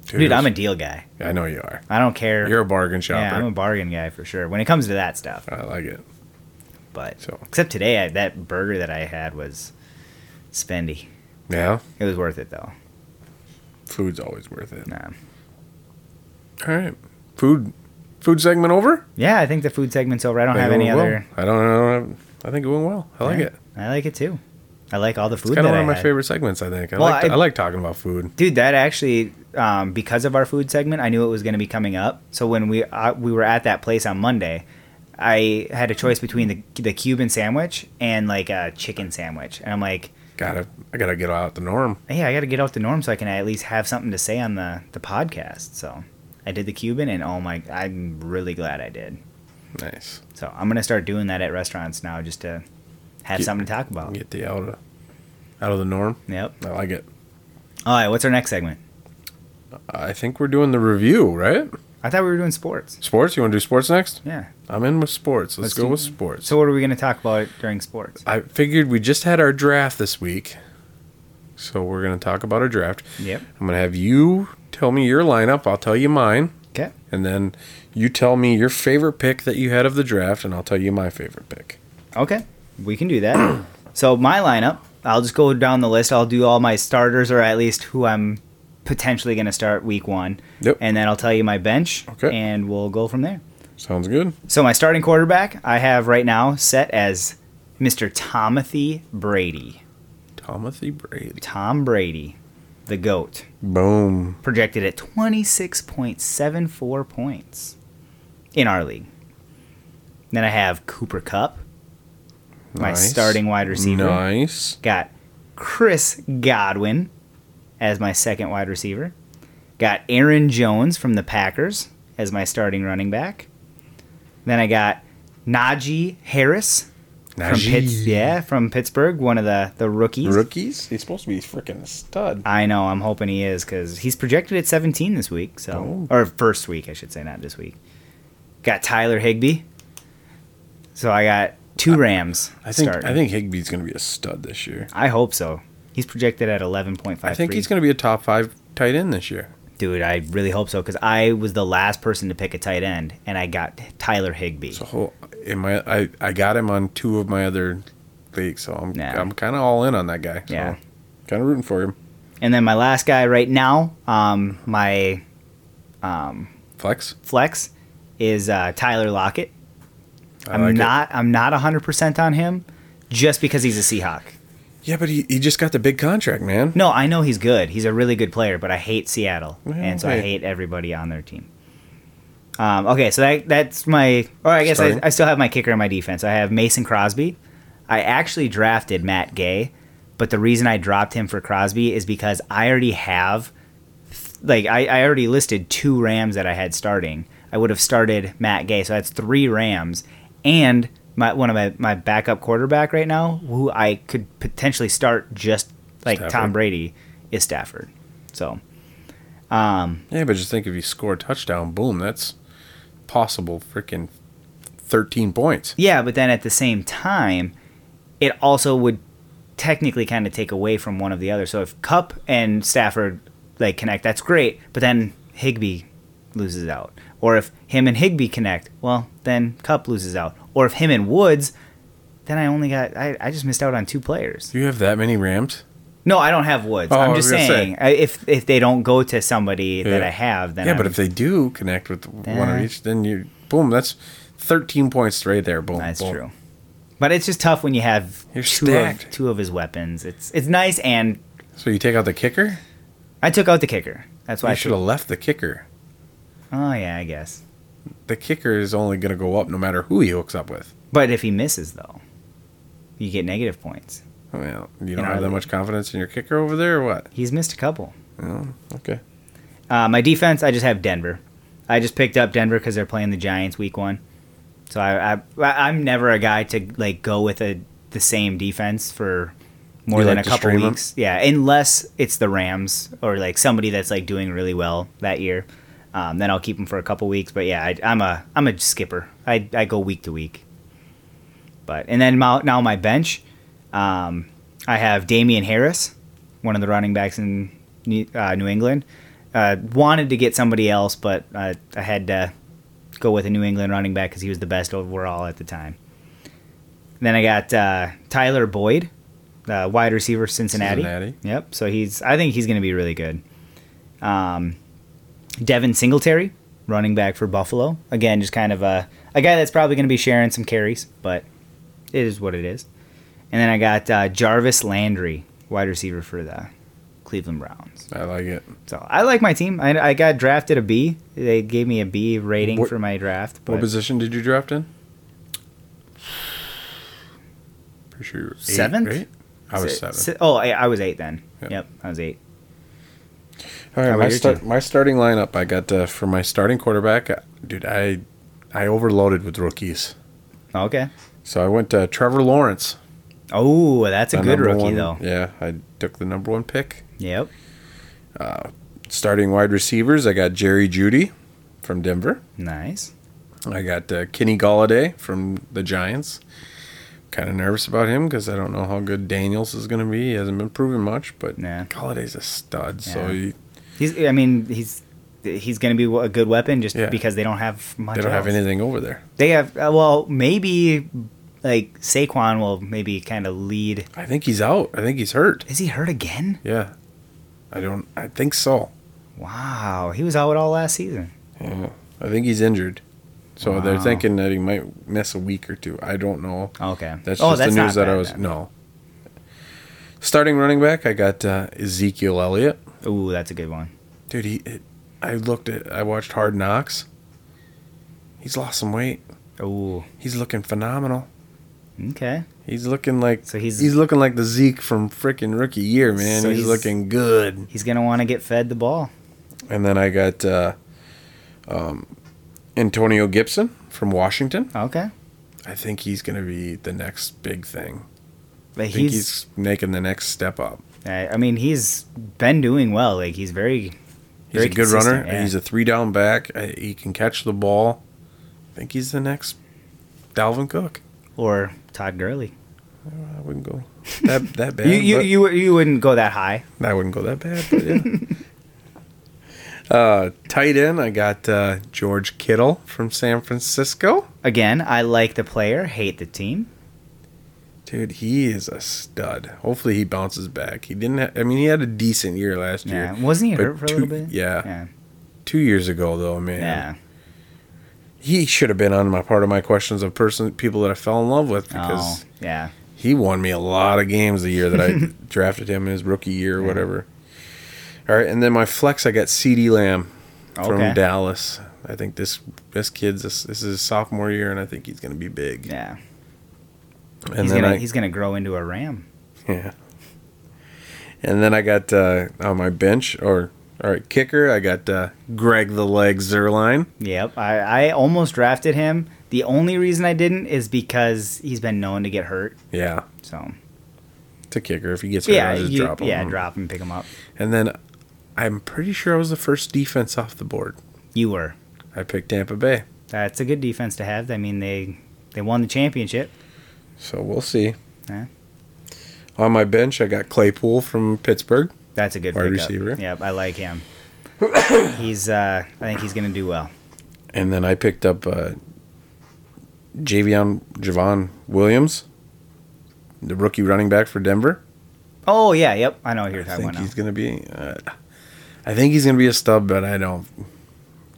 A: Dude, I'm a deal guy.
B: I know you are.
A: I don't care.
B: You're a bargain
A: yeah, I'm a
B: shopper.
A: bargain guy for sure when it comes to that stuff.
B: I like it.
A: But
B: So.
A: except today, I, that burger that I had was spendy.
B: Yeah,
A: It was worth it though.
B: food's always worth it.
A: Nah.
B: All right, food, food segment over.
A: Yeah, I think the food segment's over. I don't have
B: Think it
A: any
B: went
A: other.
B: Well. I don't know. I don't- I think it went well. I like
A: Yeah,
B: it.
A: I like it too. I like all the food
B: It's kind
A: that
B: of one
A: I
B: of my
A: had.
B: favorite segments. I think. I
A: Well,
B: like. I,
A: I-
B: like talking about food.
A: Dude, that actually, um, because of our food segment, I knew it was going to be coming up. So when we uh, we were at that place on Monday, I had a choice between the the Cuban sandwich and like a chicken sandwich, and I'm like,
B: Gotta. I gotta get out the norm.
A: hey, I got to get off the norm so I can at least have something to say on the, the podcast. So I did the Cuban, and oh my, I'm really glad I did.
B: Nice.
A: So I'm gonna start doing that at restaurants now, just to have
B: Get-
A: something to talk about.
B: Get the out of, out of the norm.
A: Yep.
B: I like it.
A: All right, what's our next segment?
B: I think we're doing the review, right?
A: I thought we were doing sports.
B: Sports. You want to do sports next?
A: Yeah.
B: I'm in with sports. Let's,
A: Let's
B: go
A: do-
B: with sports.
A: So what are we going to talk about during sports?
B: I figured we just had our draft this week, so we're gonna talk about our draft.
A: Yep.
B: I'm gonna have you tell me your lineup. I'll tell you mine,
A: Okay.
B: and then you tell me your favorite pick that you had of the draft, and I'll tell you my favorite pick.
A: Okay. We can do that. <coughs> so my lineup, I'll just go down the list. I'll do all my starters or at least who I'm potentially going to start week 1.
B: Yep.
A: And then I'll tell you my bench
B: Okay.
A: and we'll go from there.
B: Sounds good.
A: So my starting quarterback I have right now set as Mr. Tomothy Brady.
B: Tomothy E. Brady.
A: Tom Brady, the GOAT,
B: Boom.
A: projected at 26.74 points in our league. Then I have Cooper Cup, my
B: Nice.
A: starting wide receiver.
B: Nice.
A: Got Chris Godwin as my second wide receiver. Got Aaron Jones from the Packers as my starting running back. Then I got Najee Harris from
B: Najee.
A: Pitts, yeah, from Pittsburgh, one of the the rookies.
B: Rookies? He's supposed to be freaking a stud.
A: I know. I'm hoping he is because he's projected at 17 this week. So,
B: Oh.
A: or first week, I should say, not this week. Got Tyler Higby. So I got two Rams.
B: I think
A: starting.
B: I think Higby's gonna be a stud this year.
A: I hope so. He's projected at 11.5.
B: I think he's gonna be a top five tight end this year.
A: Dude, I really hope so because I was the last person to pick a tight end, and I got Tyler Higby.
B: The whole in my I, I got him on two of my other leagues, so I'm
A: Yeah.
B: I'm kind of all in on that guy. So
A: Yeah.
B: kind of rooting for him.
A: And then my last guy right now, um, my
B: Flex.
A: flex is uh, Tyler Lockett.
B: I
A: I'm
B: like it.
A: not. I'm not 100 percent on him, just because he's a Seahawk.
B: Yeah, but he, he just got the big contract, man.
A: No, I know he's good. He's a really good player, but I hate Seattle,
B: Well,
A: and so I
B: hey.
A: hate everybody on their team. Um, okay, so that, that's my. Or I guess I,
B: Starting.
A: I still have my kicker in my defense. I have Mason Crosby. I actually drafted Matt Gay, but the reason I dropped him for Crosby is because I already have, like, I, I already listed two Rams that I had starting. I would have started Matt Gay, so that's three Rams, and my one of my, my backup quarterback right now, who I could potentially start just like Tom
B: Stafford.
A: Brady, is Stafford. So
B: Yeah, but just think if you score a touchdown, boom, that's possible freaking thirteen points.
A: Yeah, but then at the same time, it also would technically kind of take away from one of the other. So if Cup and Stafford like connect, that's great. But then Higby loses out, or if him and Higby connect, well, then Cup loses out, or if him and Woods, then I only got I, I just missed out on two players.
B: Do you have that many Rams?
A: No, I don't have Woods.
B: Oh, I
A: I'm
B: was
A: just
B: gonna say.
A: saying I if if they don't go to somebody that
B: Yeah.
A: I have, then
B: yeah,
A: I'm-
B: but if they do connect with one of
A: Yeah.
B: each, then you boom, that's thirteen points right there. Boom.
A: <laughs> That's
B: boom.
A: true. But it's just tough when you have
B: You're
A: two of,
B: stacked.
A: two of his weapons. It's it's nice, and
B: So you take out the kicker.
A: I took out the kicker. That's why
B: I
A: I
B: should
A: should.
B: have left the kicker.
A: Oh yeah, I guess.
B: The kicker is only going to go up no matter who he hooks up with.
A: But if he misses though, you get negative points.
B: Well, you don't
A: our
B: have that
A: league.
B: much confidence in your kicker over there, or what?
A: He's missed a couple.
B: Okay.
A: Uh, my defense, I just have Denver. I just picked up Denver because they're playing the Giants week one. So I, I I- I'm never a guy to like go with a the same defense for more
B: You
A: than
B: like
A: a
B: to
A: couple
B: stream 'em?
A: weeks. Yeah, unless it's the Rams or like somebody that's like doing really well that year. Um, then I'll keep them for a couple weeks. But yeah, I, I'm a I'm a skipper. I I go week to week. But and then my, now my bench, um, I have Damian Harris, one of the running backs in New, uh, New England. Uh, wanted to get somebody else, but uh, I had to go with a New England running back because he was the best overall at the time. Then I got uh, Tyler Boyd, the wide receiver, Cincinnati.
B: Cincinnati.
A: Yep. So he's. I think he's going to be really good. Um, Devin Singletary, running back for Buffalo. Again, just kind of a a guy that's probably going to be sharing some carries, but it is what it is. And then I got uh, Jarvis Landry, wide receiver for the Cleveland Browns.
B: I like it.
A: So I like my team. I, I got drafted a B. They gave me a B rating
B: What-
A: for my draft.
B: What
A: But
B: position did you draft in? Pretty sure you were eight,
A: Seventh?
B: right? I was seven.
A: si- oh, I, I was eight then.
B: Yep.
A: Yep, I was eight.
B: All
A: How
B: right,
A: about
B: my,
A: your
B: start,
A: team?
B: my starting lineup. I got uh, for my starting quarterback, uh, dude. I I overloaded with rookies,
A: Okay.
B: so I went to Trevor Lawrence.
A: Oh, that's a
B: the
A: good
B: number
A: rookie
B: one-
A: though.
B: Yeah, I took the number one pick.
A: Yep.
B: Starting wide receivers, I got Jerry Judy from Denver.
A: Nice.
B: I got uh, Kenny Galladay from the Giants. Kind of nervous about him because I don't know how good Daniels is going to be. He hasn't been proven much, but
A: Nah.
B: Galladay's a stud. So
A: Yeah.
B: he,
A: He's. I mean, he's he's going to be a good weapon just
B: Yeah.
A: because they don't have much.
B: they don't have
A: else.
B: anything over there.
A: They have. Uh, well, maybe like Saquon will maybe kind of lead.
B: I think he's out. I think he's hurt.
A: Is he hurt again?
B: Yeah. I don't. I think so.
A: Wow, he was out all last season.
B: Yeah. I think he's injured. So they're
A: Wow.
B: thinking that he might miss a week or two. I don't know.
A: Okay.
B: That's
A: oh,
B: just
A: that's
B: the
A: not
B: news that
A: bad
B: I was.
A: then.
B: No. Starting running back, I got uh, Ezekiel Elliott.
A: Ooh, that's a good one.
B: Dude, he. It, I looked at. I watched Hard Knocks. He's lost some weight.
A: Ooh.
B: He's looking phenomenal.
A: Okay.
B: He's looking like.
A: So
B: So
A: he's-
B: he's. He's looking like the Zeke from freaking rookie year, man.
A: So
B: he's,
A: he's-
B: looking good.
A: He's gonna want to get fed the ball.
B: And then I got uh, um, Antonio Gibson from Washington.
A: Okay.
B: I think he's going to be the next big thing.
A: But
B: I think
A: he's,
B: he's, making the next step up.
A: I I mean, he's been doing well. Like he's very.
B: He's
A: very
B: a good
A: consistent,
B: runner.
A: yeah.
B: He's a three down back. I, he can catch the ball. I think he's the next Dalvin Cook.
A: or Todd Gurley.
B: I wouldn't
A: <laughs>
B: go that that bad.
A: You you,
B: but-
A: you you wouldn't go that high.
B: I wouldn't go that bad. But yeah. <laughs> uh, tight end. I got uh, George Kittle from San Francisco.
A: Again, I like the player, hate the team.
B: Dude, he is a stud. Hopefully, he bounces back. He didn't. Ha- I mean, he had a decent year last year.
A: Yeah, wasn't he
B: But
A: hurt for a
B: two-
A: little bit?
B: Yeah.
A: yeah,
B: Two years ago, though, man.
A: yeah.
B: he should have been on my part of my questions of person people that I fell in love with because
A: oh, yeah.
B: he won me a lot of games the year
A: <laughs>
B: that I drafted him in his rookie year or whatever. All right, and then my flex I got C.D. Lamb from
A: Okay.
B: Dallas. I think this this kid's this, this is his sophomore year, and I think he's gonna be big.
A: Yeah,
B: and
A: he's
B: then
A: gonna
B: I,
A: he's gonna grow into a ram.
B: yeah. And then I got uh, on my bench or all right kicker I got uh, Greg the Leg Zerline.
A: Yep, I, I almost drafted him. The only reason I didn't is because he's been known to get hurt.
B: Yeah,
A: So
B: it's a kicker. If he gets hurt,
A: yeah,
B: I just
A: you,
B: drop him.
A: yeah, drop him, pick him up.
B: And then I'm pretty sure I was the first defense off the board.
A: You were.
B: I picked Tampa Bay.
A: That's a good defense to have. I mean, they they won the championship.
B: So we'll see.
A: Yeah.
B: On my bench, I got Claypool from Pittsburgh.
A: That's a good
B: Wide
A: pickup.
B: receiver.
A: Yep, I like him. <coughs> he's uh, I think he's gonna do well.
B: And then I picked up uh, Javion Javon Williams, the rookie running back for Denver.
A: Oh yeah, yep. I know what you're
B: I
A: talking
B: think
A: about now.
B: he's going to be. Uh, I think he's going to be a stub, but I don't.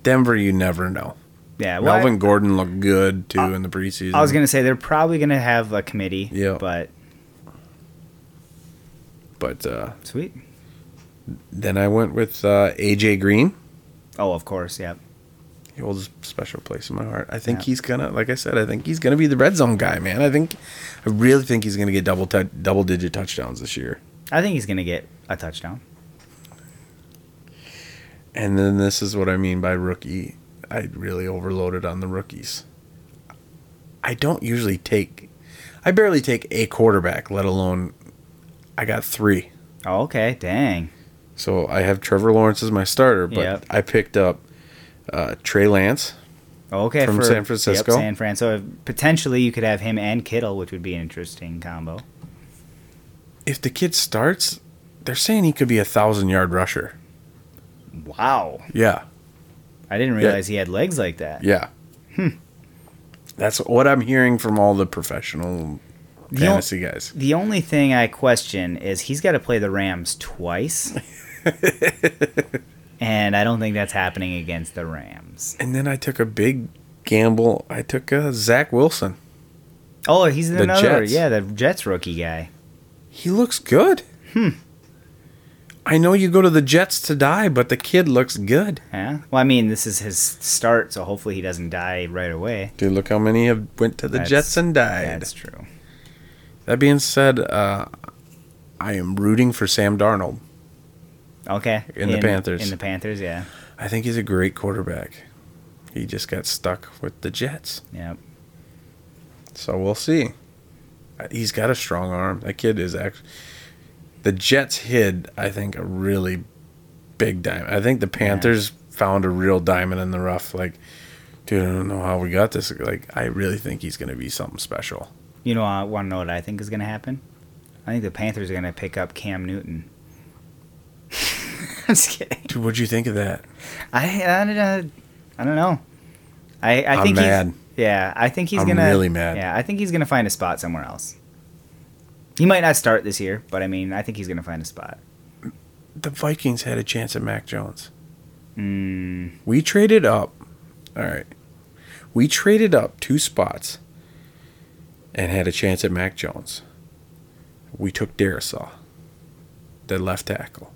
B: Denver, you never know.
A: Yeah, well, I-
B: Melvin Gordon looked good too in the preseason.
A: I was gonna say they're probably gonna have a committee.
B: Yeah.
A: But
B: but uh,
A: sweet.
B: then I went with uh, AJ Green.
A: Oh, of course. Yep.
B: He holds a special place in my heart. I think
A: Yeah.
B: he's gonna, like I said, I think he's gonna be the red zone guy, man. I think, I really think he's gonna get double tou- double digit touchdowns this year.
A: I think he's gonna get a touchdown.
B: And then this is what I mean by rookie. I really overloaded on the rookies. I don't usually take, I barely take a quarterback, let alone. I got three,
A: Oh, okay. Dang.
B: so I have Trevor Lawrence as my starter, but
A: Yep.
B: I picked up uh, Trey Lance.
A: Okay.
B: From
A: for-
B: San
A: yep,
B: Francisco.
A: San Fran. So if- potentially you could have him and Kittle, which would be an interesting combo.
B: If the kid starts, they're saying he could be a thousand yard rusher.
A: Wow.
B: Yeah.
A: I didn't realize he had legs like that.
B: Yeah. Hmm. That's what I'm hearing from all the professional
A: The o-
B: fantasy guys. <laughs>
A: The only thing I question is he's got to play the Rams twice.
B: <laughs>
A: and I don't think that's happening against the Rams.
B: And then I took a big gamble. I took uh, Zach Wilson.
A: Oh, he's
B: The
A: another.
B: Jets.
A: Yeah, the Jets rookie guy.
B: He looks good. Hmm. I know you go to the Jets to die, but the kid looks good.
A: Yeah. Well, I mean, this is his start, so hopefully he doesn't die right away.
B: Dude, look how many have went to the
A: That's-
B: Jets and died.
A: That's true.
B: That being said, uh, I am rooting for Sam Darnold.
A: Okay.
B: In the Panthers.
A: In the Panthers, yeah.
B: I think he's a great quarterback. He just got stuck with the Jets.
A: Yep.
B: So we'll see. Uh, He's got a strong arm. That kid is actually. The Jets hid, I think, a really big diamond. I think the Panthers found a real diamond in the rough. Like, dude, I don't know how we got this. Like, I really think he's going to be something special.
A: You know, I want to know what I think is going to happen. I think the Panthers are going to pick up Cam Newton. <laughs> I'm just kidding.
B: Dude, what'd you think of that?
A: I I don't know. I don't know. I I
B: I'm
A: think he's-
B: mad.
A: yeah. I think he's
B: I'm
A: gonna
B: really mad.
A: Yeah, I think he's gonna find a spot somewhere else. He might not start this year, but I mean, I think he's gonna find a spot.
B: The Vikings had a chance at Mac Jones.
A: Mm,
B: We traded up. All right. We traded up two spots and had a chance at Mac Jones. We took Darisaw, the left tackle.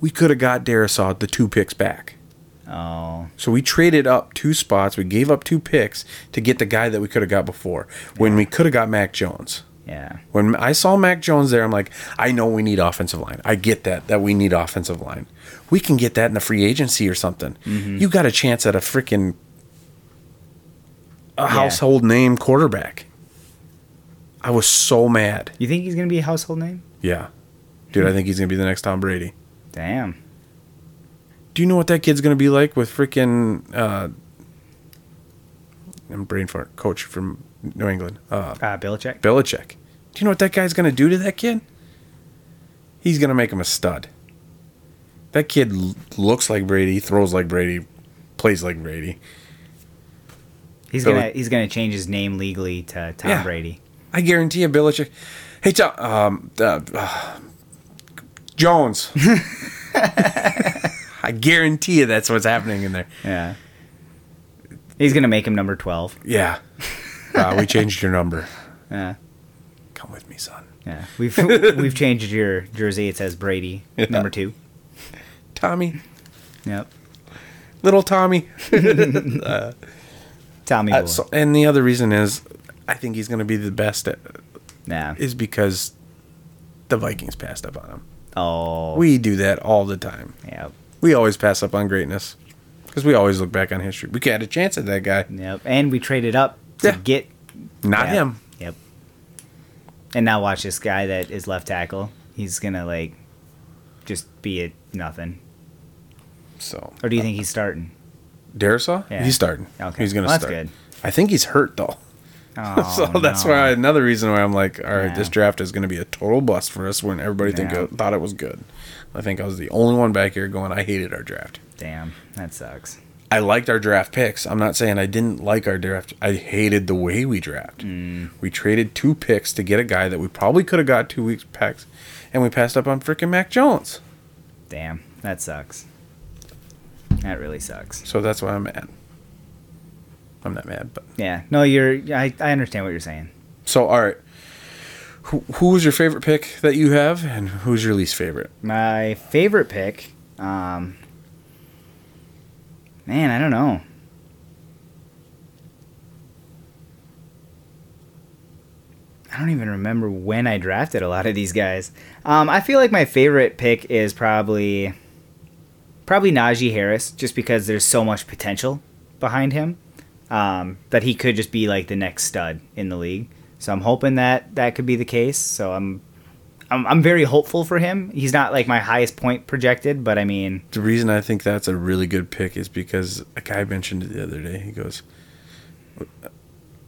B: We could have got Darisaw the two picks back.
A: oh,
B: So we traded up two spots. We gave up two picks to get the guy that we could have got before when we could have got Mac Jones.
A: yeah,
B: When I saw Mac Jones there, I'm like, I know we need offensive line. I get that, that we need offensive line. We can get that in the free agency or something. You got a chance at a freaking a household name quarterback. I was so mad.
A: You think he's gonna be a household name?
B: Yeah. Dude, I think he's going to be the next Tom Brady.
A: Damn.
B: Do you know what that kid's going to be like with freaking, uh, I'm brain fart, coach from New England, uh,
A: Uh, Belichick.
B: Belichick. Do you know what that guy's going to do to that kid? He's going to make him a stud. That kid l- looks like Brady, throws like Brady, plays like Brady.
A: He's
B: Bel-
A: gonna he's gonna change his name legally to Tom
B: Yeah.
A: Brady.
B: I guarantee you, Belichick. Hey, Tom, um, uh, uh, Jones. <laughs> I guarantee you that's what's happening in there.
A: Yeah. He's gonna make him number twelve.
B: Yeah. Uh, we changed your number.
A: Yeah.
B: Come with me, son.
A: Yeah.
B: <laughs>
A: We've we've changed your jersey. It says Brady
B: Yeah.
A: number two.
B: Tommy,
A: Yep.
B: little Tommy.
A: Tommy.
B: Uh,
A: boy.
B: so- and the other reason is, I think he's going to be the best at,
A: nah.
B: is because the Vikings passed up on him.
A: Oh.
B: We do that all the time.
A: Yep.
B: We always pass up on greatness because we always look back on history. We had a chance at that guy,
A: Yep. And we traded up to
B: Yeah.
A: get
B: not
A: yeah.
B: him.
A: Yep. And now watch this guy that is left tackle. He's gonna like just be a nothing.
B: So
A: Or do you think he's starting?
B: Darisaw,
A: Yeah.
B: he's starting.
A: Okay.
B: he's going to
A: Well, that's
B: start.
A: good.
B: I think he's hurt though.
A: Oh,
B: <laughs> so that's
A: no.
B: why another reason why I'm like, all right,
A: Yeah.
B: this draft is going to be a total bust for us when everybody think
A: Yeah.
B: thought it was good. I think I was the only one back here going, I hated our draft.
A: Damn, that sucks.
B: I liked our draft picks. I'm not saying I didn't like our draft. I hated the way we draft. We traded two picks to get a guy that we probably could have got two weeks packs, and we passed up on freaking Mac Jones.
A: Damn, that sucks. That really sucks.
B: So that's why I'm mad. I'm not mad, but
A: Yeah. No, you're. I, I understand what you're saying.
B: so all right. Who, who was your favorite pick that you have, and who's your least favorite?
A: My favorite pick, um, man, I don't know. I don't even remember when I drafted a lot of these guys. Um, I feel like my favorite pick is probably probably Najee Harris, just because there's so much potential behind him um, that he could just be like the next stud in the league. So I'm hoping that that could be the case. So I'm I'm, I'm very hopeful for him. He's not like my highest point projected, but I mean,
B: The reason I think that's a really good pick is because a guy mentioned it the other day. He goes,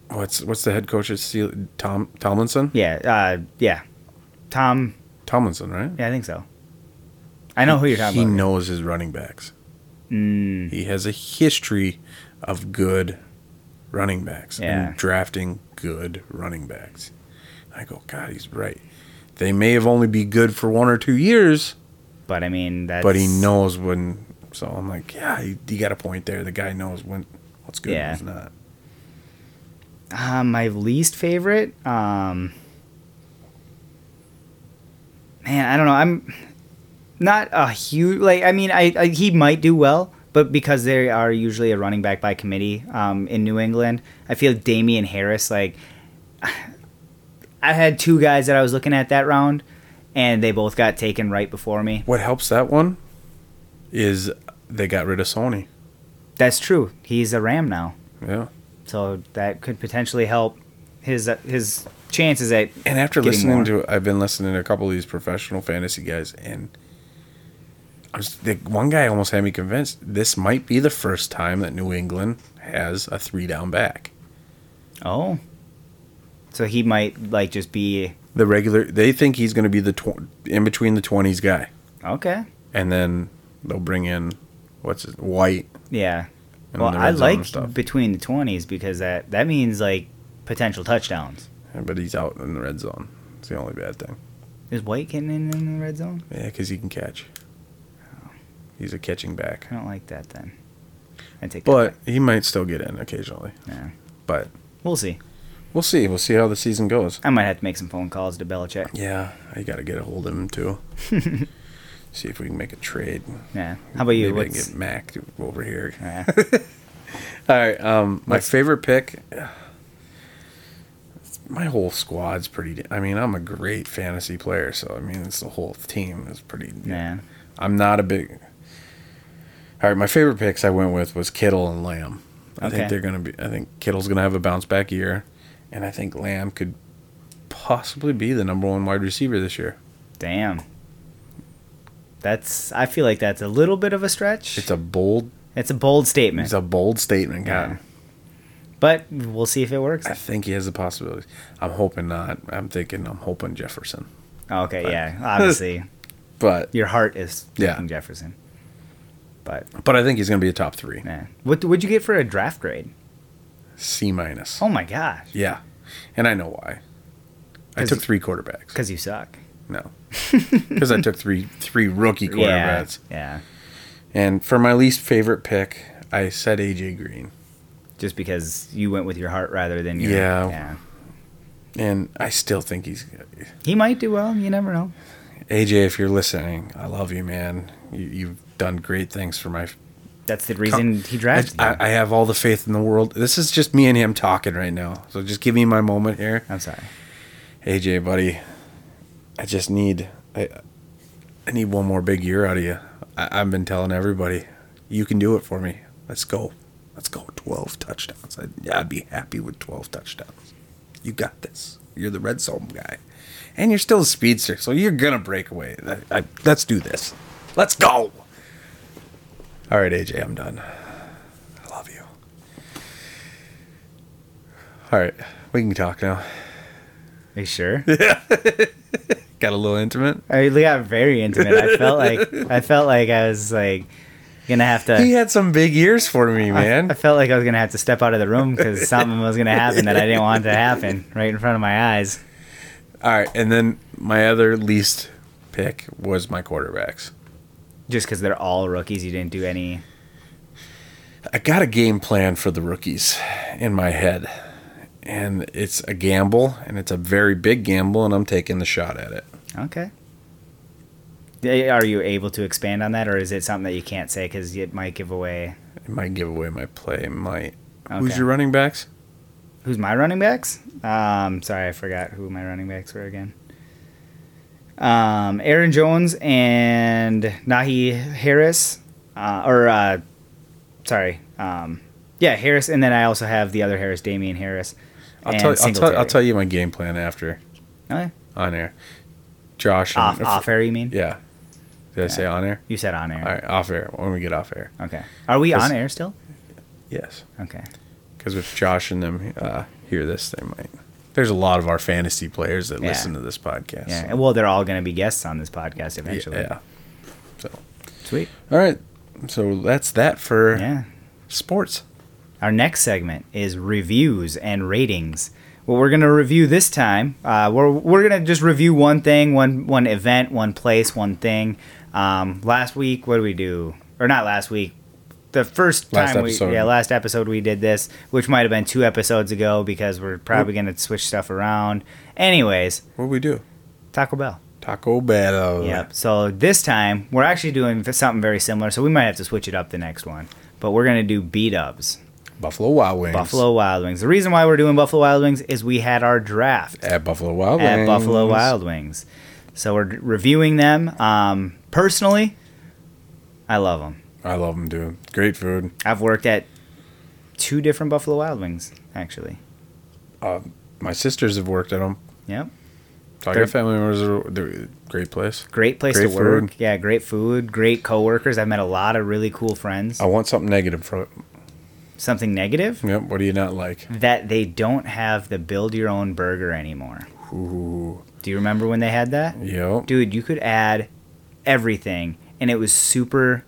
B: "What's what's the head coach at Steel, Tom Tomlinson?
A: yeah, uh, yeah. Tom,
B: Tomlinson, right?
A: yeah, I think so. I know who you're talking
B: he
A: about.
B: knows his running backs.
A: Mm,
B: He has a history of good running backs
A: Yeah.
B: and drafting good running backs. I go, God, he's right. They may have only be good for one or two years,
A: but I mean, that's
B: but he knows when. So I'm like, yeah, you, you got a point there. The guy knows when what's good
A: Yeah.
B: and what's not.
A: Uh, my least favorite, um, man, I don't know. I'm not a huge like. I mean, I, I he might do well, but because they are usually a running back by committee um, in New England, I feel Damian Harris. Like, <sighs> I had two guys that I was looking at that round, and they both got taken right before me.
B: What helps that one is they got rid of Sony.
A: That's true. He's a Ram now,
B: Yeah.
A: so that could potentially help his uh, his chances at.
B: And after
A: getting
B: listening
A: more.
B: to, I've been listening to a couple of these professional fantasy guys, and I was the one guy almost had me convinced this might be the first time that New England has a three down back.
A: Oh. So he might like just be
B: The regular they think he's going to be the tw- in between the twenties guy,
A: okay.
B: and then they'll bring in what's his, White.
A: Yeah.
B: And
A: well,
B: the
A: I
B: red zone
A: like
B: and stuff.
A: between the twenties because that that means like potential touchdowns.
B: but he's out in the red zone. It's the only bad thing.
A: Is White getting in in the red zone?
B: Yeah, because he can catch.
A: Oh.
B: He's a catching back,
A: I don't like that then. I take. that
B: but
A: back.
B: he might still get in occasionally.
A: Yeah.
B: But
A: we'll see.
B: we'll see. We'll see how the season goes.
A: I might have to make some phone calls to Belichick.
B: Yeah, I got to get a hold of him <laughs> too. see if we can make a trade.
A: Yeah. How about you?
B: Maybe I can
A: What's
B: get Mac to- over here.
A: yeah.
B: <laughs> All right. Um, my
A: What's-
B: favorite pick. My whole squad's pretty. I mean, I'm a great fantasy player, so I mean, it's the whole team is pretty.
A: yeah.
B: I'm not a big. All right, my favorite picks I went with was Kittle and Lamb. I
A: Okay.
B: think they're gonna be. I think Kittle's gonna have a bounce back year, and I think Lamb could possibly be the number one wide receiver this year.
A: Damn. That's. I feel like that's a little bit of a stretch.
B: It's a bold.
A: It's a bold statement,
B: It's a bold statement, God.
A: Yeah. but we'll see if it works.
B: I think he has the possibility. I'm hoping not. I'm thinking. I'm hoping Jefferson.
A: Okay.
B: <laughs>
A: Yeah. Obviously,
B: But
A: your heart is
B: Yeah.
A: picking Jefferson. But
B: but I think he's gonna be a top three.
A: yeah. What would you get for a draft grade?
B: C minus.
A: Oh my gosh.
B: Yeah, and I know why. I
A: 'Cause-
B: took three quarterbacks.
A: Because you suck.
B: No, <laughs> because I took three three rookie
A: Yeah.
B: quarterbacks.
A: Yeah.
B: And for my least favorite pick, I said AJ Green.
A: Just because you went with your heart rather than your
B: Yeah. And I still think he's
A: He might do well. You never know.
B: AJ. If you're listening, I love you, man. You, you've done great things for my.
A: That's the reason he drafted.
B: I,
A: you.
B: I have all the faith in the world. This is just me and him talking right now. So just give me my moment here.
A: I'm sorry.
B: AJ, buddy, I just need I, I need one more big year out of you. I, I've been telling everybody, you can do it for me. Let's go, let's go. Twelve touchdowns. I, I'd be happy with twelve touchdowns. You got this. You're the red zone guy, and you're still a speedster, so you're gonna break away. I, I, let's do this. Let's go. All right, AJ, I'm done. I love you. All right, we can talk now.
A: Are you sure? <laughs>
B: Got a little intimate.
A: I got very intimate. I felt like I felt like I was like gonna have to.
B: He had some big years for me, man.
A: I felt like I was gonna have to step out of the room because something was gonna happen that I didn't want to happen right in front of my eyes.
B: <laughs> All right, and then my other least pick was my quarterbacks.
A: Just because they're all rookies, you didn't do any.
B: I got a game plan for the rookies in my head, and it's a gamble, and it's a very big gamble, and I'm taking the shot at it.
A: Okay. Eh, Are you able to expand on that, or is it something that you can't say because it might give away?
B: It might give away my play. It might.
A: Okay.
B: Who's your running backs?
A: Who's my running backs? Um, sorry, I forgot who my running backs were again. Um, Aaron Jones and Nahi Harris, uh, or uh, sorry, um, yeah, Harris, and then I also have the other Harris, Damian Harris.
B: I'll
A: and
B: tell. I'll tell, I'll
A: Singletary.
B: tell you my game plan after
A: Okay.
B: on air. Josh.
A: Off,
B: and,
A: off air, you mean?
B: Yeah. Did I say on air?
A: You said on air.
B: All right, off air. When we get off air.
A: Okay. Are we
B: Yes.
A: on air still?
B: Yes.
A: Okay.
B: Because if Josh and them uh, hear this, they might. There's a lot of our fantasy players that
A: Yeah.
B: listen to this podcast.
A: Yeah.
B: so-
A: Well, they're all going to be guests on this podcast eventually.
B: yeah. So,
A: Sweet.
B: all right. So that's that for
A: Yeah.
B: sports.
A: Our next segment is reviews and ratings. What we're gonna review this time, uh, we're we're gonna just review one thing, one one event, one place, one thing. Um, last week, what did we do? Or not last week? The first
B: Last
A: time
B: episode.
A: we yeah last episode we did this, which might have been two episodes ago because we're probably gonna switch stuff around. Anyways,
B: What do we do?
A: Taco Bell.
B: Taco Bell.
A: Yep. So this time we're actually doing something very similar, so we might have to switch it up the next one. But we're gonna do beat ups.
B: Buffalo Wild Wings.
A: Buffalo Wild Wings. The reason why we're doing Buffalo Wild Wings is we had our draft
B: At Buffalo Wild Wings.
A: at Buffalo Wild Wings. So we're reviewing them. Um, personally, I love them.
B: I love them, dude. Great food.
A: I've worked at two different Buffalo Wild Wings, actually.
B: My sisters have worked at them.
A: Yep.
B: So I
A: They're-
B: got family members. that are- They're great place.
A: Great place
B: Great
A: to work.
B: food.
A: Yeah, great food, great coworkers. I've met a lot of really cool friends.
B: I want something negative from it.
A: Something negative
B: Yep. What do you not like?
A: that they don't have the build your own burger anymore.
B: Ooh.
A: Do you remember when they had that?
B: Yep.
A: Dude, you could add everything and it was super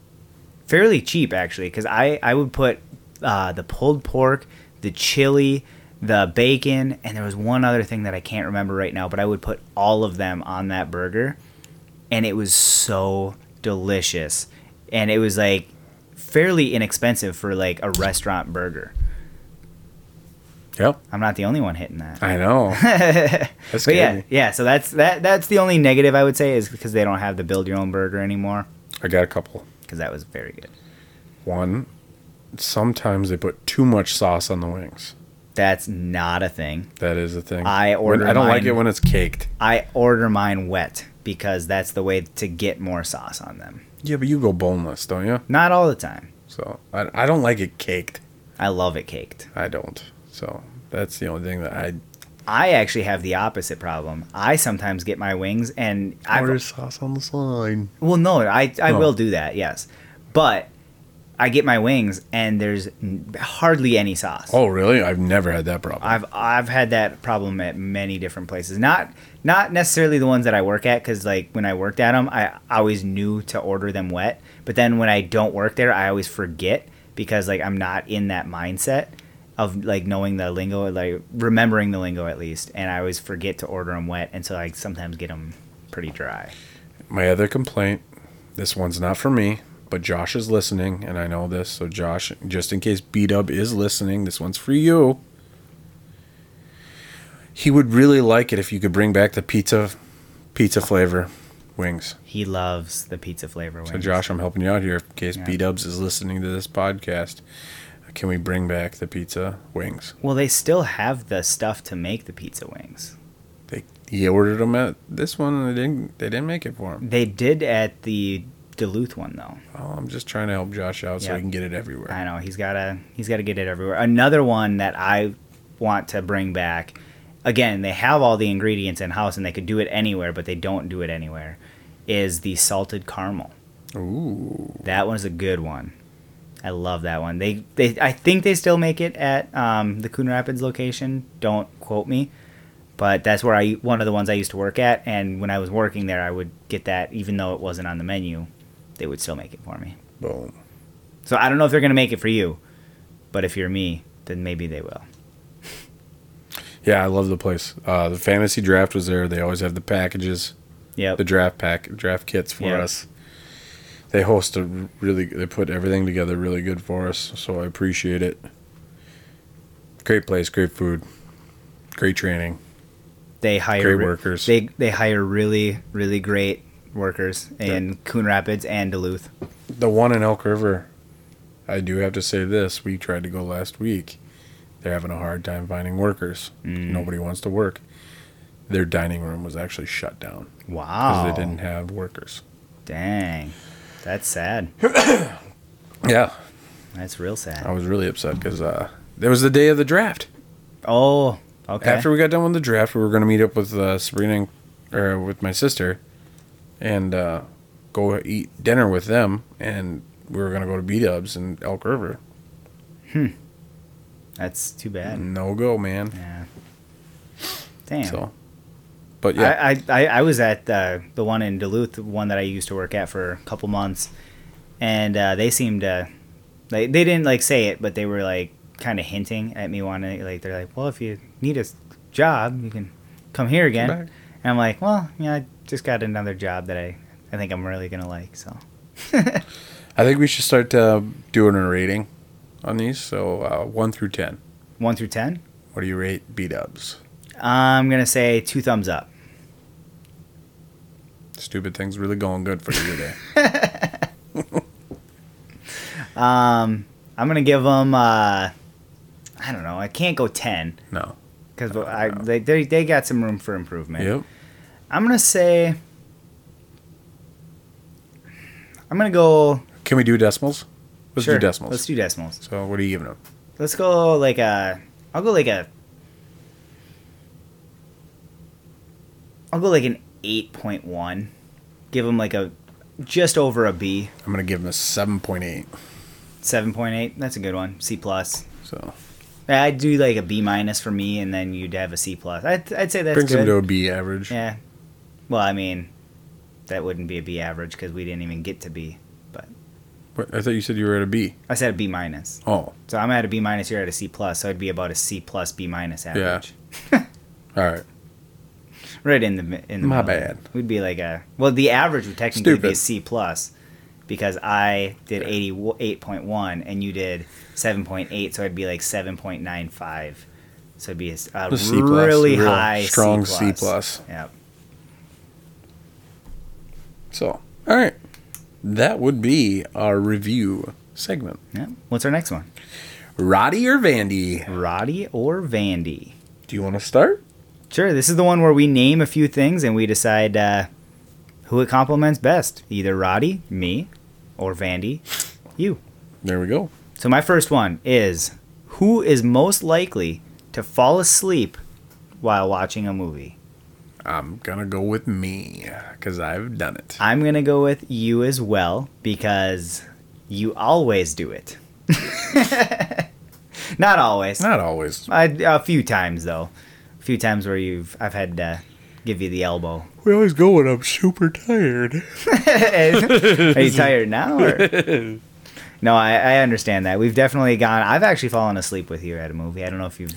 A: fairly cheap actually cuz I I would put uh, the pulled pork, the chili, the bacon, and there was one other thing that I can't remember right now, but I would put all of them on that burger and it was so delicious. And it was like fairly inexpensive for like a restaurant burger.
B: Yep.
A: I'm not the only one hitting that. <laughs>
B: I know. That's
A: But
B: scary.
A: yeah, yeah. So that's that. That's the only negative I would say is because they don't have the build your own burger anymore.
B: I got a couple.
A: Because that was very good.
B: One, sometimes they put too much sauce on the wings.
A: That's not a thing.
B: That is a thing.
A: I
B: When-
A: order
B: I don't like
A: mine-
B: it when it's caked.
A: I order mine wet because that's the way to get more sauce on them.
B: Yeah, but you go boneless, don't you?
A: Not all the time.
B: So I, I don't like it caked.
A: I love it caked.
B: I don't. So that's the only thing that I
A: I actually have the opposite problem. I sometimes get my wings and I
B: order sauce on the side.
A: Well, no, I I
B: Oh.
A: will do that. Yes, but I get my wings and there's n- hardly any sauce.
B: Oh really? I've never had that problem.
A: I've I've had that problem at many different places. Not not necessarily the ones that I work at, because like when I worked at them, I always knew to order them wet. But then when I don't work there, I always forget because like I'm not in that mindset of like knowing the lingo, like remembering the lingo at least, and I always forget to order them wet, and so I sometimes get them pretty dry.
B: My other complaint, this one's not for me, but Josh is listening, and I know this. So, Josh, just in case B Dub is listening, this one's for you. He would really like it if you could bring back the pizza, pizza flavor wings.
A: He loves the pizza flavor wings.
B: So, Josh, I'm helping you out here in case
A: Yeah.
B: B Dubs is listening to this podcast. Can we bring back the pizza wings?
A: Well, they still have the stuff to make the pizza wings.
B: They he ordered them at this one, and they didn't. They didn't make it for him.
A: They did at the Duluth one though.
B: Oh, I'm just trying to help Josh out so
A: Yeah.
B: he can get it everywhere.
A: I know he's gotta he's gotta get it everywhere. Another one that I want to bring back. Again, they have all the ingredients in house and they could do it anywhere, but they don't do it anywhere. Is the salted caramel?
B: Ooh,
A: That one's a good one. I love that one. They they I think they still make it at um, the Coon Rapids location. Don't quote me, but that's where I one of the ones I used to work at. And when I was working there, I would get that even though it wasn't on the menu, they would still make it for me.
B: boom.
A: So I don't know if they're gonna make it for you, but if you're me, then maybe they will.
B: Yeah, I love the place. Uh, the fantasy draft was there. They always have the packages,
A: Yep.
B: the draft pack, draft kits for
A: Yeah.
B: us. They host a r- really, they put everything together really good for us. So I appreciate it. Great place, great food, great training.
A: they hire
B: Great
A: re-
B: workers.
A: They they hire really really great workers in Coon Rapids and Duluth.
B: The one in Elk River, I do have to say this. We tried to go last week. They're having a hard time finding workers. Nobody wants to work. Their dining room was actually shut down because
A: Wow.
B: they didn't have workers.
A: Dang. That's sad.
B: Yeah,
A: That's real sad.
B: I was really upset because uh, there was the day of the draft.
A: Oh, okay.
B: After we got done with the draft, we were going to meet up with uh, Sabrina and, or uh, with my sister and uh, go eat dinner with them. And we were going to go to B Dubs in Elk River.
A: That's too bad.
B: No go, man.
A: Yeah. Damn.
B: Mm-hmm. So, but yeah,
A: I, I, I, I was at the, the one in Duluth, the one that I used to work at for a couple months, and uh, they seemed to, they, they didn't like say it, but they were like kind of hinting at me wanting, like, they're like, well, if you need a s- job, you can come here again.
B: back.
A: And I'm like, well, yeah, I just got another job that I, I think I'm really going to like, so. <laughs>
B: I, think we should start uh, doing a rating on these. So, uh, 1 through 10.
A: One through 10,
B: What do you rate B Dubs?
A: I'm going to say two thumbs up.
B: Stupid things really going good for
A: <laughs>
B: you today.
A: Um, I'm gonna give them. Uh, I don't know. I can't go ten
B: no.
A: because I they, they they got some room for improvement.
B: Yep.
A: I'm gonna say. I'm gonna go.
B: Can we do decimals? Let's
A: sure,
B: do decimals.
A: Let's do decimals.
B: so, what are you giving them?
A: Let's go like a. I'll go like a. I'll go like an 8.1. Give him like a just over a B.
B: I'm gonna give him a seven point eight.
A: 7.8. That's a good one. C plus.
B: So
A: I'd do like a B minus for me, and then you'd have a C plus. I'd, I'd say that's
B: brings
A: good.
B: him to a B average.
A: yeah. Well, I mean, that wouldn't be a B average because we didn't even get to B. But
B: What- I thought you said you were at a B.
A: I said a B minus.
B: Oh,
A: So I'm at a B minus. You're at a C plus. So I'd be about a C plus B minus average.
B: all right.
A: Right in the mi- in the
B: My
A: middle.
B: bad.
A: We'd be like a well, the average would technically be a
B: Stupid.
A: C plus because I did eighty eight point one and you did seven point eight, so I'd be like seven point nine five. So it'd be a, s- a
B: A C plus,
A: really
B: real
A: high
B: strong
A: C
B: C
A: plus.
B: plus.
A: Yep.
B: So all right, that would be our review segment.
A: Yep. What's our next one?
B: Roddy or Vandy?
A: Roddy or Vandy?
B: Do you want to start?
A: Sure. This is the one where we name a few things and we decide uh, who it complements best, either Roddy, me, or Vandy, you.
B: There we go.
A: So my first one is who is most likely to fall asleep while watching a movie?
B: I'm gonna go with me because I've done it.
A: I'm going to go with you as well because you always do it. <laughs> Not always.
B: Not always.
A: I, a few times though. A few times where you've I've had to give you the elbow.
B: We always go when I'm super tired.
A: <laughs> Are
B: <laughs>
A: you tired now? or- No, I, I understand that. We've definitely gone. I've actually fallen asleep with you at a movie. I don't know if you've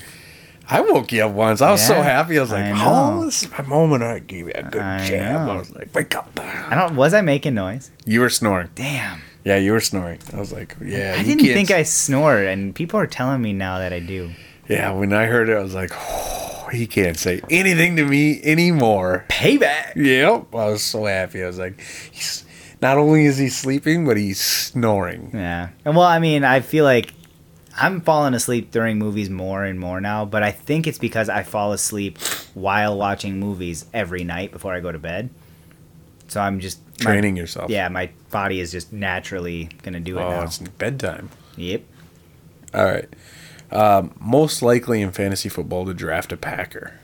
B: I woke you up once. I was so
A: Yeah,
B: happy. I was like,
A: I know.
B: "Oh, this is my moment." I gave you a good
A: I
B: jab.
A: know.
B: I was like, "Wake up!"
A: I don't. Was I making noise?
B: You were snoring.
A: Damn.
B: Yeah, you were snoring. I was like, "Yeah."
A: I
B: you
A: didn't
B: kids.
A: think I snored, and people are telling me now that I do.
B: Yeah, when I heard it, I was like, oh, "He can't say anything to me anymore."
A: Payback.
B: Yep. I was so happy. I was like, "He's not only is he sleeping, but he's snoring."
A: Yeah. And well, I mean, I feel like I'm falling asleep during movies more and more now, but I think it's because I fall asleep while watching movies every night before I go to bed. So I'm just my-
B: Training yourself.
A: yeah, my body is just naturally gonna do it
B: Oh,
A: now.
B: it's bedtime.
A: Yep.
B: All right. Um, most likely in fantasy football to draft a Packer.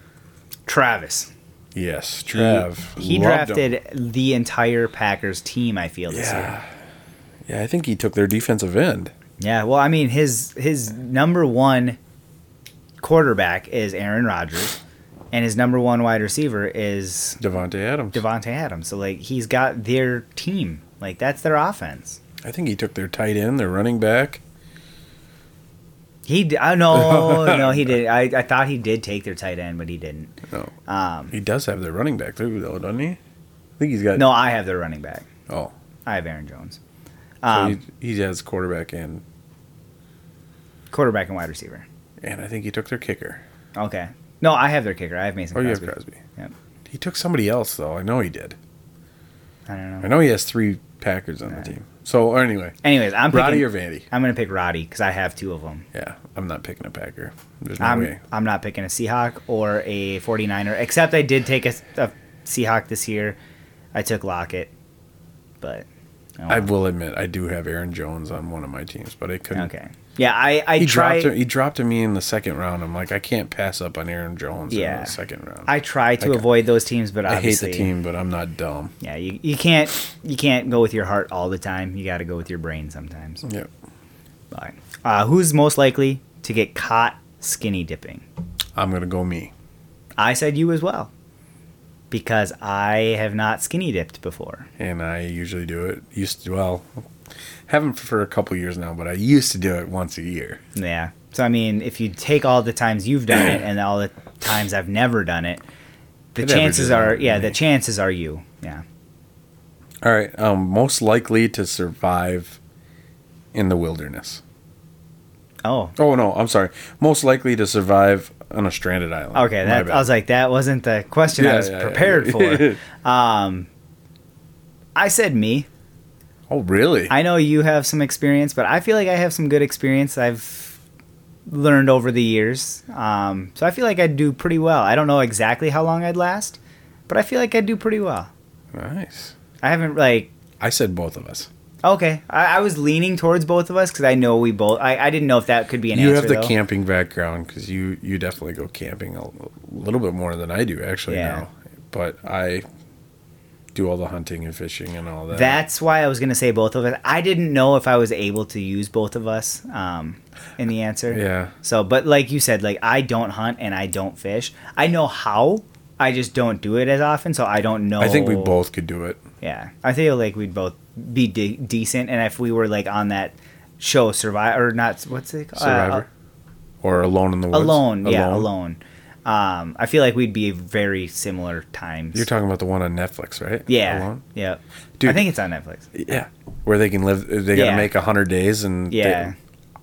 A: Travis.
B: Yes, Trav.
A: He
B: Loved him.
A: drafted the entire Packers team. I feel this year.
B: Yeah. Yeah, I think he took their defensive end.
A: Yeah, well, I mean, his his number one quarterback is Aaron Rodgers, and his number one wide receiver is
B: Devonte Adams.
A: Devonte Adams. So like, he's got their team. Like that's their offense.
B: I think he took their tight end, their running back.
A: He d- I no
B: <laughs>
A: no he did. I I thought he did take their tight end, but he didn't.
B: No.
A: Um,
B: He does have their running back too, though, doesn't he? I think he's got
A: no, I have their running back.
B: Oh,
A: I have Aaron Jones,
B: so
A: um,
B: he, he has quarterback and
A: quarterback and wide receiver.
B: and I think he took their kicker.
A: Okay, no, I have their kicker. I have Mason
B: Oh, you have
A: Crosby.
B: Crosby.
A: Yep.
B: He took somebody else though. I know he did.
A: I don't
B: I
A: know.
B: know he has three Packers on the
A: Alright.
B: team. So anyway,
A: Anyways, I'm picking,
B: Roddy or Vandy?
A: I'm gonna pick Roddy because I have two of them.
B: Yeah, I'm not picking a Packer. There's no
A: I'm
B: way.
A: I'm not picking a Seahawk or a 49er, except I did take a, a Seahawk this year. I took Lockett, but oh,
B: I will admit I do have Aaron Jones on one of my teams, but it couldn't.
A: okay. Yeah, I I
B: He
A: try
B: dropped him, he dropped me in the second round. I'm like I can't pass up on Aaron Jones in
A: Yeah.
B: the second round.
A: I try to
B: Like,
A: avoid those teams, but
B: I hate
A: obviously,
B: the team, but I'm not dumb.
A: Yeah, you, you can't you can't go with your heart all the time. You got to go with your brain sometimes.
B: Yeah.
A: But, uh, who's most likely to get caught skinny dipping?
B: I'm gonna go me.
A: I said you as well, because I have not skinny dipped before.
B: and I usually do it. Used to well, haven't for a couple years now, but I used to do it once a year.
A: Yeah. So I mean, if you take all the times you've done it and all the times I've never done it, the
B: It averages
A: chances
B: out
A: are
B: to
A: yeah, the
B: me.
A: chances are you. Yeah.
B: All right, um, most likely to survive in the wilderness.
A: Oh.
B: Oh no, I'm sorry. Most likely to survive on a stranded island.
A: Okay,
B: My
A: that
B: bad.
A: I was like that wasn't the question I
B: Yeah,
A: was
B: yeah, yeah.
A: prepared
B: <laughs>
A: for. Um I said me.
B: oh really?
A: I know you have some experience, but I feel like I have some good experience I've learned over the years. Um, so I feel like I'd do pretty well. I don't know exactly how long I'd last, but I feel like I'd do pretty well.
B: nice.
A: I haven't like
B: I said both of us.
A: Okay, I, I was leaning towards both of us because I know we both. I, I didn't know if that could be an
B: you
A: answer.
B: have the
A: though.
B: camping background because you you definitely go camping a little bit more than I do actually
A: Yeah.
B: now. but I do all the hunting and fishing and all that.
A: That's why I was gonna say both of us. I didn't know if I was able to use both of us um, in the answer.
B: Yeah.
A: So, but like you said, like I don't hunt and I don't fish. I know how. I just don't do it as often, so I don't know.
B: I think we both could do it.
A: Yeah, I feel like we'd both be de- decent, and if we were like on that show, survive or not? What's it called? Uh,
B: Survivor. or alone in the woods.
A: alone, yeah, alone. Um, I feel like we'd be very similar times.
B: You're talking about the one on Netflix, right?
A: yeah,
B: Alone?
A: yeah.
B: Dude.
A: I think it's on Netflix.
B: Yeah. Where they can live they got to
A: Yeah.
B: make a 100 days and they-
A: Yeah.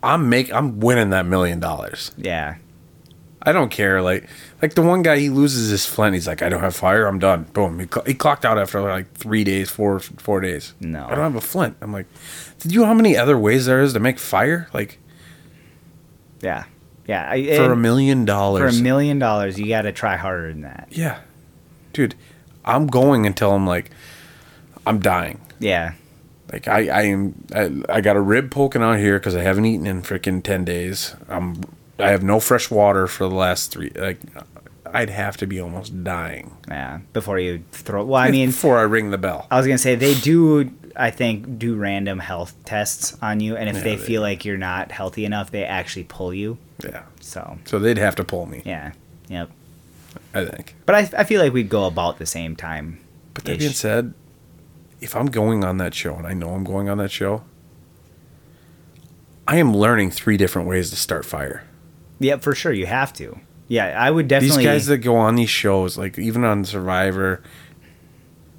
B: I'm make I'm winning that million dollars.
A: Yeah,
B: I don't care. Like, like the one guy, he loses his flint. He's like, I don't have fire. I'm done. Boom. He, cl- he clocked out after like three days, four four days.
A: No.
B: I don't have a flint. I'm like, did you know how many other ways there is to make fire? Like
A: yeah, yeah. I,
B: for a
A: and
B: million
A: Eh, for a
B: dollars.
A: million dollars, you got to try harder than that.
B: yeah, dude, I'm going until I'm like, I'm dying.
A: Yeah,
B: Like I, I am, I, I got a rib poking out here because I haven't eaten in freaking ten days. I'm, I have no fresh water for the last three. Like, I'd have to be almost dying.
A: yeah. Before you throw, well, I mean, uh,
B: before I ring the bell.
A: I was gonna say they do. I think do random health tests on you, and if they,
B: they-
A: feel like you're not healthy enough, they actually pull you.
B: Yeah.
A: So
B: So they'd have to pull me,
A: yeah, yep.
B: I think.
A: But I, I feel like we'd go about the same time.
B: But that being said, if I'm going on that show and I know I'm going on that show, I am learning three different ways to start fire.
A: Yep, for sure. You have to. Yeah, I would definitely.
B: These guys that go on these shows, like even on Survivor,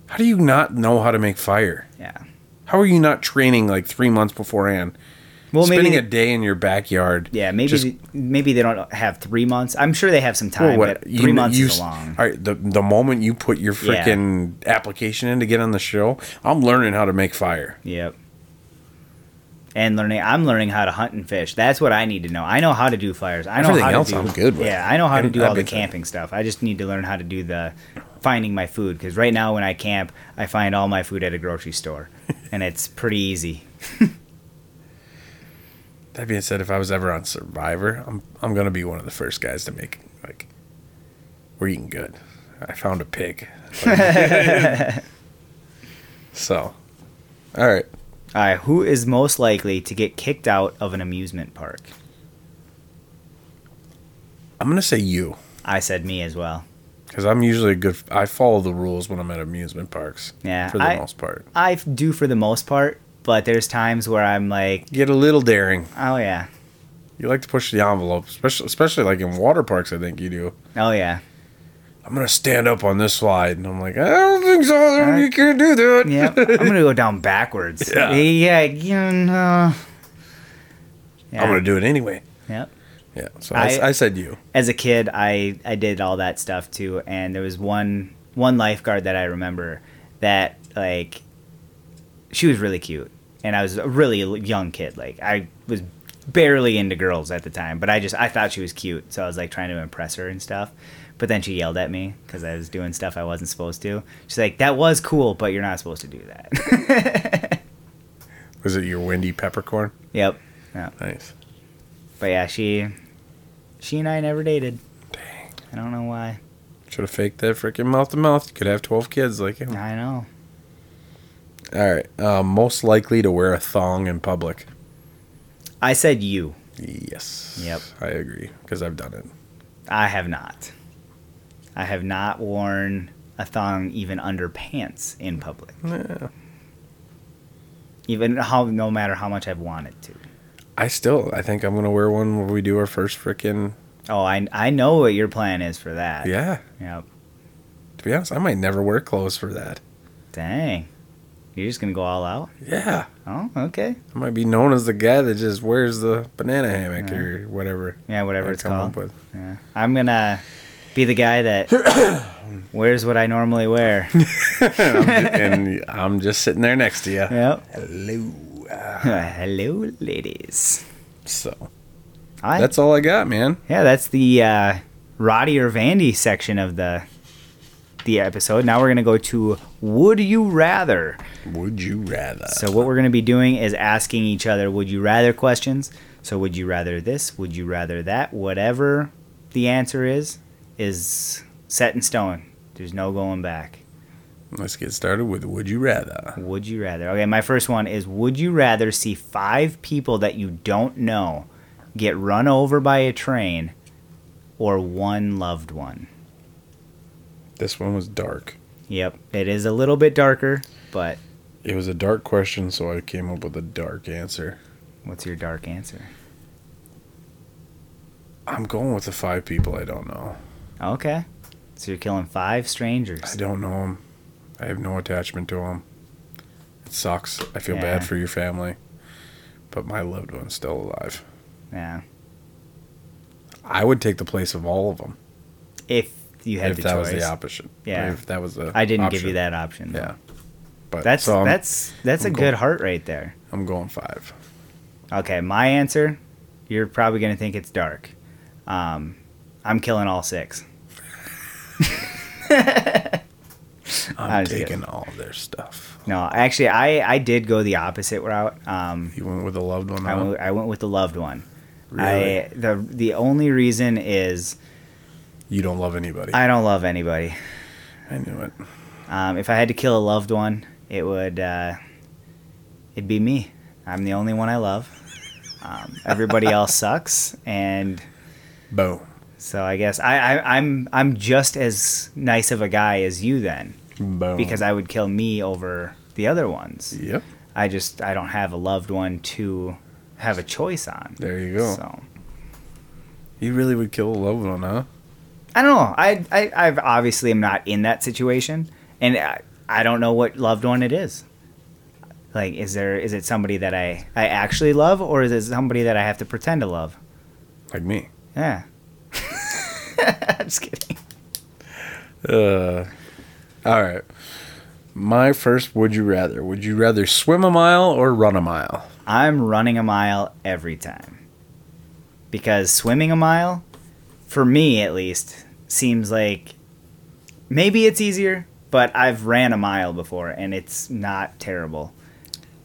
B: how do you not know how to make fire?
A: yeah.
B: How are you not training like three months beforehand?
A: Well,
B: Spending
A: maybe.
B: a day in your backyard.
A: yeah, maybe
B: just-
A: th- maybe they don't have three months. I'm sure they have some time,
B: Well, what-
A: but
B: you
A: three
B: kn-
A: months
B: you
A: is
B: s-
A: long.
B: All right, the the moment you put your
A: Yeah.
B: freaking application in to get on the show, I'm learning how to make fire.
A: Yep. And learning, I'm learning how to hunt and fish. That's what I need to know. I know how to do fires. I know
B: Everything
A: how to
B: else
A: do.
B: I'm good with.
A: Yeah, I know how to
B: And
A: do
B: that
A: all the
B: being said-
A: camping stuff. I just need to learn how to do the finding my food because right now when I camp, I find all my food at a grocery store, and it's pretty easy.
B: That being said, if I was ever on Survivor, I'm I'm gonna be one of the first guys to make like we're eating good. I found a
A: <laughs>
B: pig. so, all right,
A: All right, who is most likely to get kicked out of an amusement park?
B: I'm gonna say you
A: I said me as well.
B: because I'm usually a good. I follow the rules when I'm at amusement parks.
A: Yeah,
B: for the
A: I-
B: most part,
A: I f- do for the most part, but there's times where I'm like,
B: get a little daring.
A: oh yeah,
B: You like to push the envelope, especially especially like in water parks. I think you do.
A: oh yeah,
B: I'm gonna stand up on this slide, and I'm like, I don't think so. you can't do that. <laughs>
A: yeah. I'm gonna go down backwards.
B: Yeah.
A: yeah, you know. Yeah.
B: I'm gonna do it anyway.
A: Yep.
B: Yeah. So I,
A: I-
B: I said you.
A: as a kid I, I did all that stuff too and there was one one lifeguard that i remember that like she was really cute and i was a really l- young kid like i was barely into girls at the time but i just i thought she was cute so i was like trying to impress her and stuff but then she yelled at me because i was doing stuff i wasn't supposed to she's like that was cool but you're not supposed to do that <laughs>
B: Was it your windy peppercorn?
A: yep yeah.
B: Nice.
A: but yeah she she and i never dated i don't know why
B: Should have faked that freaking mouth to mouth. You could have 12 kids like him.
A: i know
B: All right. Uh, most likely to wear a thong in public.
A: i said you
B: Yes.
A: Yep.
B: I agree because I've done it.
A: I have not. I have not worn a thong even under pants in public. Even how no matter how much I've wanted to.
B: I still, I think I'm going to wear one when we do our first freaking.
A: Oh, I I know what your plan is for that.
B: Yeah.
A: Yep.
B: To be honest, I might never wear clothes for that.
A: Dang. You're just gonna go all out?
B: Yeah.
A: Oh, okay.
B: I might be known as the guy that just wears the banana hammock or whatever.
A: Yeah, whatever
B: I
A: it's
B: come
A: called.
B: up with. <laughs>
A: Yeah. I'm gonna be the guy that
B: <coughs>
A: wears what I normally
B: <laughs>
A: wear.
B: and I'm just sitting there next to you.
A: Yep.
B: Hello.
A: <laughs> Hello, ladies.
B: So
A: All right.
B: that's all I got, man.
A: Yeah, that's the uh, Roddy or Vandy section of the the episode. Now we're gonna go to Would You Rather.
B: Would you rather?
A: So what we're gonna be doing is asking each other Would You Rather questions. So would you rather this? Would you rather that? Whatever the answer is is set in stone. There's no going back.
B: Let's get started with Would You Rather.
A: Would you rather? Okay, my first one is Would you rather see five people that you don't know get run over by a train or one loved one?
B: This one was dark.
A: Yep, it is a little bit darker, but
B: It was a dark question, so I came up with a dark answer.
A: what's your dark answer?
B: I'm going with the five people I don't know.
A: Okay. So you're killing five
B: I
A: strangers.
B: don't know them. I have no attachment to them. It sucks. I feel
A: Yeah.
B: bad for your family. But my loved one's still alive.
A: Yeah.
B: I would take the place of all of them
A: If you had
B: if
A: the
B: that
A: choice.
B: was the option.
A: Yeah.
B: If that was the
A: I didn't give
B: option.
A: you that option. though.
B: Yeah. But
A: That's
B: so I'm,
A: that's that's
B: I'm
A: a
B: going-
A: good heart rate there.
B: I'm going five.
A: Okay, my answer, you're probably gonna think it's dark. Um, I'm killing all six. I
B: I'm
A: was
B: taking
A: kidding.
B: all their stuff.
A: No, actually, I I did go the opposite route. Um,
B: You went with a loved one.
A: I
B: huh?
A: went- I went with the loved one.
B: Uh-huh. Really?
A: I the the only reason is
B: you don't love anybody. I,
A: I don't love anybody.
B: knew it.
A: Um, if I had to kill a loved one, it would uh, it'd be me. I'm the only one I love. Um, everybody else sucks, and
B: Boom.
A: so I guess I, I I'm I'm just as nice of a guy as you then,
B: Boom.
A: because I would kill me over the other ones.
B: Yep.
A: I just I don't have a loved one to have a choice on.
B: There you go.
A: So
B: You really would kill a loved one, huh?
A: I don't know. I I I've obviously am not in that situation, and I, I don't know what loved one it is. Like, is there is it somebody that I I actually love, or is it somebody that I have to pretend to love?
B: Like me.
A: Yeah. <laughs> Just kidding.
B: Uh, all right. My first would you rather? Would you rather swim a mile or run a mile?
A: I'm running a mile every time. Because swimming a mile, for me at least, seems like maybe it's easier, but I've ran a mile before and it's not terrible.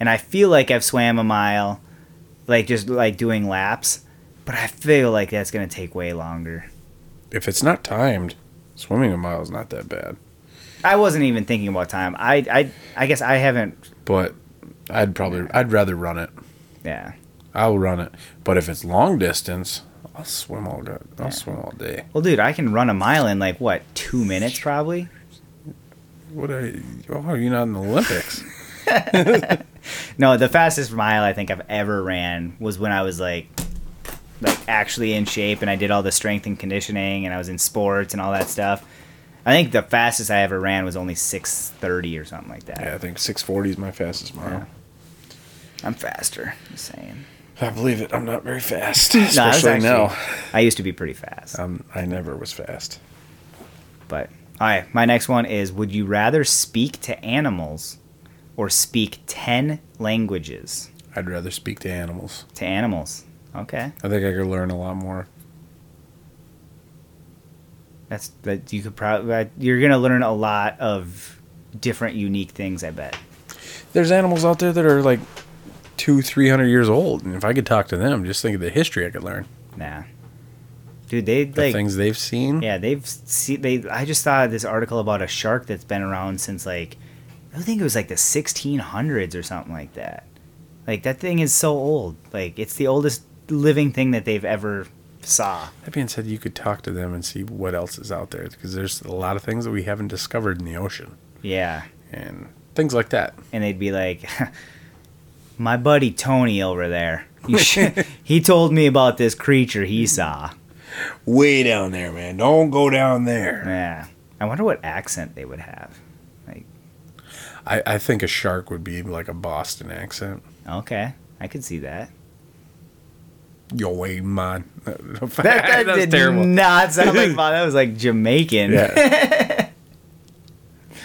A: And I feel like I've swam a mile, like just like doing laps, but I feel like that's going to take way longer.
B: If it's not timed, swimming a mile is not that bad.
A: I wasn't even thinking about time. I I I guess I haven't
B: But I'd probably I'd rather run it.
A: yeah.
B: I'll run it. But if it's long distance, I'll swim all day. I'll
A: Yeah.
B: swim all day.
A: Well, dude, I can run a mile in like what, 2 minutes probably?
B: What are you? Oh, you're not in the Olympics.
A: No, the fastest mile I think I've ever ran was when I was like like actually in shape and I did all the strength and conditioning and I was in sports and all that stuff. I think the fastest I ever ran was only 6:30 or something like that.
B: <laughs> yeah, I think 640 is my fastest mile.
A: I'm faster, just saying.
B: I believe it. I'm not very <laughs> fast,
A: No, I was
B: especially now.
A: I used to be pretty fast.
B: Um, I never was fast.
A: but all right, my next one is would you rather speak to animals or speak 10 languages
B: I'd rather speak to animals.
A: to animals? Okay.
B: I think I could learn a lot more.
A: That's that you could probably you're gonna learn a lot of different unique things. I bet.
B: There's animals out there that are like two, three hundred years old, and if I could talk to them, just think of the history I could learn,
A: Nah, dude, they
B: the
A: like
B: things they've seen.
A: yeah they've see they. I just saw this article about a shark that's been around since like I think it was like the 1600s or something like that. Like that thing is so old. Like it's the oldest living thing that they've ever saw.
B: That being said, you could talk to them and see what else is out there, because there's a lot of things that we haven't discovered in the ocean
A: Yeah,
B: and things like that.
A: and they'd be like, <laughs> "My buddy Tony over there, you should, he told me about this creature he saw."
B: Way down there, man. Don't go down there.
A: Yeah. I wonder what accent they would have. Like,
B: I, I think a shark would be like a Boston accent.
A: okay, I could see that.
B: Yo, way man. <laughs>
A: <laughs>
B: That's
A: That, that did not sound <laughs> like Bob. That was like Jamaican.
B: Yeah.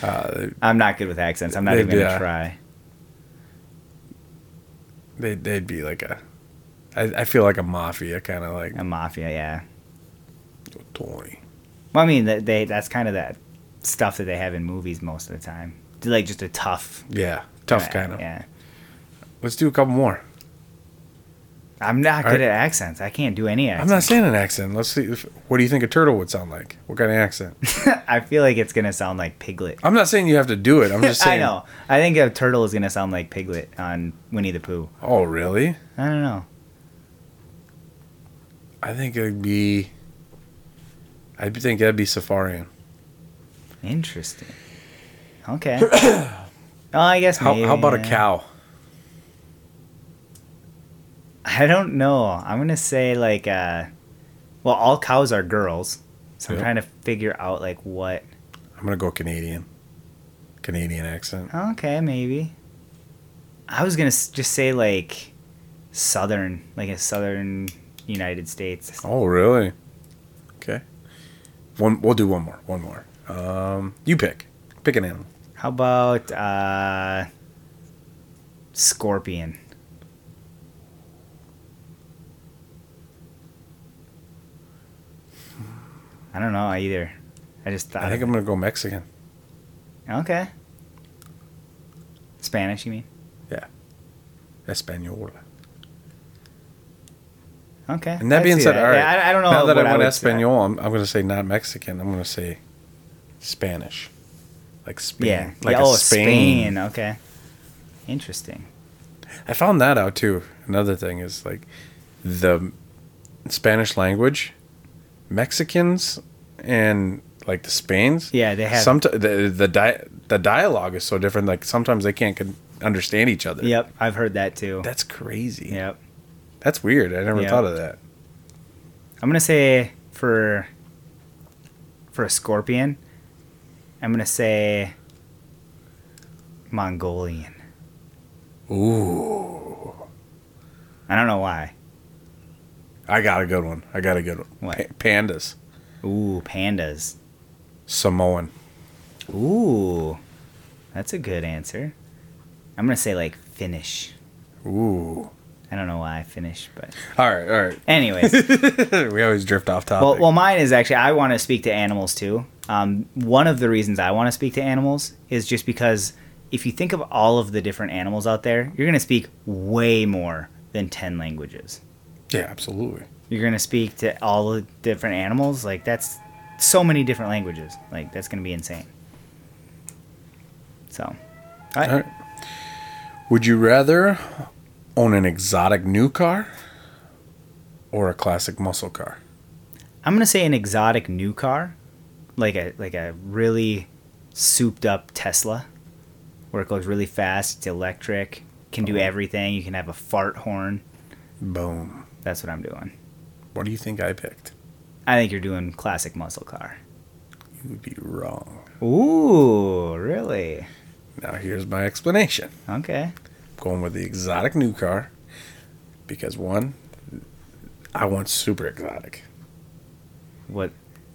B: uh, they-
A: <laughs> I'm not good with accents. I'm not
B: They'd
A: even gonna
B: be, uh,
A: try.
B: they'd, they'd be like a. I, I feel like a mafia kind of like
A: A mafia, yeah.
B: toy.
A: Well, I mean, that they that's kind of that stuff that they have in movies most of the time. They're, Like just a tough,
B: Yeah, tough kind of.
A: Yeah.
B: Let's do a couple more.
A: I'm not
B: Alright.
A: good at accents. I can't do any
B: I'm
A: accents.
B: not saying an accent. Let's see. If, what do you think a turtle would sound like? What kind
A: <laughs>
B: of accent?
A: I feel like it's gonna sound like Piglet.
B: I'm not saying you have to do it. I'm just
A: <laughs> I
B: saying.
A: know. I think a turtle is gonna sound like Piglet on Winnie the Pooh.
B: Oh, really?
A: I don't know.
B: I think it'd be. I think that'd be Safarian.
A: Interesting.
B: <clears throat>
A: Okay. oh, I guess.
B: How,
A: maybe,
B: how about a
A: yeah.
B: cow?
A: uh, I don't know. I'm gonna say like, uh, well, all cows are girls, so I'm
B: Yep.
A: trying to figure out like what.
B: I'm gonna go Canadian. Canadian accent.
A: Okay, maybe. I was gonna s- just say like, southern, like a southern United States.
B: Oh, really? Okay. One. We'll do one more. One more. Um, you pick. Pick an animal.
A: How about uh, scorpion? I don't know either. I just thought.
B: I think
A: of
B: I'm gonna go Mexican.
A: it. okay. Spanish, you mean?
B: Espanol.
A: Okay.
B: And that
A: I'd
B: being
A: see
B: said, all right.
A: Yeah, I, I don't know.
B: Now that
A: what
B: I went
A: would say.
B: Espanol, I'm, I'm gonna say not Mexican. I'm gonna say Spanish, like Spain.
A: Yeah.
B: like
A: yeah.
B: a
A: Oh,
B: Spain.
A: Spain. Okay. Interesting.
B: I found that out too. Another thing is like the Spanish language, Mexicans and like the Spains.
A: Yeah, they have.
B: Sometimes the the, di- the dialogue is so different. Like sometimes they can't con- understand each other.
A: Yep, I've heard that too.
B: that's crazy.
A: Yep.
B: that's weird. I never
A: Yeah.
B: thought of that.
A: I'm gonna say for for a scorpion, I'm gonna say Mongolian.
B: Ooh,
A: I don't know why.
B: I got a good one. I got a good one.
A: What?
B: Pa- pandas,
A: Ooh, pandas.
B: Samoan.
A: Ooh, that's a good answer. I'm gonna say like Finnish.
B: Ooh.
A: I don't know why Finnish, but
B: All right, all right.
A: anyways.
B: <laughs> we always drift off topic.
A: Well, well, mine is actually I want to speak to animals too. Um, one of the reasons I want to speak to animals is just because if you think of all of the different animals out there, you're going to speak way more than ten languages.
B: yeah, absolutely.
A: You're going to speak to all the different animals. Like that's so many different languages. Like that's going to be insane. So, I-
B: All right. Would you rather own an exotic new car or a classic muscle car?
A: I'm gonna say an exotic new car, like a like a really souped up Tesla, where it goes really fast. It's electric, can do everything. You can have a fart horn.
B: Boom.
A: That's what I'm doing.
B: What do you think I picked?
A: I think you're doing classic muscle car.
B: You would be wrong.
A: Ooh, really?
B: Now here's my explanation.
A: Okay.
B: going with the exotic new car because one, I want super exotic.
A: What?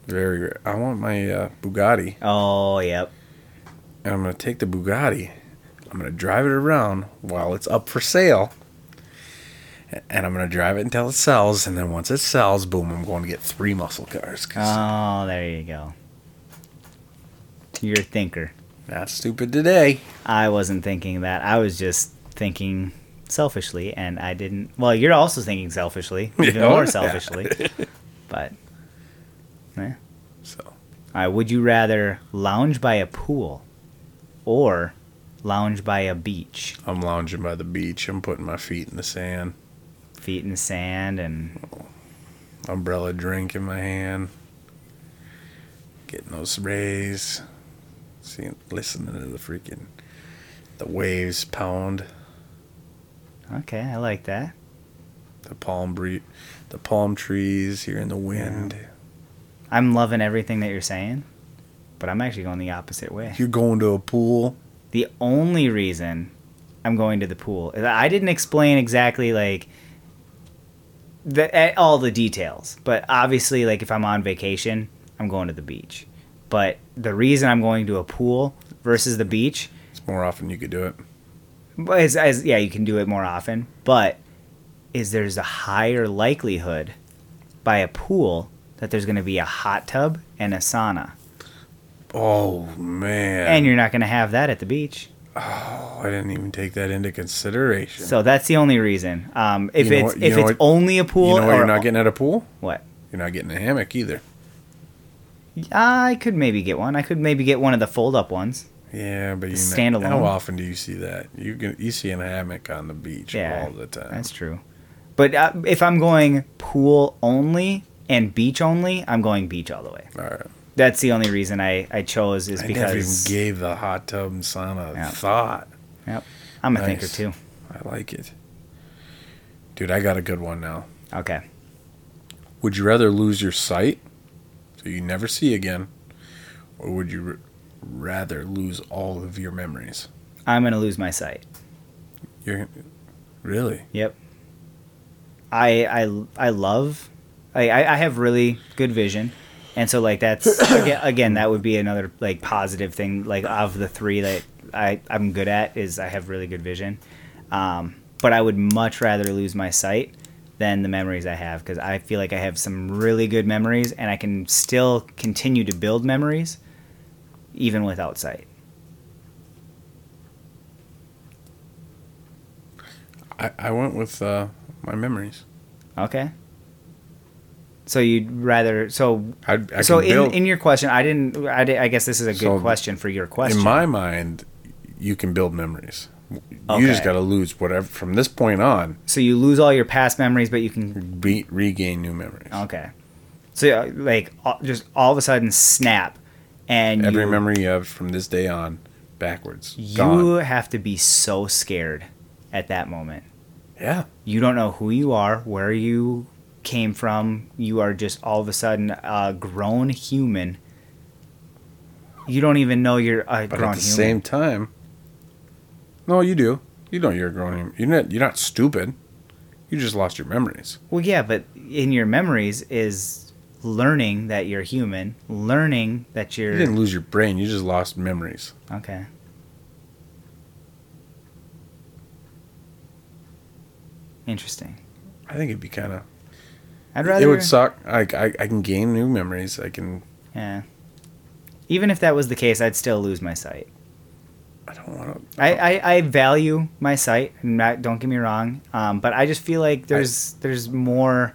B: Very. rare. I want my uh, Bugatti,
A: Oh, yep.
B: and I'm gonna take the Bugatti. I'm gonna drive it around while it's up for sale, and I'm gonna drive it until it sells. And then once it sells, boom, I'm going to get three muscle cars. 'cause
A: Oh, there you go. You're a thinker.
B: not stupid today.
A: I wasn't thinking that. I was just thinking selfishly, and I didn't. Well, you're also thinking selfishly, even
B: <laughs> Yeah.
A: more selfishly. but, yeah.
B: So
A: All right, would you rather lounge by a pool or lounge by a beach?
B: I'm lounging by the beach. I'm putting my feet in the sand.
A: Feet in the sand and.
B: umbrella drink in my hand, getting those rays, seeing, listening to the freaking the waves pound,
A: Okay, I like that.
B: the palm bre- the palm trees, hearing the wind.
A: I'm loving everything that you're saying, but I'm actually going the opposite way.
B: You're going to a pool.
A: the only reason I'm going to the pool is I didn't explain exactly like the eh, all the details, but obviously like if I'm on vacation, I'm going to the beach. But the reason I'm going to a pool versus the beach
B: It's more often you could do it.
A: but as, as yeah, you can do it more often, but is there's a higher likelihood by a pool that there's going to be a hot tub and a sauna,
B: Oh man!
A: and you're not going to have that at the beach.
B: Oh, I didn't even take that into consideration.
A: So that's the only reason. Um, if
B: You know
A: it's
B: what- you
A: if
B: know
A: it's
B: what-
A: only a pool,
B: you know what
A: or
B: you're not getting at a pool?
A: what?
B: You're not getting a hammock either.
A: I could maybe get one. I could maybe get one of the fold up ones.
B: Yeah, but you know,
A: standalone.
B: How often do you see that? You can you see a hammock on the beach
A: Yeah,
B: all the time.
A: That's true. But uh, if I'm going pool only and beach only, I'm going beach all the way.
B: all right.
A: That's the only reason I, I chose is
B: I never even
A: because
B: gave the hot tub and sauna a
A: Yeah.
B: thought.
A: yep, I'm a
B: Nice.
A: thinker
B: I like it. Dude, I got a good one now.
A: too. Okay.
B: Would you rather lose your sight so you never see again, or would you r- rather lose all of your memories?
A: I'm gonna lose my sight.
B: You're really
A: Yep. I I I love. I I I have really good vision, and so like that's aga- again that would be another like positive thing like of the three that I I'm good at is I have really good vision, um, but I would much rather lose my sight than the memories I have because I feel like I have some really good memories and I can still continue to build memories, even without sight.
B: I, I went with uh, my memories.
A: Okay. So you'd rather so
B: I'd, I
A: so
B: can
A: in,
B: build
A: in your question, I didn't. I, di- I guess this is a good
B: So,
A: question for your question.
B: in my mind. You can build memories. You
A: Okay.
B: just got to lose whatever from this point on.
A: so you lose all your past memories, but you can.
B: Be, regain new memories.
A: Okay. So uh, like all, just all of a sudden snap, and
B: Every
A: you,
B: memory you have from this day on, backwards.
A: you
B: Gone.
A: have to be so scared at that moment.
B: Yeah.
A: You don't know who you are, where you came from. You are just all of a sudden a grown human. You don't even know you're a
B: But
A: grown
B: at
A: human.
B: the same time, no, you do. You know you're a grown human. You're not. You're not stupid. You just lost your memories.
A: Well, yeah, but in your memories is learning that you're human, learning that
B: You
A: you're
B: didn't lose your brain. You just lost memories.
A: okay. Interesting.
B: I think it'd be kind of.
A: I'd rather
B: It would suck. I, I I can gain new memories. I can.
A: yeah. Even if that was the case, I'd still lose my sight.
B: I don't want to.
A: I, I, I value my sight. I'm Not, don't get me wrong, um, but I just feel like there's there's more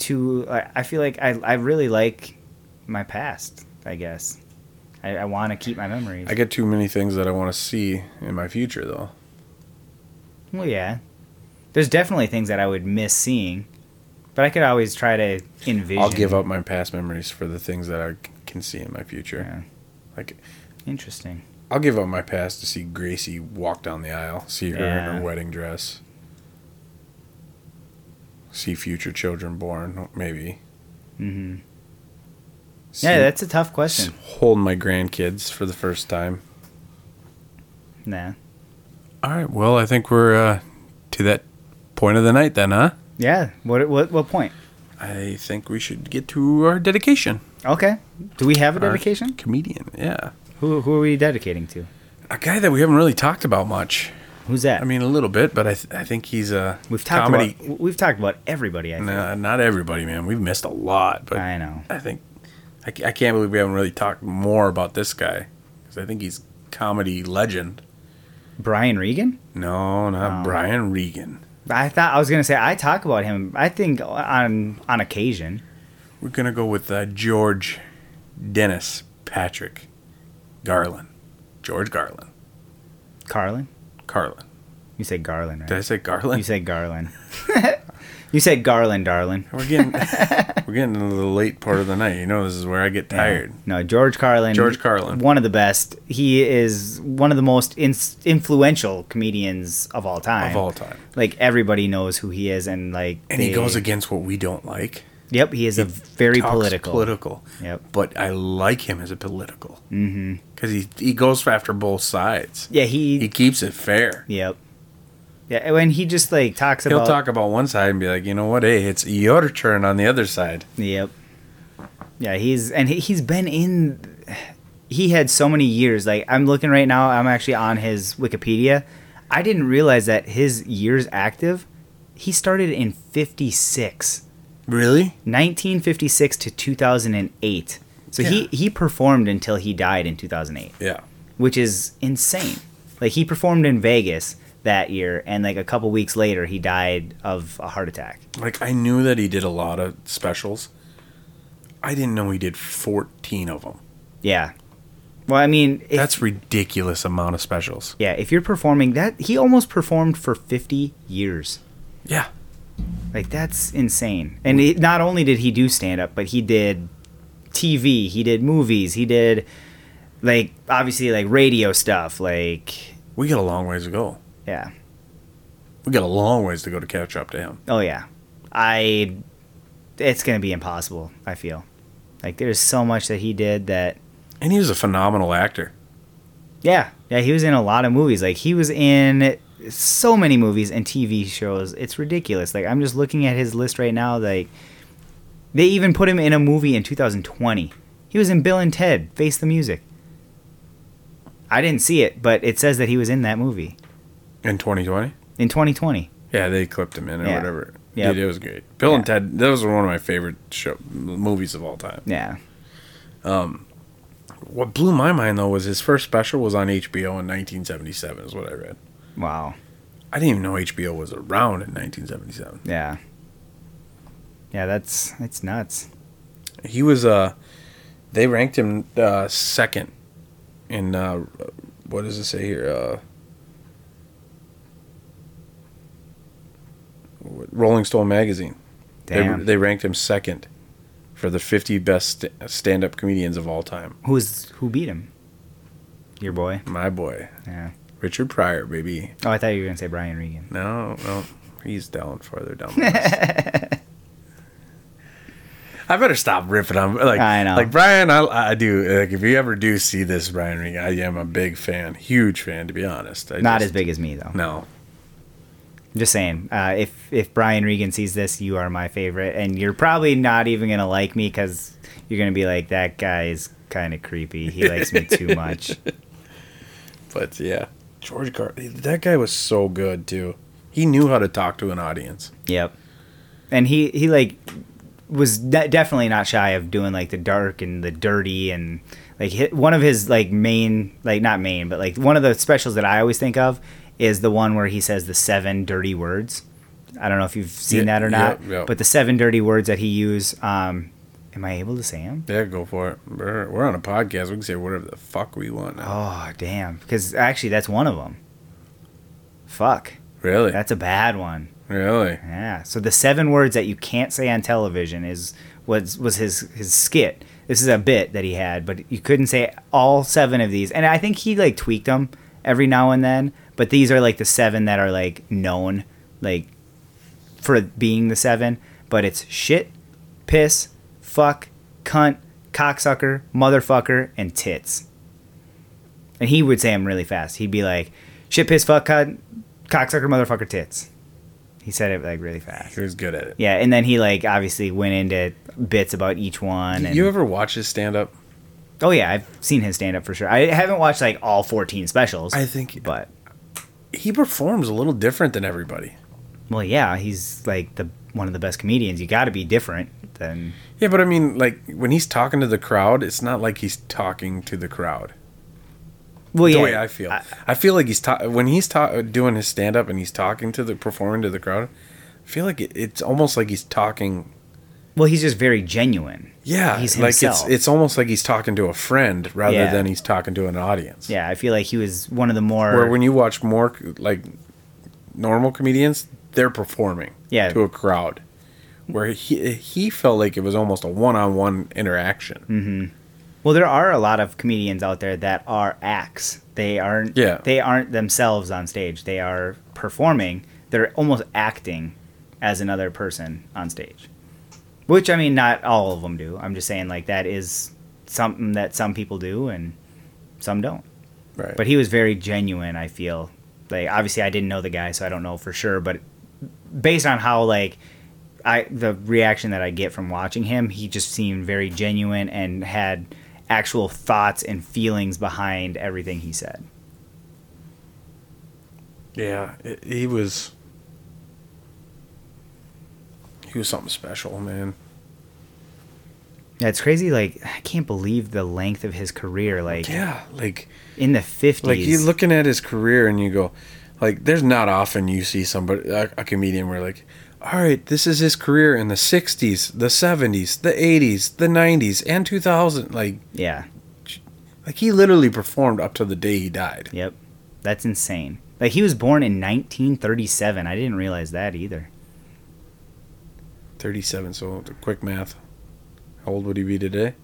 A: to. I, I feel like I, I really like my past. I guess I, I want to keep my memories.
B: I get too many things that I want to see in my future, though.
A: well, yeah. There's definitely things that I would miss seeing, but I could always try to envision.
B: I'll give up my past memories for the things that I c- can see in my future.
A: Yeah.
B: Like
A: Interesting.
B: I'll give up my past to see Gracie walk down the aisle, see her in
A: Yeah.
B: her wedding dress, see future children born, maybe.
A: hmm
B: See,
A: Yeah, that's a tough
B: s-
A: question.
B: hold my grandkids for the first time.
A: Nah.
B: All right. Well, I think we're uh, to that point of the night then, huh?
A: Yeah. What what what point?
B: I think we should get to our dedication.
A: Okay. Do we have a
B: Our
A: dedication?
B: comedian, yeah.
A: Who who are we dedicating to?
B: A guy that we haven't really talked about much.
A: Who's that?
B: I mean, a little bit, but I, th- I think he's a
A: We've talked
B: comedy.
A: about we've talked about everybody. I think.
B: Nah, not everybody, man. We've missed a lot, but
A: I know.
B: I think I, ca- I can't believe we haven't really talked more about this guy because I think he's comedy legend.
A: Brian Regan.
B: No, not
A: Oh.
B: Brian Regan.
A: I thought I was gonna say I talk about him. I think on on occasion.
B: We're gonna go with uh, George Dennis Patrick Garland. George Garland.
A: Carlin.
B: Carlin.
A: You said Garland,
B: Did I
A: right?
B: say
A: You
B: Garland?
A: said Garland. <laughs> you said Garland, darling.
B: We're getting
A: <laughs>
B: we're getting into the late part of the night. You know, this is where I get tired.
A: No, George Carlin.
B: George Carlin.
A: One of the best. He is one of the most in- influential comedians of all time.
B: Of all time.
A: Like everybody knows who he is, and like.
B: And he
A: they-
B: goes against what we don't like.
A: Yep, he is a very
B: talks
A: political.
B: Political.
A: Yep.
B: But I like him as a political. Mm-hmm. Because he he goes after both sides.
A: Yeah, he.
B: He keeps it fair.
A: Yep. Yeah, when he just like talks
B: He'll
A: about.
B: talk about one side and be like, you know what? Hey, it's your turn on the other side.
A: Yep. Yeah, he's and he, he's been in. He had so many years. Like I'm looking right now. I'm actually on his Wikipedia. I didn't realize that his years active. He started in 56,
B: Really?
A: 1956 to 2008. So he
B: Yeah.
A: he performed until he died in 2008.
B: Yeah.
A: which is insane. Like he performed in Vegas that year, and like a couple weeks later, he died of a heart attack.
B: Like I knew that he did a lot of specials. I didn't know he did 14 of them.
A: Yeah. Well, I mean, if,
B: That's ridiculous amount of specials.
A: yeah. If you're performing that, he almost performed for 50 years.
B: Yeah.
A: Like that's insane. And he, not only did he do stand up, but he did TV, he did movies, he did like obviously like radio stuff. Like
B: We got a long ways to go.
A: yeah,
B: We got a long ways to go to catch up to him.
A: oh yeah, I. It's gonna be impossible. I feel like there's so much that he did that.
B: And he was a phenomenal actor.
A: Yeah, yeah, he was in a lot of movies. Like he was in so many movies and TV shows. It's ridiculous. Like I'm just looking at his list right now. Like they even put him in a movie in 2020. He was in Bill and Ted Face the Music. I didn't see it, but it says that he was in that movie
B: In 2020?
A: in 2020.
B: Yeah, they clipped him in or
A: Yeah.
B: whatever.
A: Yep.
B: Dude, it was great. Bill and Ted, that was one of my favorite show, movies of all time.
A: Yeah.
B: What blew my mind, though, was his first special was on HBO in 1977, is what I read.
A: Wow.
B: I didn't even know HBO was around in 1977.
A: Yeah. Yeah, that's that's nuts.
B: He was, uh, they ranked him uh, second in, uh, what does it say here? Uh, Rolling Stone magazine. They,
A: Damn.
B: they ranked him second for the 50 best st- stand-up comedians of all time.
A: Who's who beat him? Your boy.
B: My boy,
A: Yeah.
B: Richard Pryor, baby.
A: Oh, I thought you were gonna say Brian Regan.
B: No, no, he's down farther down. The list. <laughs> I better stop ripping on like
A: I know.
B: like Brian. I, I do like if you ever do see this Brian Regan, I am a big fan, huge fan to be honest. I
A: Not
B: just-
A: as big as me though.
B: No,
A: Just saying, uh, if if Brian Regan sees this, you are my favorite, and you're probably not even gonna like me because you're gonna be like, that guy's kind of creepy. He likes me
B: <laughs>
A: too much.
B: but yeah, George Carlin. That guy was so good too. He knew how to talk to an audience.
A: Yep. And he he like was de- definitely not shy of doing like the dark and the dirty and like hi one of his like main like not main but like one of the specials that I always think of is the one where he says the seven dirty words. I don't know if you've seen
B: Yeah,
A: that or not,
B: yeah, yeah.
A: but the seven dirty words that he used. Um, am I able to say them?
B: Yeah, go for it. We're, we're on a podcast. We can say whatever the fuck we want. Now.
A: Oh, damn. Because actually, that's one of them. Fuck.
B: really?
A: That's a bad one.
B: really?
A: Yeah. So the seven words that you can't say on television is was was his his skit. This is a bit that he had, but you couldn't say all seven of these. And I think he like tweaked them every now and then, but these are like the seven that are like known like for being the seven, but it's shit, piss, fuck, cunt, cocksucker, motherfucker, and tits. And he would say them really fast. He'd be like, shit, piss, fuck, cunt, cocksucker, motherfucker, tits. He said it like really fast.
B: He was good at it.
A: Yeah, and then he like obviously went into bits about each one. And,
B: You ever watch his stand up?
A: oh yeah, I've seen his stand up for sure. I haven't watched like all fourteen specials,
B: I think
A: but
B: he performs a little different than everybody.
A: well, yeah, he's like the one of the best comedians. You got to be different than
B: Yeah, but I mean, like when he's talking to the crowd, it's not like he's talking to the crowd.
A: well,
B: The
A: yeah.
B: way I feel, I, feel like he's ta- when he's ta- doing his stand up and he's talking to the performing to the crowd. I feel like it, it's almost like he's talking.
A: Well, he's just very genuine.
B: Yeah,
A: He's
B: like it's
A: himself.
B: it's almost like he's talking to a friend rather
A: Yeah.
B: than he's talking to an audience.
A: Yeah, I feel like he was one of the more.
B: Where when you watch more like normal comedians, they're performing
A: Yeah.
B: to a crowd. Where he he felt like it was almost a one on one interaction.
A: Mm. well, there are a lot of comedians out there that are acts. They aren't.
B: Yeah.
A: They aren't themselves on stage. They are performing. They're almost acting as another person on stage. Which I mean, not all of them do. I'm just saying, like that is something that some people do and some don't.
B: Right.
A: but he was very genuine i feel like obviously i didn't know the guy so i don't know for sure but based on how like i the reaction that i get from watching him he just seemed very genuine and had actual thoughts and feelings behind everything he said
B: Yeah, it, he was. He was something special, man.
A: Yeah, it's crazy. Like I can't believe the length of his career. Like
B: Yeah, like
A: in the fifties.
B: like you're looking at his career and you go, like, there's not often you see somebody a, a comedian where like, all right, this is his career in the '60s, the '70s, the '80s, the '90s, and 2000. Like,
A: yeah.
B: like he literally performed up to the day he died.
A: Yep. That's insane. Like he was born in 1937. I didn't realize that either.
B: 37. So quick math. How old would he be today?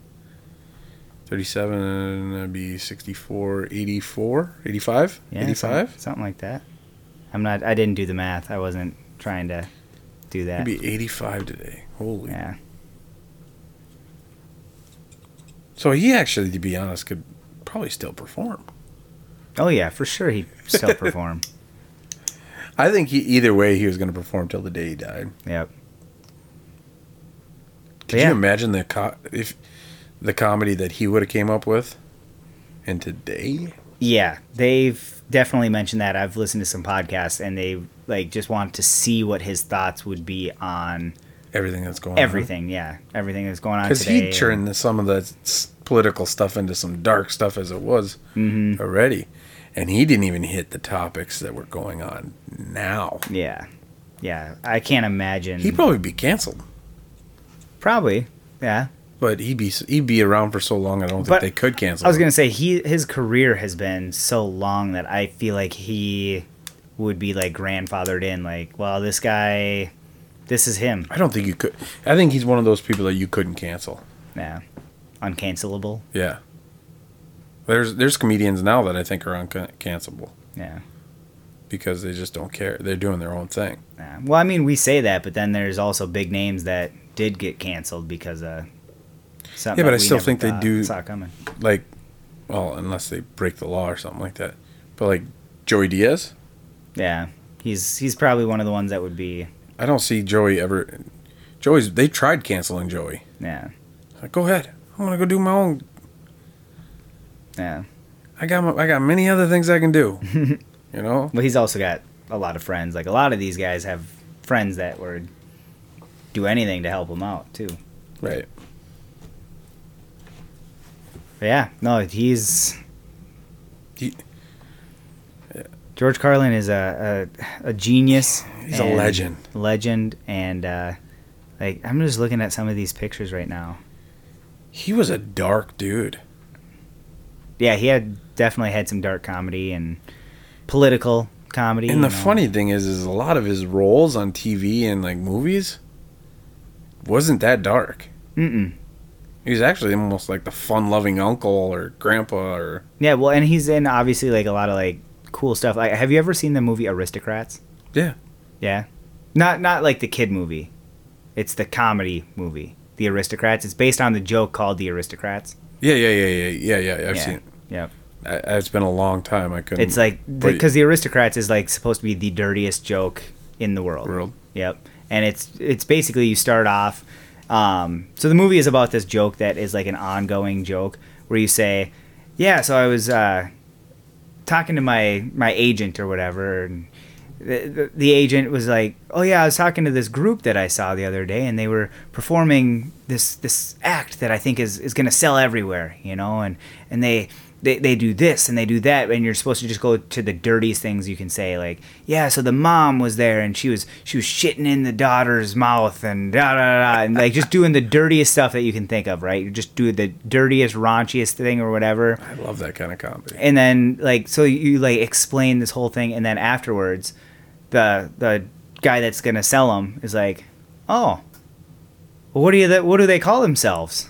B: 37 and that'd be 64, 84, 85,
A: Yeah, some-
B: 85.
A: something like that. I'm not. I didn't do the math. I wasn't trying to do that.
B: He'd be 85 today. Holy.
A: Yeah.
B: So he actually, to be honest, could probably still perform.
A: Oh yeah, for sure he'd still
B: <laughs>
A: perform.
B: I think he, either way, he was going to perform till the day he died.
A: Yep.
B: Can
A: Yeah.
B: you imagine the co- if the comedy that he would have came up with? And today,
A: Yeah, they've definitely mentioned that. I've listened to some podcasts and they like just want to see what his thoughts would be on
B: everything that's going on.
A: everything. Yeah, everything that's going on
B: Because
A: today.
B: Uh-huh. he turned the- some of the s- political stuff into some dark stuff as it was
A: Mm-hmm.
B: already. And he didn't even hit the topics that were going on now.
A: Yeah, yeah. I can't imagine.
B: He'd probably be canceled,
A: probably. Yeah,
B: but he'd be s- he'd be around for so long. I don't
A: But
B: think they could cancel.
A: I was
B: him.
A: gonna say he his career has been so long that I feel like he would be like grandfathered in. Like, well, this guy, this is him.
B: I don't think you could. I think he's one of those people that you couldn't cancel.
A: Yeah, uncancelable.
B: Yeah. There's there's comedians now that I think are uncancelable
A: Yeah.
B: because they just don't care. They're doing their own thing.
A: Yeah. Well, I mean, we say that, but then there's also big names that did get canceled because of something.
B: Yeah,
A: that
B: but I
A: we
B: still
A: never
B: think they
A: thought-
B: do-
A: saw coming.
B: Like, well, unless they break the law or something like that. But like Joey Diaz,
A: Yeah, he's he's probably one of the ones that would be.
B: I don't see Joey ever. Joey's they tried canceling Joey.
A: Yeah,
B: Like, go ahead. I'm gonna go do my own.
A: yeah.
B: I got my, I got many other things I can <laughs> do. you know.
A: Well, he's also got a lot of friends. Like a lot of these guys have friends that would do anything to help him out too.
B: Right.
A: But yeah, no, he's
B: He-
A: George Carlin is a a, a genius.
B: He's a
A: and-
B: legend.
A: Legend, and uh, like I'm just looking at some of these pictures right now.
B: He was a dark dude.
A: yeah, he had definitely had some dark comedy and political comedy.
B: And the
A: you know.
B: funny thing is, is a lot of his roles on TV and like movies wasn't that dark.
A: Mm-mm.
B: He was actually almost like the fun-loving uncle or grandpa or
A: yeah, well, and he's in obviously like a lot of like cool stuff. Like, have you ever seen the movie Aristocrats?
B: yeah.
A: Yeah, not not like the kid movie. It's the comedy movie, The Aristocrats. It's based on the joke called The Aristocrats.
B: Yeah, yeah, yeah, yeah, yeah, yeah. I've
A: Yeah.
B: seen. It.
A: Yep.
B: I, it's been a long time. I couldn't.
A: It's like
B: But-
A: because the, Aristocrats is like supposed to be the dirtiest joke in the world.
B: World.
A: Yep. And it's it's basically you start off. Um, so the movie is about this joke that is like an ongoing joke where you say, "Yeah, so I was uh, talking to my my agent or whatever." And, the, the- the agent was like, "Oh yeah, I was talking to this group that I saw the other day, and they were performing this this act that I think is is gonna sell everywhere, you know, and and they." They, they do this and they do that and you're supposed to just go to the dirtiest things you can say like yeah so the mom was there and she was she was shitting in the daughter's mouth and da da da and like just doing the dirtiest stuff that you can think of right you just do the dirtiest raunchiest thing or whatever
B: I love that kind of comedy.
A: and then like so you like explain this whole thing and then afterwards the the guy that's gonna sell them is like oh well, what do you th- what do they call themselves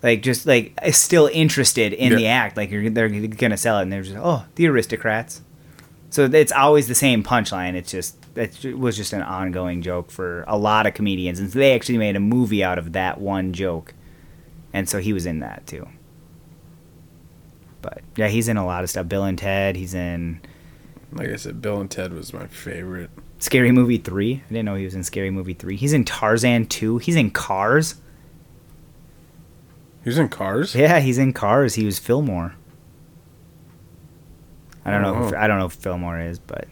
A: like just like is still interested in
B: Yeah.
A: the act like you're, they're gonna sell it and they're just oh the aristocrats so it's always the same punchline it's just it's- it was just an ongoing joke for a lot of comedians and so they actually made a movie out of that one joke and so he was in that too but yeah, he's in a lot of stuff. Bill and Ted. He's in
B: Like I said, Bill and Ted was my favorite.
A: Scary Movie three. I didn't know he was in Scary Movie three. He's in Tarzan two. He's in Cars.
B: He was in Cars.
A: Yeah, he's in Cars. He was Fillmore. I don't know. If,
B: Oh.
A: I don't know if Fillmore is, but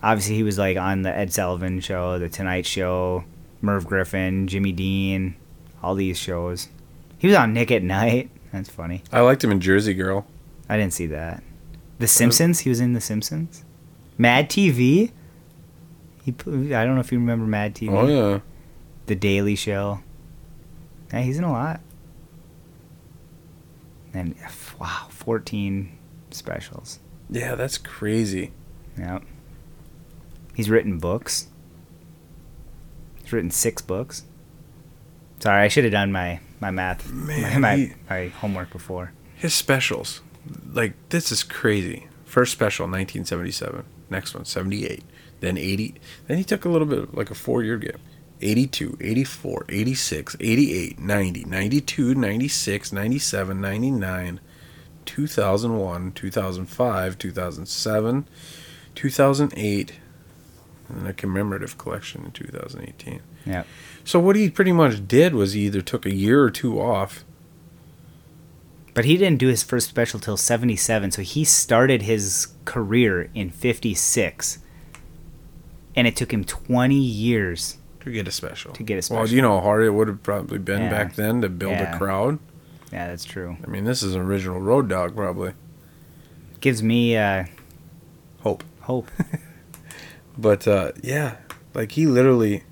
A: obviously he was like on the Ed Sullivan Show, the Tonight Show, Merv Griffin, Jimmy Dean, all these shows. He was on Nick at Night. That's funny.
B: I liked him in Jersey Girl.
A: I didn't see that. The Simpsons. He was in The Simpsons. Mad TV. He. p- I don't know if you remember Mad TV.
B: Oh yeah.
A: The Daily Show. Yeah, he's in a lot. And f- wow, fourteen specials.
B: Yeah, that's crazy.
A: Yep. He's written books. He's written six books. Sorry, I should have done my my math,
B: Man,
A: my, my,
B: he-
A: my homework before.
B: His specials. Like this is crazy. First special 1977, next one 78, then 80. Then he took a little bit of like a 4-year gap. 82, 84, 86, 88, 90, 92, 96, 97, 99, 2001, 2005, 2007, 2008, and then a commemorative collection in 2018.
A: Yep.
B: So what he pretty much did was he either took a year or two off.
A: But he didn't do his first special till 77, so he started his career in 56. And it took him 20 years.
B: To get a special.
A: To get a
B: Well, do
A: special.
B: you know how hard it would have probably been
A: Yeah.
B: back then to build
A: Yeah.
B: a crowd?
A: Yeah, that's true.
B: I mean, this is an original Road Dog, probably.
A: Gives me uh,
B: Hope.
A: hope.
B: But uh, yeah, like he literally,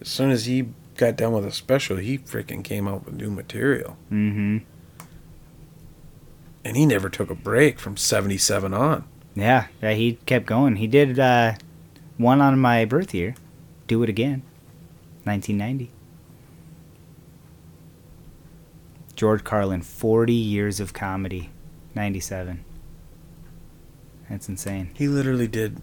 B: as soon as he got done with a special, he freaking came out with new material.
A: mm-hmm.
B: And he never took a break from 77 on.
A: Yeah, yeah, he kept going. He did uh, one on my birth year. Do it again. 1990. George Carlin, 40 years of comedy. 97. That's insane.
B: He literally did.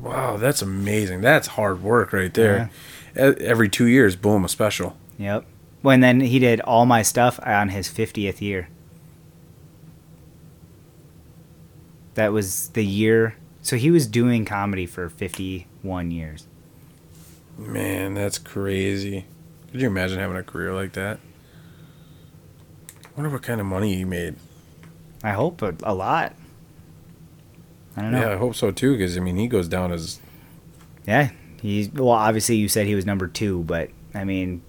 B: Wow, that's amazing. That's hard work right there. E- Every two years, boom, a special.
A: Yep. Well, and then he did all my stuff on his 50th year. That was the year. So he was doing comedy for 51 years.
B: Man, that's crazy. Could you imagine having a career like that? wonder what kind of money he made.
A: I hope a, a lot. I don't know.
B: Yeah, I hope so too, because I mean, he goes down as
A: Yeah, he's well. Obviously, you said he was number two, but I mean,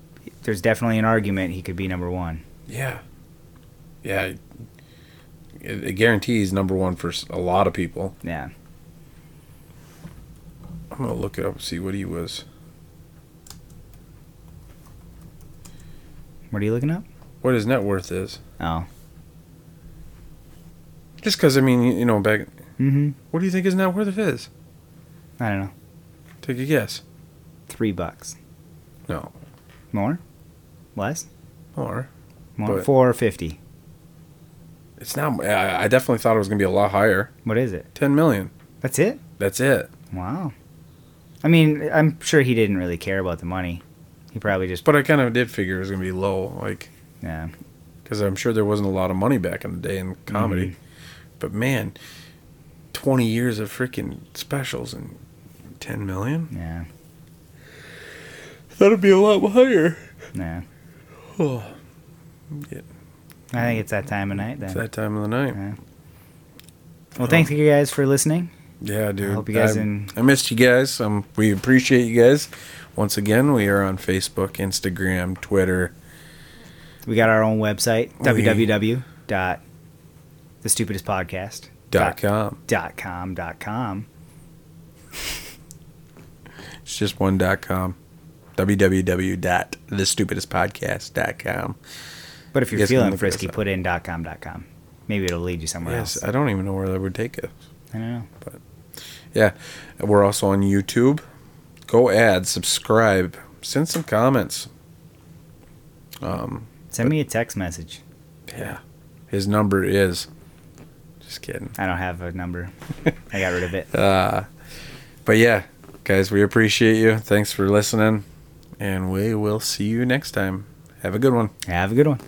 A: there's definitely an argument he could be number one.
B: yeah, yeah. It, it guarantees number one for s- a lot of people.
A: Yeah,
B: I'm gonna look it up and see what he was.
A: what are you looking up?
B: What his net worth is?
A: Oh,
B: Just because I mean, you you know, back.
A: mm-hmm.
B: What do you think his net worth is?
A: I don't know.
B: Take a guess.
A: Three bucks
B: No,
A: more, less,
B: more.
A: more.
B: But-
A: Four fifty.
B: It's not. I, I definitely thought it was gonna be a lot higher.
A: What is it?
B: Ten million.
A: That's it.
B: That's it.
A: Wow. I mean, I'm sure he didn't really care about the money. He probably just
B: But I kind of did figure it was gonna be low. Like
A: yeah.
B: because I'm sure there wasn't a lot of money back in the day in comedy. But man, 20 years of freaking specials and 10 million?
A: Yeah,
B: That'd be a lot higher.
A: yeah.
B: Oh,
A: I think it's that time of night
B: it's
A: then.
B: that time of the night.
A: Yeah. Well, thank you guys for listening.
B: Yeah, dude.
A: hope you guys
B: I,
A: en-
B: I missed you guys. Um, we appreciate you guys. Once again, we are on Facebook, Instagram, Twitter.
A: We got our own website,
B: We-
A: www.thestupidestpodcast.com.
B: Dot com.
A: Dot com, dot com.
B: It's just one dot com. www.thestupidestpodcast.com.
A: But if you're
B: Yes,
A: feeling
B: look
A: frisky,
B: us up.
A: put in dot com, dot com. Maybe it'll lead you somewhere
B: Yes,
A: else.
B: I don't even know where that would take us.
A: I don't know.
B: Yeah, we're also on YouTube. Go add, subscribe, send some comments. Um,
A: Send me a text message.
B: yeah, his number is. Just kidding.
A: I don't have a
B: <laughs>
A: number. I got rid of
B: Uh,
A: it.
B: But yeah, guys, we appreciate you. Thanks for listening, and we will see you next time. Have a good one.
A: Have a good one.